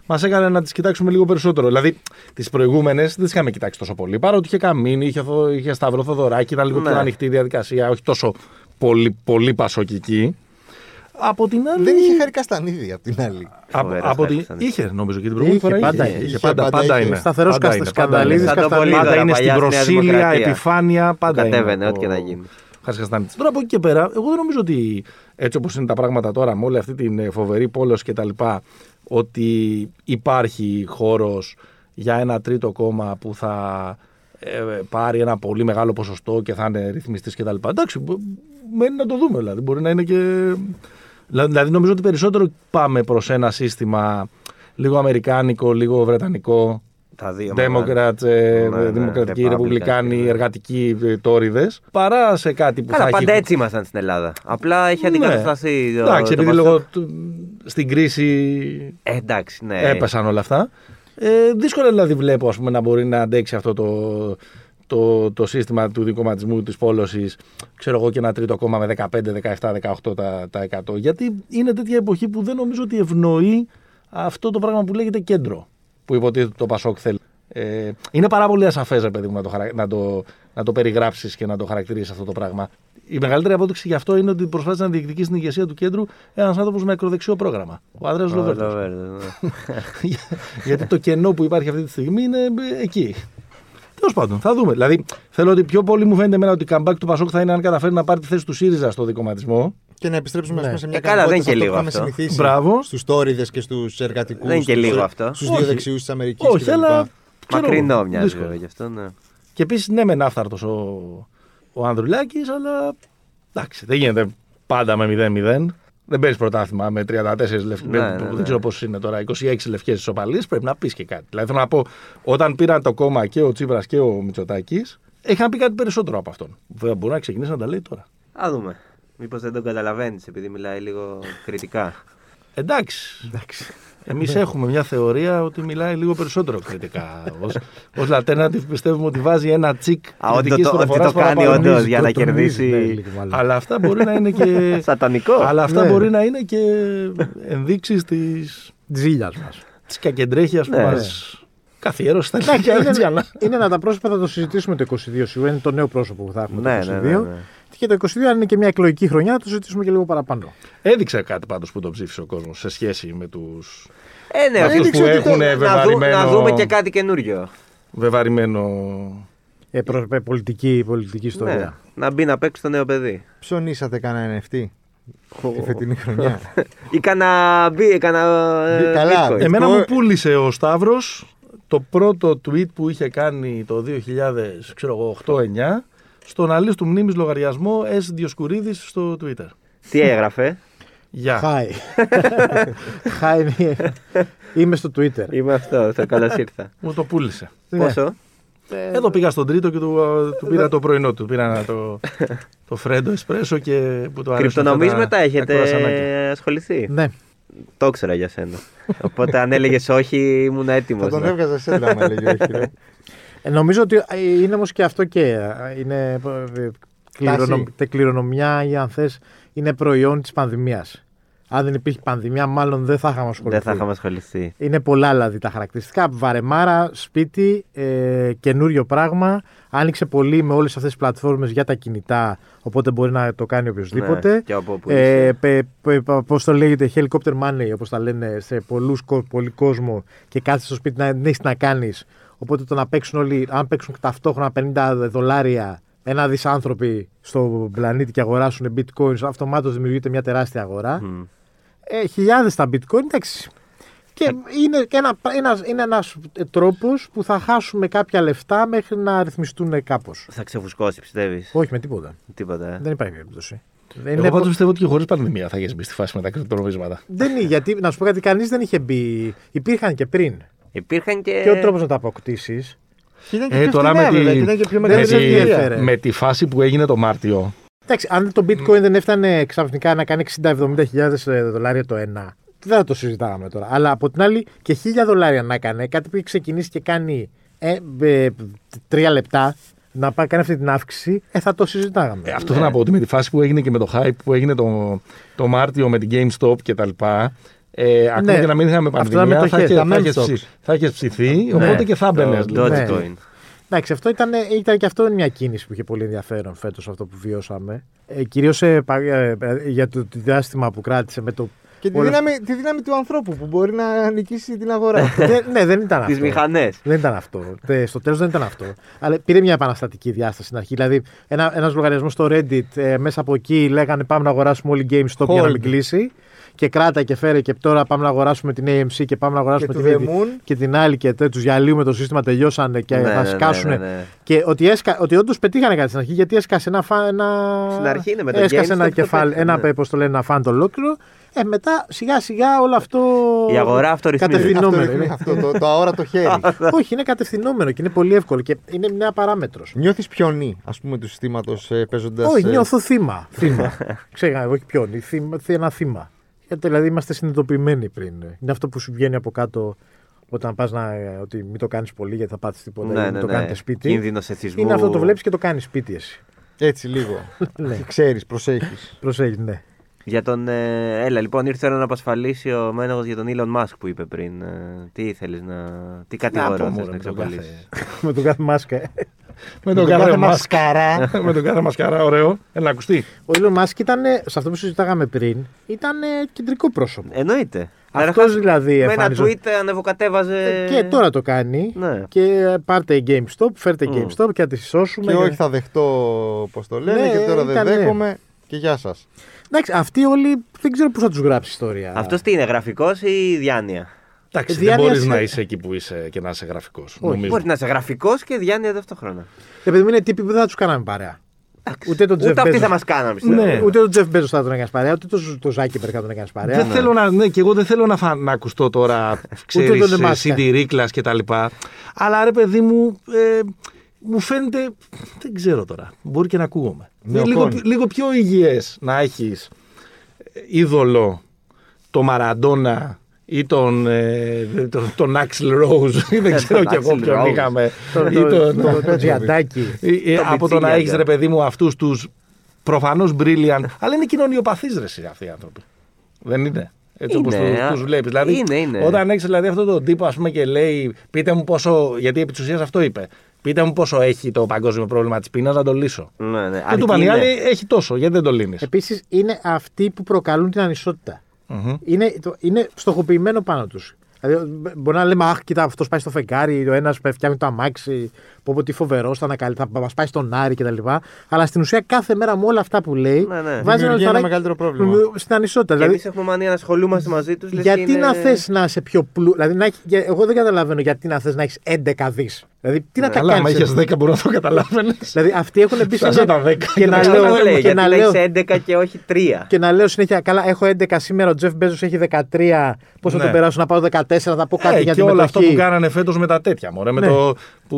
C: μας έκανε να τις κοιτάξουμε λίγο περισσότερο. Δηλαδή, τις προηγούμενες δεν τις είχαμε κοιτάξει τόσο πολύ. Παρότι είχε καμίνη, είχε, Θο- είχε σταυρό Θοδωράκη, ήταν λίγο
B: Ναι.
C: πιο ανοιχτή η διαδικασία, όχι τόσο πολύ, πολύ πασοκική. Από την άλλη.
A: Δεν είχε χάρη καστανίδι απ' την άλλη.
C: από,
B: Φοβερά
C: από την...
B: χάρη, σαν-
C: Είχε, νομίζω και την προηγούμενη
D: Είχε,
C: φορά.
D: πάντα
C: είχε,
D: είχε.
C: είχε, πάντα,
A: Είχε,
C: πάντα
A: είχε.
C: είναι.
D: Σταθερός
C: Πάντα είναι, πάντα
D: Καστανίδης,
C: είναι.
B: Σαν το
D: Καστανίδης.
B: πολύ
C: Πάντα είναι στην προσήλια,
B: επιφάνεια.
C: επιφάνεια, πάντα.
B: Κατέβαινε,
C: είναι
B: ό,τι
C: ο-
B: και να γίνει.
C: Χάρης Καστανίδης. Τώρα από εκεί και πέρα, εγώ δεν νομίζω ότι έτσι όπως είναι τα πράγματα τώρα, με όλη αυτή την ε, φοβερή πόλωση κτλ., ότι υπάρχει χώρος για ένα τρίτο κόμμα που θα ε, πάρει ένα πολύ μεγάλο ποσοστό και θα είναι ρυθμιστής κτλ. Εντάξει, μπο- μένει να το δούμε. Δηλαδή, μπορεί να είναι και. Δηλα- Δηλαδή, νομίζω ότι περισσότερο πάμε προς ένα σύστημα λίγο αμερικάνικο, λίγο βρετανικό.
B: Τα δύο.
C: Democrats, ε,
B: Ναι, ναι,
C: δημοκρατικοί,
B: Republicans,
C: ρεπουμπλικάνοι,
B: ναι.
C: εργατικοί ε, τόριδες, παρά σε κάτι που
B: Καλά,
C: θα
B: πάντα
C: έχει... Ναι.
B: έτσι ήμασταν στην Ελλάδα. Απλά έχει αντικατασταθεί. το-
C: Εντάξει,
B: το
C: επειδή
B: Πασόκ.
C: λόγω του- στην κρίση
B: Ε, Εντάξει, ναι.
C: έπεσαν όλα αυτά. Ε, δύσκολα δηλαδή βλέπω ας πούμε, να μπορεί να αντέξει αυτό το, το, το σύστημα του δικοματισμού, της πόλωσης, ξέρω εγώ και ένα τρίτο κόμμα με 15, 17, 18 τα, τα 100. Γιατί είναι τέτοια εποχή που δεν νομίζω ότι ευνοεί αυτό το πράγμα που λέγεται κέντρο, που υποτίθεται το Πασόκ θέλει. Ε, είναι πάρα πολύ ασαφές, ρε παιδί μου, να το, χαρα- να το, να το περιγράψεις και να το χαρακτηρίσει αυτό το πράγμα. Η μεγαλύτερη απόδειξη γι' αυτό είναι ότι προσπάθησε να διεκδικήσει την ηγεσία του κέντρου ένας άνθρωπος με ακροδεξιό πρόγραμμα. Ο Ανδρέας
B: Ο
C: Λοβέρτος.
B: Λοβέρντος, ναι.
C: Για- [laughs] Γιατί το κενό που υπάρχει αυτή τη στιγμή είναι ε, εκεί. Τέλος πάντων, θα δούμε. Δηλαδή, θέλω ότι πιο πολύ μου φαίνεται εμένα ότι η comeback του Πασόκ θα είναι αν καταφέρει να πάρει τη θέση του ΣΥΡΙΖΑ στο δικοματισμό.
A: Και να επιστρέψουμε ας πούμε, σε μια
B: Ε, καλά, δεν
A: κανονικότητα,
B: και
A: αυτό
B: λίγο
A: που είχαμε
B: αυτό.
A: συνηθίσει
C: Ναι. Μπράβο.
A: Στους τόριδες και στους εργατικούς.
B: Δεν και λίγο αυτό.
A: Στους
C: Όχι.
A: δύο δεξιούς της Αμερικής.
C: Όχι, αλλά. ξέρω εγώ,
B: Μακρινό μοιάζει
C: δύσκολο.
B: βέβαια γι' αυτό. ναι.
C: Και επίσης, ναι, μεν άφθαρτος ο, ο Ανδρουλάκης, αλλά εντάξει, δεν γίνεται πάντα με 0-0. Δεν παίρνεις πρωτάθλημα με 34 λευκέ.
B: Ναι, ναι, ναι.
C: Δεν ξέρω πόσε είναι τώρα. 26 λευκέ ισοπαλίε. Πρέπει να πεις και κάτι. Δηλαδή, θέλω να πω, όταν πήραν το κόμμα και ο Τσίπρας και ο Μητσοτάκης, είχαν πει κάτι περισσότερο από αυτόν. Βέβαια, μπορεί να ξεκινήσει να τα λέει τώρα.
B: Α δούμε. Μήπως δεν τον καταλαβαίνεις επειδή μιλάει λίγο κριτικά.
C: Εντάξει. Εμείς έχουμε μια θεωρία ότι μιλάει λίγο περισσότερο κριτικά. Ως alternative πιστεύουμε ότι βάζει ένα τσικ.
B: Α, όντως
C: κριτικής
B: το- ότι
C: προφοράς
B: το κάνει
C: παραπάνω.
B: όντως για να
D: Το τονίζει, ναι,
B: κερδίσει. Ε,
D: λίγο μάλλον.
C: Αλλά αυτά μπορεί να είναι
D: [laughs]
C: και.
B: Σατανικό.
C: Αλλά αυτά
D: Ναι.
C: μπορεί να είναι και ενδείξεις της
D: Τζίλιας μας.
C: της κακεντρέχειας που
B: Ναι.
C: μας καθιέρωσε στα
D: Εντάξει,
C: αρχαία
D: είναι,
C: Ρετζιανά.
D: είναι ένα από τα πρόσωπα, θα το συζητήσουμε το 22 σίγουρα. Είναι το νέο πρόσωπο που θα έχουμε
B: Ναι,
D: το
B: ναι,
D: 22.
B: ναι, ναι.
D: Και το 22, αν είναι και μια εκλογική χρονιά, θα το συζητήσουμε και λίγο παραπάνω.
C: Έδειξε κάτι πάντως που τον ψήφισε ο κόσμος σε σχέση με τους
B: Ε, ναι,
C: Αυτούς
B: αυτό
C: που
B: να,
C: έχουν
B: δου- να
C: βεβαρημένο-
B: δούμε και κάτι καινούριο.
C: βεβαρημένο.
D: Ε, προ- ε, πολιτική, πολιτική ιστορία.
B: Ναι, να μπει να παίξει το νέο παιδί.
A: Ψωνίσατε κανένα NFT τη φετινή χρονιά.
B: [laughs] Ή κανένα μπει, κανένα. ε,
A: Καλά,
B: bitcoin.
A: ε,
C: Εμένα
A: το-
C: μου πούλησε ο Σταύρος το πρώτο tweet που είχε κάνει το 2008-9 στον αλής του μνήμης λογαριασμό S. Διοσκουρίδης στο Twitter.
B: Τι έγραφε.
C: Γεια.
D: Χάι. [laughs] Χάι είναι- Είμαι στο Twitter.
B: Είμαι αυτό, θα καλώς ήρθα.
C: Μου το πούλησε.
B: Πόσο.
C: Εδώ πήγα στον τρίτο και του, α, του πήρα το πρωινό του. Πήρα ένα [laughs] το, το φρέντο εσπρέσο και που το άρεσε.
B: Κρυπτονομίσματα
C: κρουασανάκια.
B: έχετε ασχοληθεί.
D: Ναι.
B: Το ήξερα για σένα. Οπότε αν έλεγες όχι, ήμουν ναι. έτοιμος.
A: Θα τον έβγαζα σε άμα έλεγε ο
C: [laughs]
A: Χιρό.
D: Ε, νομίζω ότι ε, είναι όμως και αυτό και. ε, Είναι ε, κληρονο, τε- κληρονομιά ή αν θες, είναι προϊόν της πανδημίας. Αν δεν υπήρχε πανδημία, μάλλον δεν θα είχαμε ασχοληθεί.
B: Δεν θα είχαμε ασχοληθεί.
D: Είναι πολλά δηλαδή τα χαρακτηριστικά. Βαρεμάρα, σπίτι, ε, καινούριο πράγμα. Άνοιξε πολύ με όλες αυτές τις πλατφόρμες για τα κινητά. Οπότε μπορεί να το κάνει οποιοδήποτε.
B: Ναι, και από όπου
D: ε,
B: είσαι.
D: πε- πε- πε- πώς το λέγεται, helicopter money, όπως τα λένε σε πολλούς, κο- πολύ κόσμο. Και κάθεσαι στο σπίτι να δεν έχεις τι να κάνεις. Οπότε το να παίξουν όλοι, αν παίξουν ταυτόχρονα 50 δολάρια ένα δις άνθρωποι στον πλανήτη και αγοράσουν bitcoins, αυτομάτως δημιουργείται μια τεράστια αγορά
B: Μμ.
D: ε, χιλιάδες τα bitcoin, εντάξει. Και
C: Ε,
D: είναι και ένα, ένας, είναι ένας ε, τρόπος που θα χάσουμε κάποια λεφτά μέχρι να ρυθμιστούν κάπως.
B: Θα ξεφουσκώσει, πιστεύεις.
D: Όχι με τίποτα.
B: Τίποτα. ε.
D: Δεν υπάρχει περίπτωση. Ε, Δεν
C: Εγώ
D: είναι,
C: πάντως πιστεύω ότι και χωρίς πανδημία θα έχεις μπει στη φάση με τα κρυπτονομίσματα.
D: δεν είναι, γιατί να σου πω κάτι, κανείς δεν είχε μπει. Υπήρχαν και πριν.
B: Υπήρχαν και.
D: Και ο τρόπος να τα αποκτήσεις.
A: Και ήταν και
C: Ε,
A: πιο
C: τώρα
A: φθηνά,
C: με τη-
A: βέβαια, και ήταν και πιο
D: με
A: μεγάλη
D: τη-
A: ευκαιρία.
D: ενδιαφέρε.
C: με τη φάση που έγινε το Μάρτιο,
D: Εντάξει, αν το bitcoin δεν έφτανε ξαφνικά να κάνει 60-70 χιλιάδες ε, δολάρια το ένα, δεν θα το συζητάγαμε τώρα. Αλλά από την άλλη και 1000 δολάρια να έκανε, κάτι που έχει ξεκινήσει και κάνει ε, ε, τρία λεπτά να πάει κάνει αυτή την αύξηση, ε, θα το συζητάγαμε.
C: Ε, αυτό θέλω
A: Ναι.
C: να πω ότι με τη φάση που έγινε και με το hype που έγινε το, το Μάρτιο με την GameStop και τα λοιπά. Ε, ακόμα
D: Ναι.
C: και να μην είχαμε
D: Αυτό
C: πανδημία,
D: ήταν με το
C: θα,
D: χέρι,
C: είχε-
D: τα
C: θα, είχε
D: meme
C: ψη-
D: stocks.
C: θα είχε ψηθεί,
A: Ναι.
C: οπότε και θα λοιπόν. έμπαινε.
B: Ναι, Το
D: Ναι.
B: Dogecoin.
D: Εντάξει, αυτό ήταν, ήταν και αυτό μια κίνηση που είχε πολύ ενδιαφέρον φέτος αυτό που βιώσαμε. Ε, Κυρίως ε, πα- ε, ε, για το το διάστημα που κράτησε με το.
A: Και τη
D: όλα-
A: δύναμη, τη δύναμη του ανθρώπου που μπορεί να νικήσει την
B: [laughs]
A: αγορά.
D: Δεν- ναι, δεν ήταν
B: Τι
D: αυτό.
B: μηχανές.
D: Δεν ήταν αυτό. Τε- Στο τέλος δεν ήταν αυτό. Αλλά πήρε μια επαναστατική διάσταση στην αρχή. Δηλαδή, ένα ένας λογαριασμός στο Reddit ε, μέσα από εκεί λέγανε Πάμε να αγοράσουμε όλοι GameStop για να
A: Hold.
D: μην κλείσει. Και κράτα και φέρε και τώρα πάμε να αγοράσουμε την AMC και πάμε να αγοράσουμε
A: Και
D: την,
A: του
D: AD-
A: The Moon.
D: και την άλλη και του διαλύουμε το σύστημα, τελειώσανε και
B: Ναι, ναι,
D: θα
B: ναι,
D: σκάσουν.
B: ναι, ναι.
D: Και ότι, έσκα, ότι όντως πετύχανε κάτι στην αρχή, γιατί έσκασε ένα. Φα, ένα...
B: Στην αρχή είναι με το
D: Έσκασε
B: GameStop
D: ένα
B: το
D: κεφάλι,
B: πέτυχε,
D: ένα,
B: ναι.
D: πώς το λένε, ένα φαν το ολόκληρο. Ε, μετά σιγά σιγά όλο αυτό.
B: Η αγορά αυτορυθμίζεται.
A: Αυτό,
D: Κατευθυνόμενο.
A: είναι
D: είναι.
A: αυτό το, το
D: [laughs]
A: αόρατο χέρι.
D: Όχι, είναι κατευθυνόμενο και είναι πολύ εύκολο και είναι μια παράμετρος.
A: Νιώθεις πιονή, ας πούμε, του ε, συστήματο παίζοντας.
D: Όχι, νιώθω θύμα.
B: [laughs]
D: θύμα. Ξέχα, όχι ποιον, θύμα, θύ- ένα θύμα. Γιατί δηλαδή είμαστε συνειδητοποιημένοι πριν. Είναι αυτό που σου βγαίνει από κάτω όταν πας να. ε, ότι μην το κάνεις πολύ γιατί θα πάθεις τίποτα ή
B: Ναι,
D: μην
B: ναι,
D: το
B: ναι.
D: κάνετε σπίτι.
B: Κίνδυνος εθισμού.
D: Είναι αυτό το βλέπεις και το κάνεις σπίτι εσύ.
A: Έτσι λίγο.
D: [laughs] Ναι.
A: Και ξέρεις, προσέχεις.
D: Προσέχεις,
B: [laughs]
D: ναι.
B: Για τον. ε, έλα, λοιπόν, ήρθε η ώρα να απασφαλίσει ο Μένεγο για τον Elon Musk που είπε πριν. Ε, τι ήθελε να. Τι
C: πω,
B: κατηγορά θε
C: μωρέ,
B: να
C: με τον
B: εξαπολύσεις.
D: Με τον κάθε μάσκα. ε.
C: Με τον κάθε μάσκα.
A: μασκαρά.
C: [laughs] με τον κάθε μασκαρά, ωραίο. Έλα, να ακουστεί.
D: Ο Elon Musk ήταν, ε, σε αυτό που συζητάγαμε πριν, ήταν ε, κεντρικό πρόσωπο.
B: Εννοείται.
D: Αυτός
B: Καταρχάς,
D: δηλαδή
B: Με ένα
D: εμφάνιζε.
B: tweet ανεβοκατέβαζε.
D: Και τώρα το κάνει.
B: Ε, Ναι. Mm.
D: Και πάρτε GameStop, φέρτε
B: Μμ.
D: GameStop και θα τη σώσουμε.
A: Και όχι, θα δεχτώ πώς το λένε,
D: Ναι,
A: και τώρα δεν
D: ήταν, ναι.
A: δέχομαι. Και γεια σας.
D: Εντάξει, αυτοί όλοι δεν ξέρω πώς θα τους γράψει ιστορία.
B: Αυτός τι είναι, γραφικός ή διάνοια.
C: Εντάξει, δεν
D: Διάνοια
C: μπορεί
D: σε-
C: να είσαι εκεί που είσαι και να είσαι γραφικός.
B: Μπορεί να είσαι γραφικός και διάνοια ταυτόχρονα.
D: Επειδή είναι τύποι που δεν θα τους κάναμε παρέα. Ούτε τον Τζεφ
B: Ούτε αυτοί θα
D: Μπέζο.
B: μα κάνανε. πιστεύω.
C: Ναι.
D: Ούτε τον Τζεφ Μπέζο θα τον έκανες παρέα, ούτε τον το Ζάκεμπερ θα τον έκανες παρέα.
C: Δεν θέλω να, ναι, και εγώ δεν θέλω να, φα- να ακουστώ τώρα, ξέρεις,
D: τον
C: ε,
D: Μάσκα.
C: CD Ρίκλας και τα λοιπά. Αλλά ρε παιδί μου, ε, μου φαίνεται, δεν ξέρω τώρα, μπορεί και να ακούγομαι.
A: Ναι,
C: Είναι
A: ο
C: λίγο,
A: Κόνη.
C: λίγο πιο υγιές να έχεις ε, είδωλο το Μαραντόνα ή τον, ε, τον, τον Axl Rose, [laughs] δεν ξέρω
B: τον
C: κι εγώ
B: Axl
C: ποιον
B: Rose.
C: είχαμε.
D: Τον-
C: Ή
D: τον-
C: τον-
D: τον- Τον Τζιαντάκη.
C: ε, ε,
B: Το
C: από το να
B: πιτσίλια,
C: έχει
B: ναι.
C: ρε παιδί μου αυτούς τους προφανώς brilliant, αλλά είναι κοινωνιοπαθείς ρε εσύ, αυτοί οι άνθρωποι. Δεν είναι. Έτσι όπως
B: Είναι, α.
C: του βλέπεις. Δηλαδή,
B: Είναι, είναι.
C: Όταν έχεις δηλαδή αυτόν τον τύπο ας πούμε, και λέει, πείτε μου πόσο. Γιατί επί της ουσίας αυτό είπε. Πείτε μου πόσο έχει το παγκόσμιο πρόβλημα της πείνας να το λύσω.
B: Ναι, ναι.
C: Και
B: Αρκεί
C: του είπαν οι
B: είναι.
C: άλλοι, έχει τόσο, γιατί δεν το λύνεις.
D: Επίσης είναι αυτοί που προκαλούν την ανισότητα. Είναι, το, είναι στοχοποιημένο πάνω τους. Δηλαδή, μπο- μπορεί να λέμε, Αχ, κοίτα, αυτός πάει στο φεγγάρι, ο ένας φτιάχνει το αμάξι, πω πω τι φοβερό, θα, ανακαλύ- θα μας πάει στον Άρη κτλ. Αλλά στην ουσία κάθε μέρα με όλα αυτά που λέει,
B: Ναι, ναι.
A: Δημιουργεί ένα
D: λιθαράκι
A: μεγαλύτερο πρόβλημα.
D: Στην ανισότητα.
B: Και
D: Δηλαδή,
B: εμείς έχουμε μανία να ασχολούμαστε μαζί τους.
D: γιατί να θες να είσαι πιο πλούσιο. Δηλαδή, να έχεις- για- εγώ δεν καταλαβαίνω γιατί να θες να έχεις 11 δις. Δηλαδή, τι να τα
C: Ναι, Αλλά άμα
D: κάνεις.
C: είχες 10 μπορώ να το καταλάβαινες.
D: Δηλαδή, αυτοί έχουν μπει σε.
C: Φτάσα
D: μια-
C: τα 10
D: και να
C: και
D: λέω-
B: λέω.
D: και
B: Γιατί
D: να
B: να
D: λέω.
B: έχει 11 και όχι 3.
D: Και να λέω συνέχεια, καλά, έχω 11 σήμερα, ο Τζεφ Μπέζος έχει 13. Πώ θα
C: Ναι.
D: τον περάσω να πάω 14, θα πω κάτι
C: Ε,
D: για
C: και
D: τη
C: όλο
D: μετοχή.
C: αυτό που κάνανε φέτος με τα τέτοια. Μωρέ, με
D: Ναι.
C: το που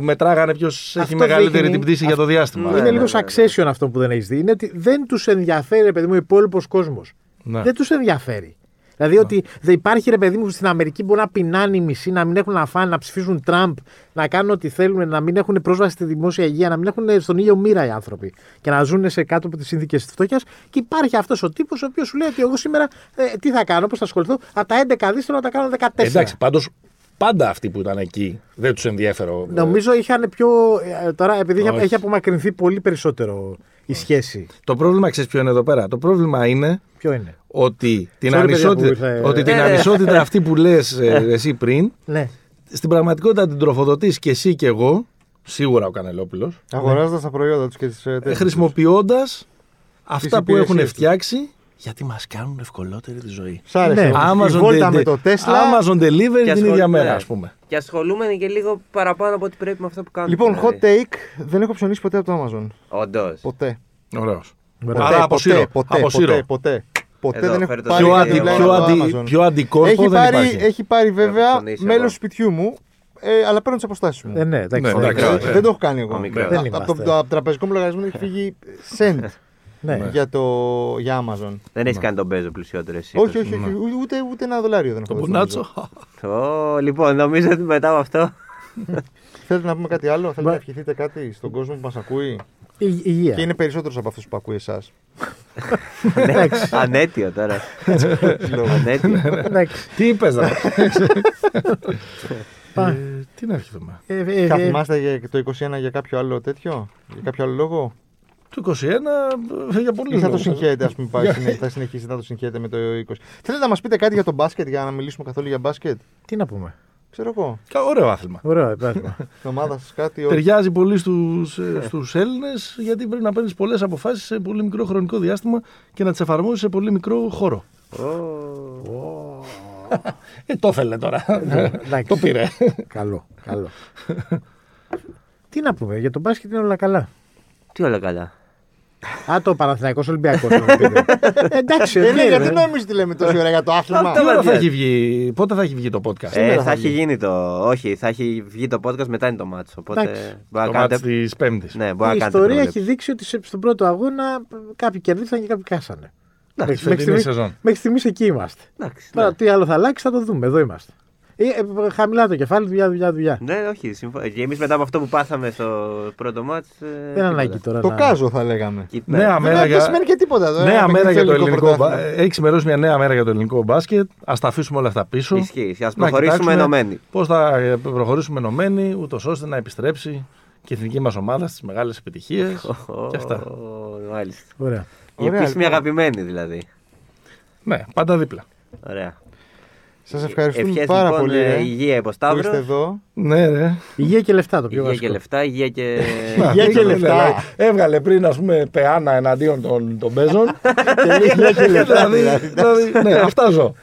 C: μετράγανε ποιος έχει
D: Αυτό
C: μεγαλύτερη
D: δείχνει-
C: την πτήση για το διάστημα. Ε,
B: Ναι,
D: είναι
B: ναι,
D: λίγο
B: ναι, ναι.
D: succession αυτό που δεν έχεις δει. Είναι ότι δεν τους ενδιαφέρει, ρε παιδί μου, ο υπόλοιπος κόσμος.
C: Ναι.
D: Δεν τους ενδιαφέρει. Δηλαδή
B: Ναι.
D: ότι δεν υπάρχει ρε παιδί μου στην Αμερική μπορεί να πεινάνε οι μισοί, να μην έχουν να φάνε, να ψηφίζουν Τραμπ, να κάνουν ό,τι θέλουν, να μην έχουν πρόσβαση στη δημόσια υγεία, να μην έχουν στον ήλιο μοίρα οι άνθρωποι και να ζουν σε κάτω από τις συνθήκες της φτώχειας. Και υπάρχει αυτός ο τύπος ο οποίος σου λέει ότι εγώ σήμερα ε, τι θα κάνω, πώς θα ασχοληθώ. Από τα 11 δις θέλω να τα κάνω 14.
C: Εντάξει, πάντως πάντα αυτοί που ήταν εκεί δεν τους ενδιέφερε. ο-
D: Νομίζω είχαν πιο. ε, Τώρα επειδή είχε-
C: Όχι.
D: έχει απομακρυνθεί πολύ περισσότερο η σχέση.
C: Το πρόβλημα ξέρεις ποιο είναι εδώ πέρα. Το πρόβλημα είναι
D: Ποιο είναι.
C: ότι την
D: Sorry,
C: ανισότητα,
D: παιδιά, που
C: ότι την
B: ήρθα, ε.
C: ανισότητα αυτή που λες
A: Ε.
C: εσύ πριν,
D: Ναι.
C: στην πραγματικότητα την τροφοδοτείς και εσύ και εγώ, σίγουρα ο
A: Ε,
C: Κανελόπουλο,
D: Ναι.
A: Αγοράζοντα τα προϊόντα τους και ε,
D: Ε,
A: τι.
C: χρησιμοποιώντα αυτά που
A: υπηρεσίες
C: έχουν
A: τους.
C: φτιάξει γιατί μας κάνουν ευκολότερη τη ζωή.
A: Σ' άρεσε.
D: Ναι.
A: Ε, η βόλτα με το Τέσλα.
C: Amazon Delivery την
B: ασχολ-
C: ίδια
B: ναι.
C: μέρα, ας πούμε.
B: Και ασχολούμενοι και λίγο παραπάνω από ό,τι πρέπει με αυτά που Δηλαδή. κάνουμε.
A: Λοιπόν, hot take. Δεν έχω ψωνίσει ποτέ από το Amazon.
B: Όντως.
A: Ποτέ.
C: Ωραίος.
D: Ποτέ,
C: Άρα αποσύρω.
A: ποτέ, ποτέ,
C: αποσύρω.
A: ποτέ, ποτέ. Ποτέ
B: Εδώ,
A: δεν έχω
B: φέρε το
A: πάρει
C: Πιο,
B: Πάλι
C: αντι,
B: για
A: κάτι
C: πιο,
B: το
A: από
C: αντι,
A: Amazon.
C: πιο αντικόρπο
A: έχει,
C: δεν
A: πάρει,
C: υπάρχει.
A: έχει πάρει βέβαια
B: ψωνίσει
A: μέλο
B: εγώ.
A: σπιτιού μου, ε, αλλά παίρνω τις αποστάσεις μου.
D: Ε, ναι, εντάξει.
C: Ναι,
D: δεν-
C: εντάξει.
A: Δεν-
C: ε.
A: Δεν το έχω κάνει εγώ.
B: Ο μικρός.
A: Από-
D: Δεν
A: από
D: είμαστε.
A: το- Από το τραπεζικό μου λογαριασμό έχει φύγει cent
D: ναι.
A: για, το, για Amazon.
B: Δεν έχεις κάνει τον Μπέζο πλουσιότερο εσύ.
A: Όχι, όχι, όχι, ούτε, ούτε ένα δολάριο δεν
C: Το
A: έχω δώσει, νομίζω.
C: μπουνάτσο.
B: Ω, λοιπόν, νομίζω ότι μετά από αυτό
A: Θέλετε να πούμε κάτι άλλο, θέλετε
D: Μα- Ναι.
A: να ευχηθείτε κάτι στον κόσμο που μας ακούει.
D: Η- Υγεία.
A: Και είναι περισσότερος από αυτούς που ακούει εσάς.
D: Εντάξει.
B: [laughs]
D: Ναι,
B: Ανέτειο τώρα. Ανέτειο.
A: Ναι.
D: Εντάξει.
C: Τι είπες, ρε.
A: [laughs]
C: Ε, Τι να ευχηθούμε.
D: Ε, ε, ε,
A: Θα
D: ε,
A: θυμάστε για το 21 για κάποιο άλλο τέτοιο, για κάποιο άλλο λόγο.
C: Το 21 ε, για
A: Ή θα το
C: πολύ
D: Ναι.
C: λόγους.
A: συγχαίρετε, ας πούμε, πάει,
C: Για-
A: συνε- θα συνεχίσετε να το συγχαίρετε με το 20. Θέλετε να μας πείτε κάτι για το μπάσκετ, για να μιλήσουμε καθόλου για μπάσκετ.
D: Τι να πούμε.
A: Ξέρω εγώ.
C: Κα- Ωραίο άθλημα.
D: Ωραίο, ε, πράγμα.
A: Η ομάδα σας κάτι. ό,τι-
C: Ταιριάζει πολύ στους, ε, στους Έλληνες γιατί πρέπει να παίρνεις πολλές αποφάσεις σε πολύ μικρό χρονικό διάστημα και να τις εφαρμόσεις σε πολύ μικρό χώρο. Ε, το θέλε τώρα. Ε,
D: Εντάξει. Ε,
C: το πήρε.
D: καλό, καλό. Τι να πούμε, για τον μπάσκετ είναι όλα καλά.
B: Τι όλα καλά.
D: Α, το Παναθηναϊκός Ολυμπιακός. Εντάξει,
A: Ε, ναι,
D: οκ,
A: γιατί
D: ρε.
A: νόμιζα ότι λέμε τόση ώρα για το άθλημα.
C: Τι ώρα
B: Μαντία.
C: θα έχει βγει, πότε θα έχει βγει το podcast.
B: Ε, θα
A: θα
B: έχει
A: βγει.
B: γίνει το. Όχι, θα έχει βγει το podcast μετά είναι το μάτσο. Οπότε.
D: Εντάξει.
B: μπορεί να
C: το μάτς
B: κάνετε-
C: της Πέμπτης.
B: Ναι, μπορεί
D: Η
B: να κάνετε
D: ιστορία
B: προβλέψεις.
D: έχει δείξει ότι σε- στον πρώτο αγώνα κάποιοι κερδίσαν και κάποιοι κάσανε.
C: Τη
D: Μέχρι
C: φετινή
D: στιγμής-
C: σεζόν.
D: Μέχρι στιγμής εκεί είμαστε.
B: Εντάξει,
D: Τώρα τι άλλο θα αλλάξει θα το δούμε. Εδώ είμαστε. Ε, ε, χαμηλά το κεφάλι, δουλειά, δουλειά, δουλειά.
B: Ναι, όχι, συμφωνώ. Και εμείς μετά από αυτό που πάθαμε στο πρώτο μάτς... ε,
D: Δεν Ναι, ανάγκη τώρα.
A: Το
D: να-
A: κάζω, θα λέγαμε.
C: Νέα μέρα
A: Δεν
C: για-
A: σημαίνει και τίποτα. τώρα,
C: Νέα
A: ένα
C: μέρα για το
A: ελληνικό
C: ελληνικό μπα-
A: πρωτάθλημα.
C: Έχει ξημερώσει μια νέα μέρα για το ελληνικό μπάσκετ. Ας τα αφήσουμε όλα αυτά πίσω.
B: Ισχύει. Ας προχωρήσουμε ενωμένοι.
C: Πώς θα ε, προχωρήσουμε ενωμένοι, ούτως ώστε να επιστρέψει και η εθνική μας ομάδα στις μεγάλες επιτυχίες και αυτά.
B: Μάλιστα.
D: Ωραία.
B: Η
A: Ωραία,
B: επίσημη
A: λοιπόν.
B: αγαπημένη δηλαδή.
C: Ναι, πάντα δίπλα.
B: Ωραία.
A: Σας ευχαριστούμε
B: Ευχές,
A: πάρα
B: λοιπόν,
A: πολύ.
B: ε,
A: ρε,
B: Υγεία υπό
A: Που είστε
B: Σταύρο.
A: εδώ.
C: Ναι, ρε.
D: Υγεία και λεφτά το πιο
B: Υγεία και
D: βασικό.
B: λεφτά, υγεία και.
A: [laughs] Υγεία και
C: Ναι,
A: λεφτά.
C: δηλαδή, Έβγαλε πριν, ας πούμε, πεάνα εναντίον των, των
A: [laughs]
C: παίζων.
A: Υγεία και λεφτά.
C: δηλαδή,
A: δηλαδή.
C: δηλαδή, ναι, αυτά
A: [laughs]
C: ζω.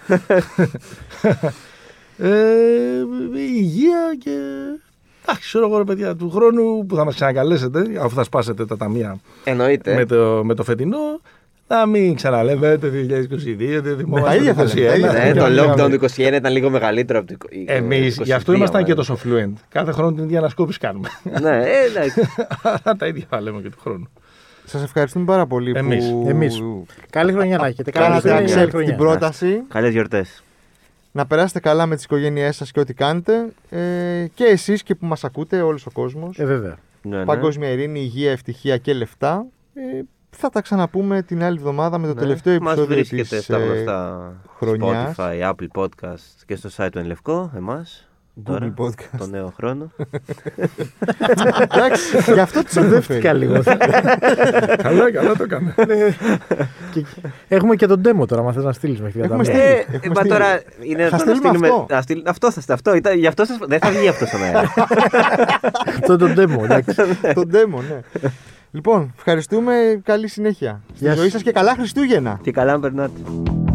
C: ε, υγεία και. Εντάξει, ξέρω εγώ ρε παιδιά, του χρόνου που θα μας ξανακαλέσετε, αφού θα σπάσετε τα ταμεία με
A: Ναι.
B: Εννοείται.
C: το, με το φετινό, να μην ξαναλέμε το 2022, το
A: Τα ίδια θα λέμε, τα ίδια θα
B: Ναι, το lockdown του
C: του
B: 21 ήταν λίγο μεγαλύτερο από το 20.
C: Εμείς γι' αυτό ήμασταν
A: ναι.
C: και τόσο fluent. Κάθε χρόνο την ίδια ανασκόπηση κάνουμε. [laughs]
B: Ναι, ε, εντάξει.
C: Αλλά τα ίδια θα λέμε και του χρόνου. [laughs]
A: Σας ευχαριστούμε πάρα πολύ
C: Εμείς.
A: που
D: Εμείς. Καλή χρονιά να έχετε. Καλή
A: κάνατε
D: χρονιά.
A: accept
B: Καλή
D: Καλή
A: την
D: χρονιά.
A: πρόταση.
B: Καλές γιορτές.
A: Να περάσετε καλά με τις οικογένειές σας και ό,τι κάνετε. Ε, και εσείς και που μας ακούτε, όλος ο κόσμος.
D: Ε, βέβαια.
B: Ναι,
A: Παγκόσμια ειρήνη, υγεία, ευτυχία και λεφτά. Ε, θα τα ξαναπούμε την άλλη εβδομάδα με το τελευταίο
B: Ναι. Μας
A: επεισόδιο
B: βρίσκεται
A: της
B: στα
A: ε,
B: γνωστά
A: χρονιάς.
B: Spotify, Apple Podcast και στο site του Ενλευκό, εμάς.
A: Google
B: τώρα,
A: Podcast.
B: [laughs] Το νέο χρόνο.
A: Εντάξει, γι' αυτό τις ενδιαφέρει.
D: Φυσικά λίγο.
C: καλά, καλά το κάνουμε.
D: Και- Έχουμε και τον demo τώρα, αν θες να στείλεις μέχρι
A: Έχουμε
D: κατάμεσα.
A: στείλει.
B: Ε,
A: Ναι. Έχουμε
B: μα
A: στείλει.
B: τώρα είναι
A: Θα
B: να
A: στείλουμε
B: στείλουμε-
A: αυτό.
B: να στείλ- αυτό θα αυτό. Ήταν, γι' αυτό σας, δεν θα βγει αυτό στον
A: [laughs]
B: αέρα.
D: Αυτό είναι το demo, εντάξει.
A: Τον demo, ναι.
D: [laughs]
A: Λοιπόν, ευχαριστούμε. Καλή συνέχεια. Στη
D: Γεια σας.
A: ζωή σας και καλά Χριστούγεννα.
B: και καλά να περνάτε.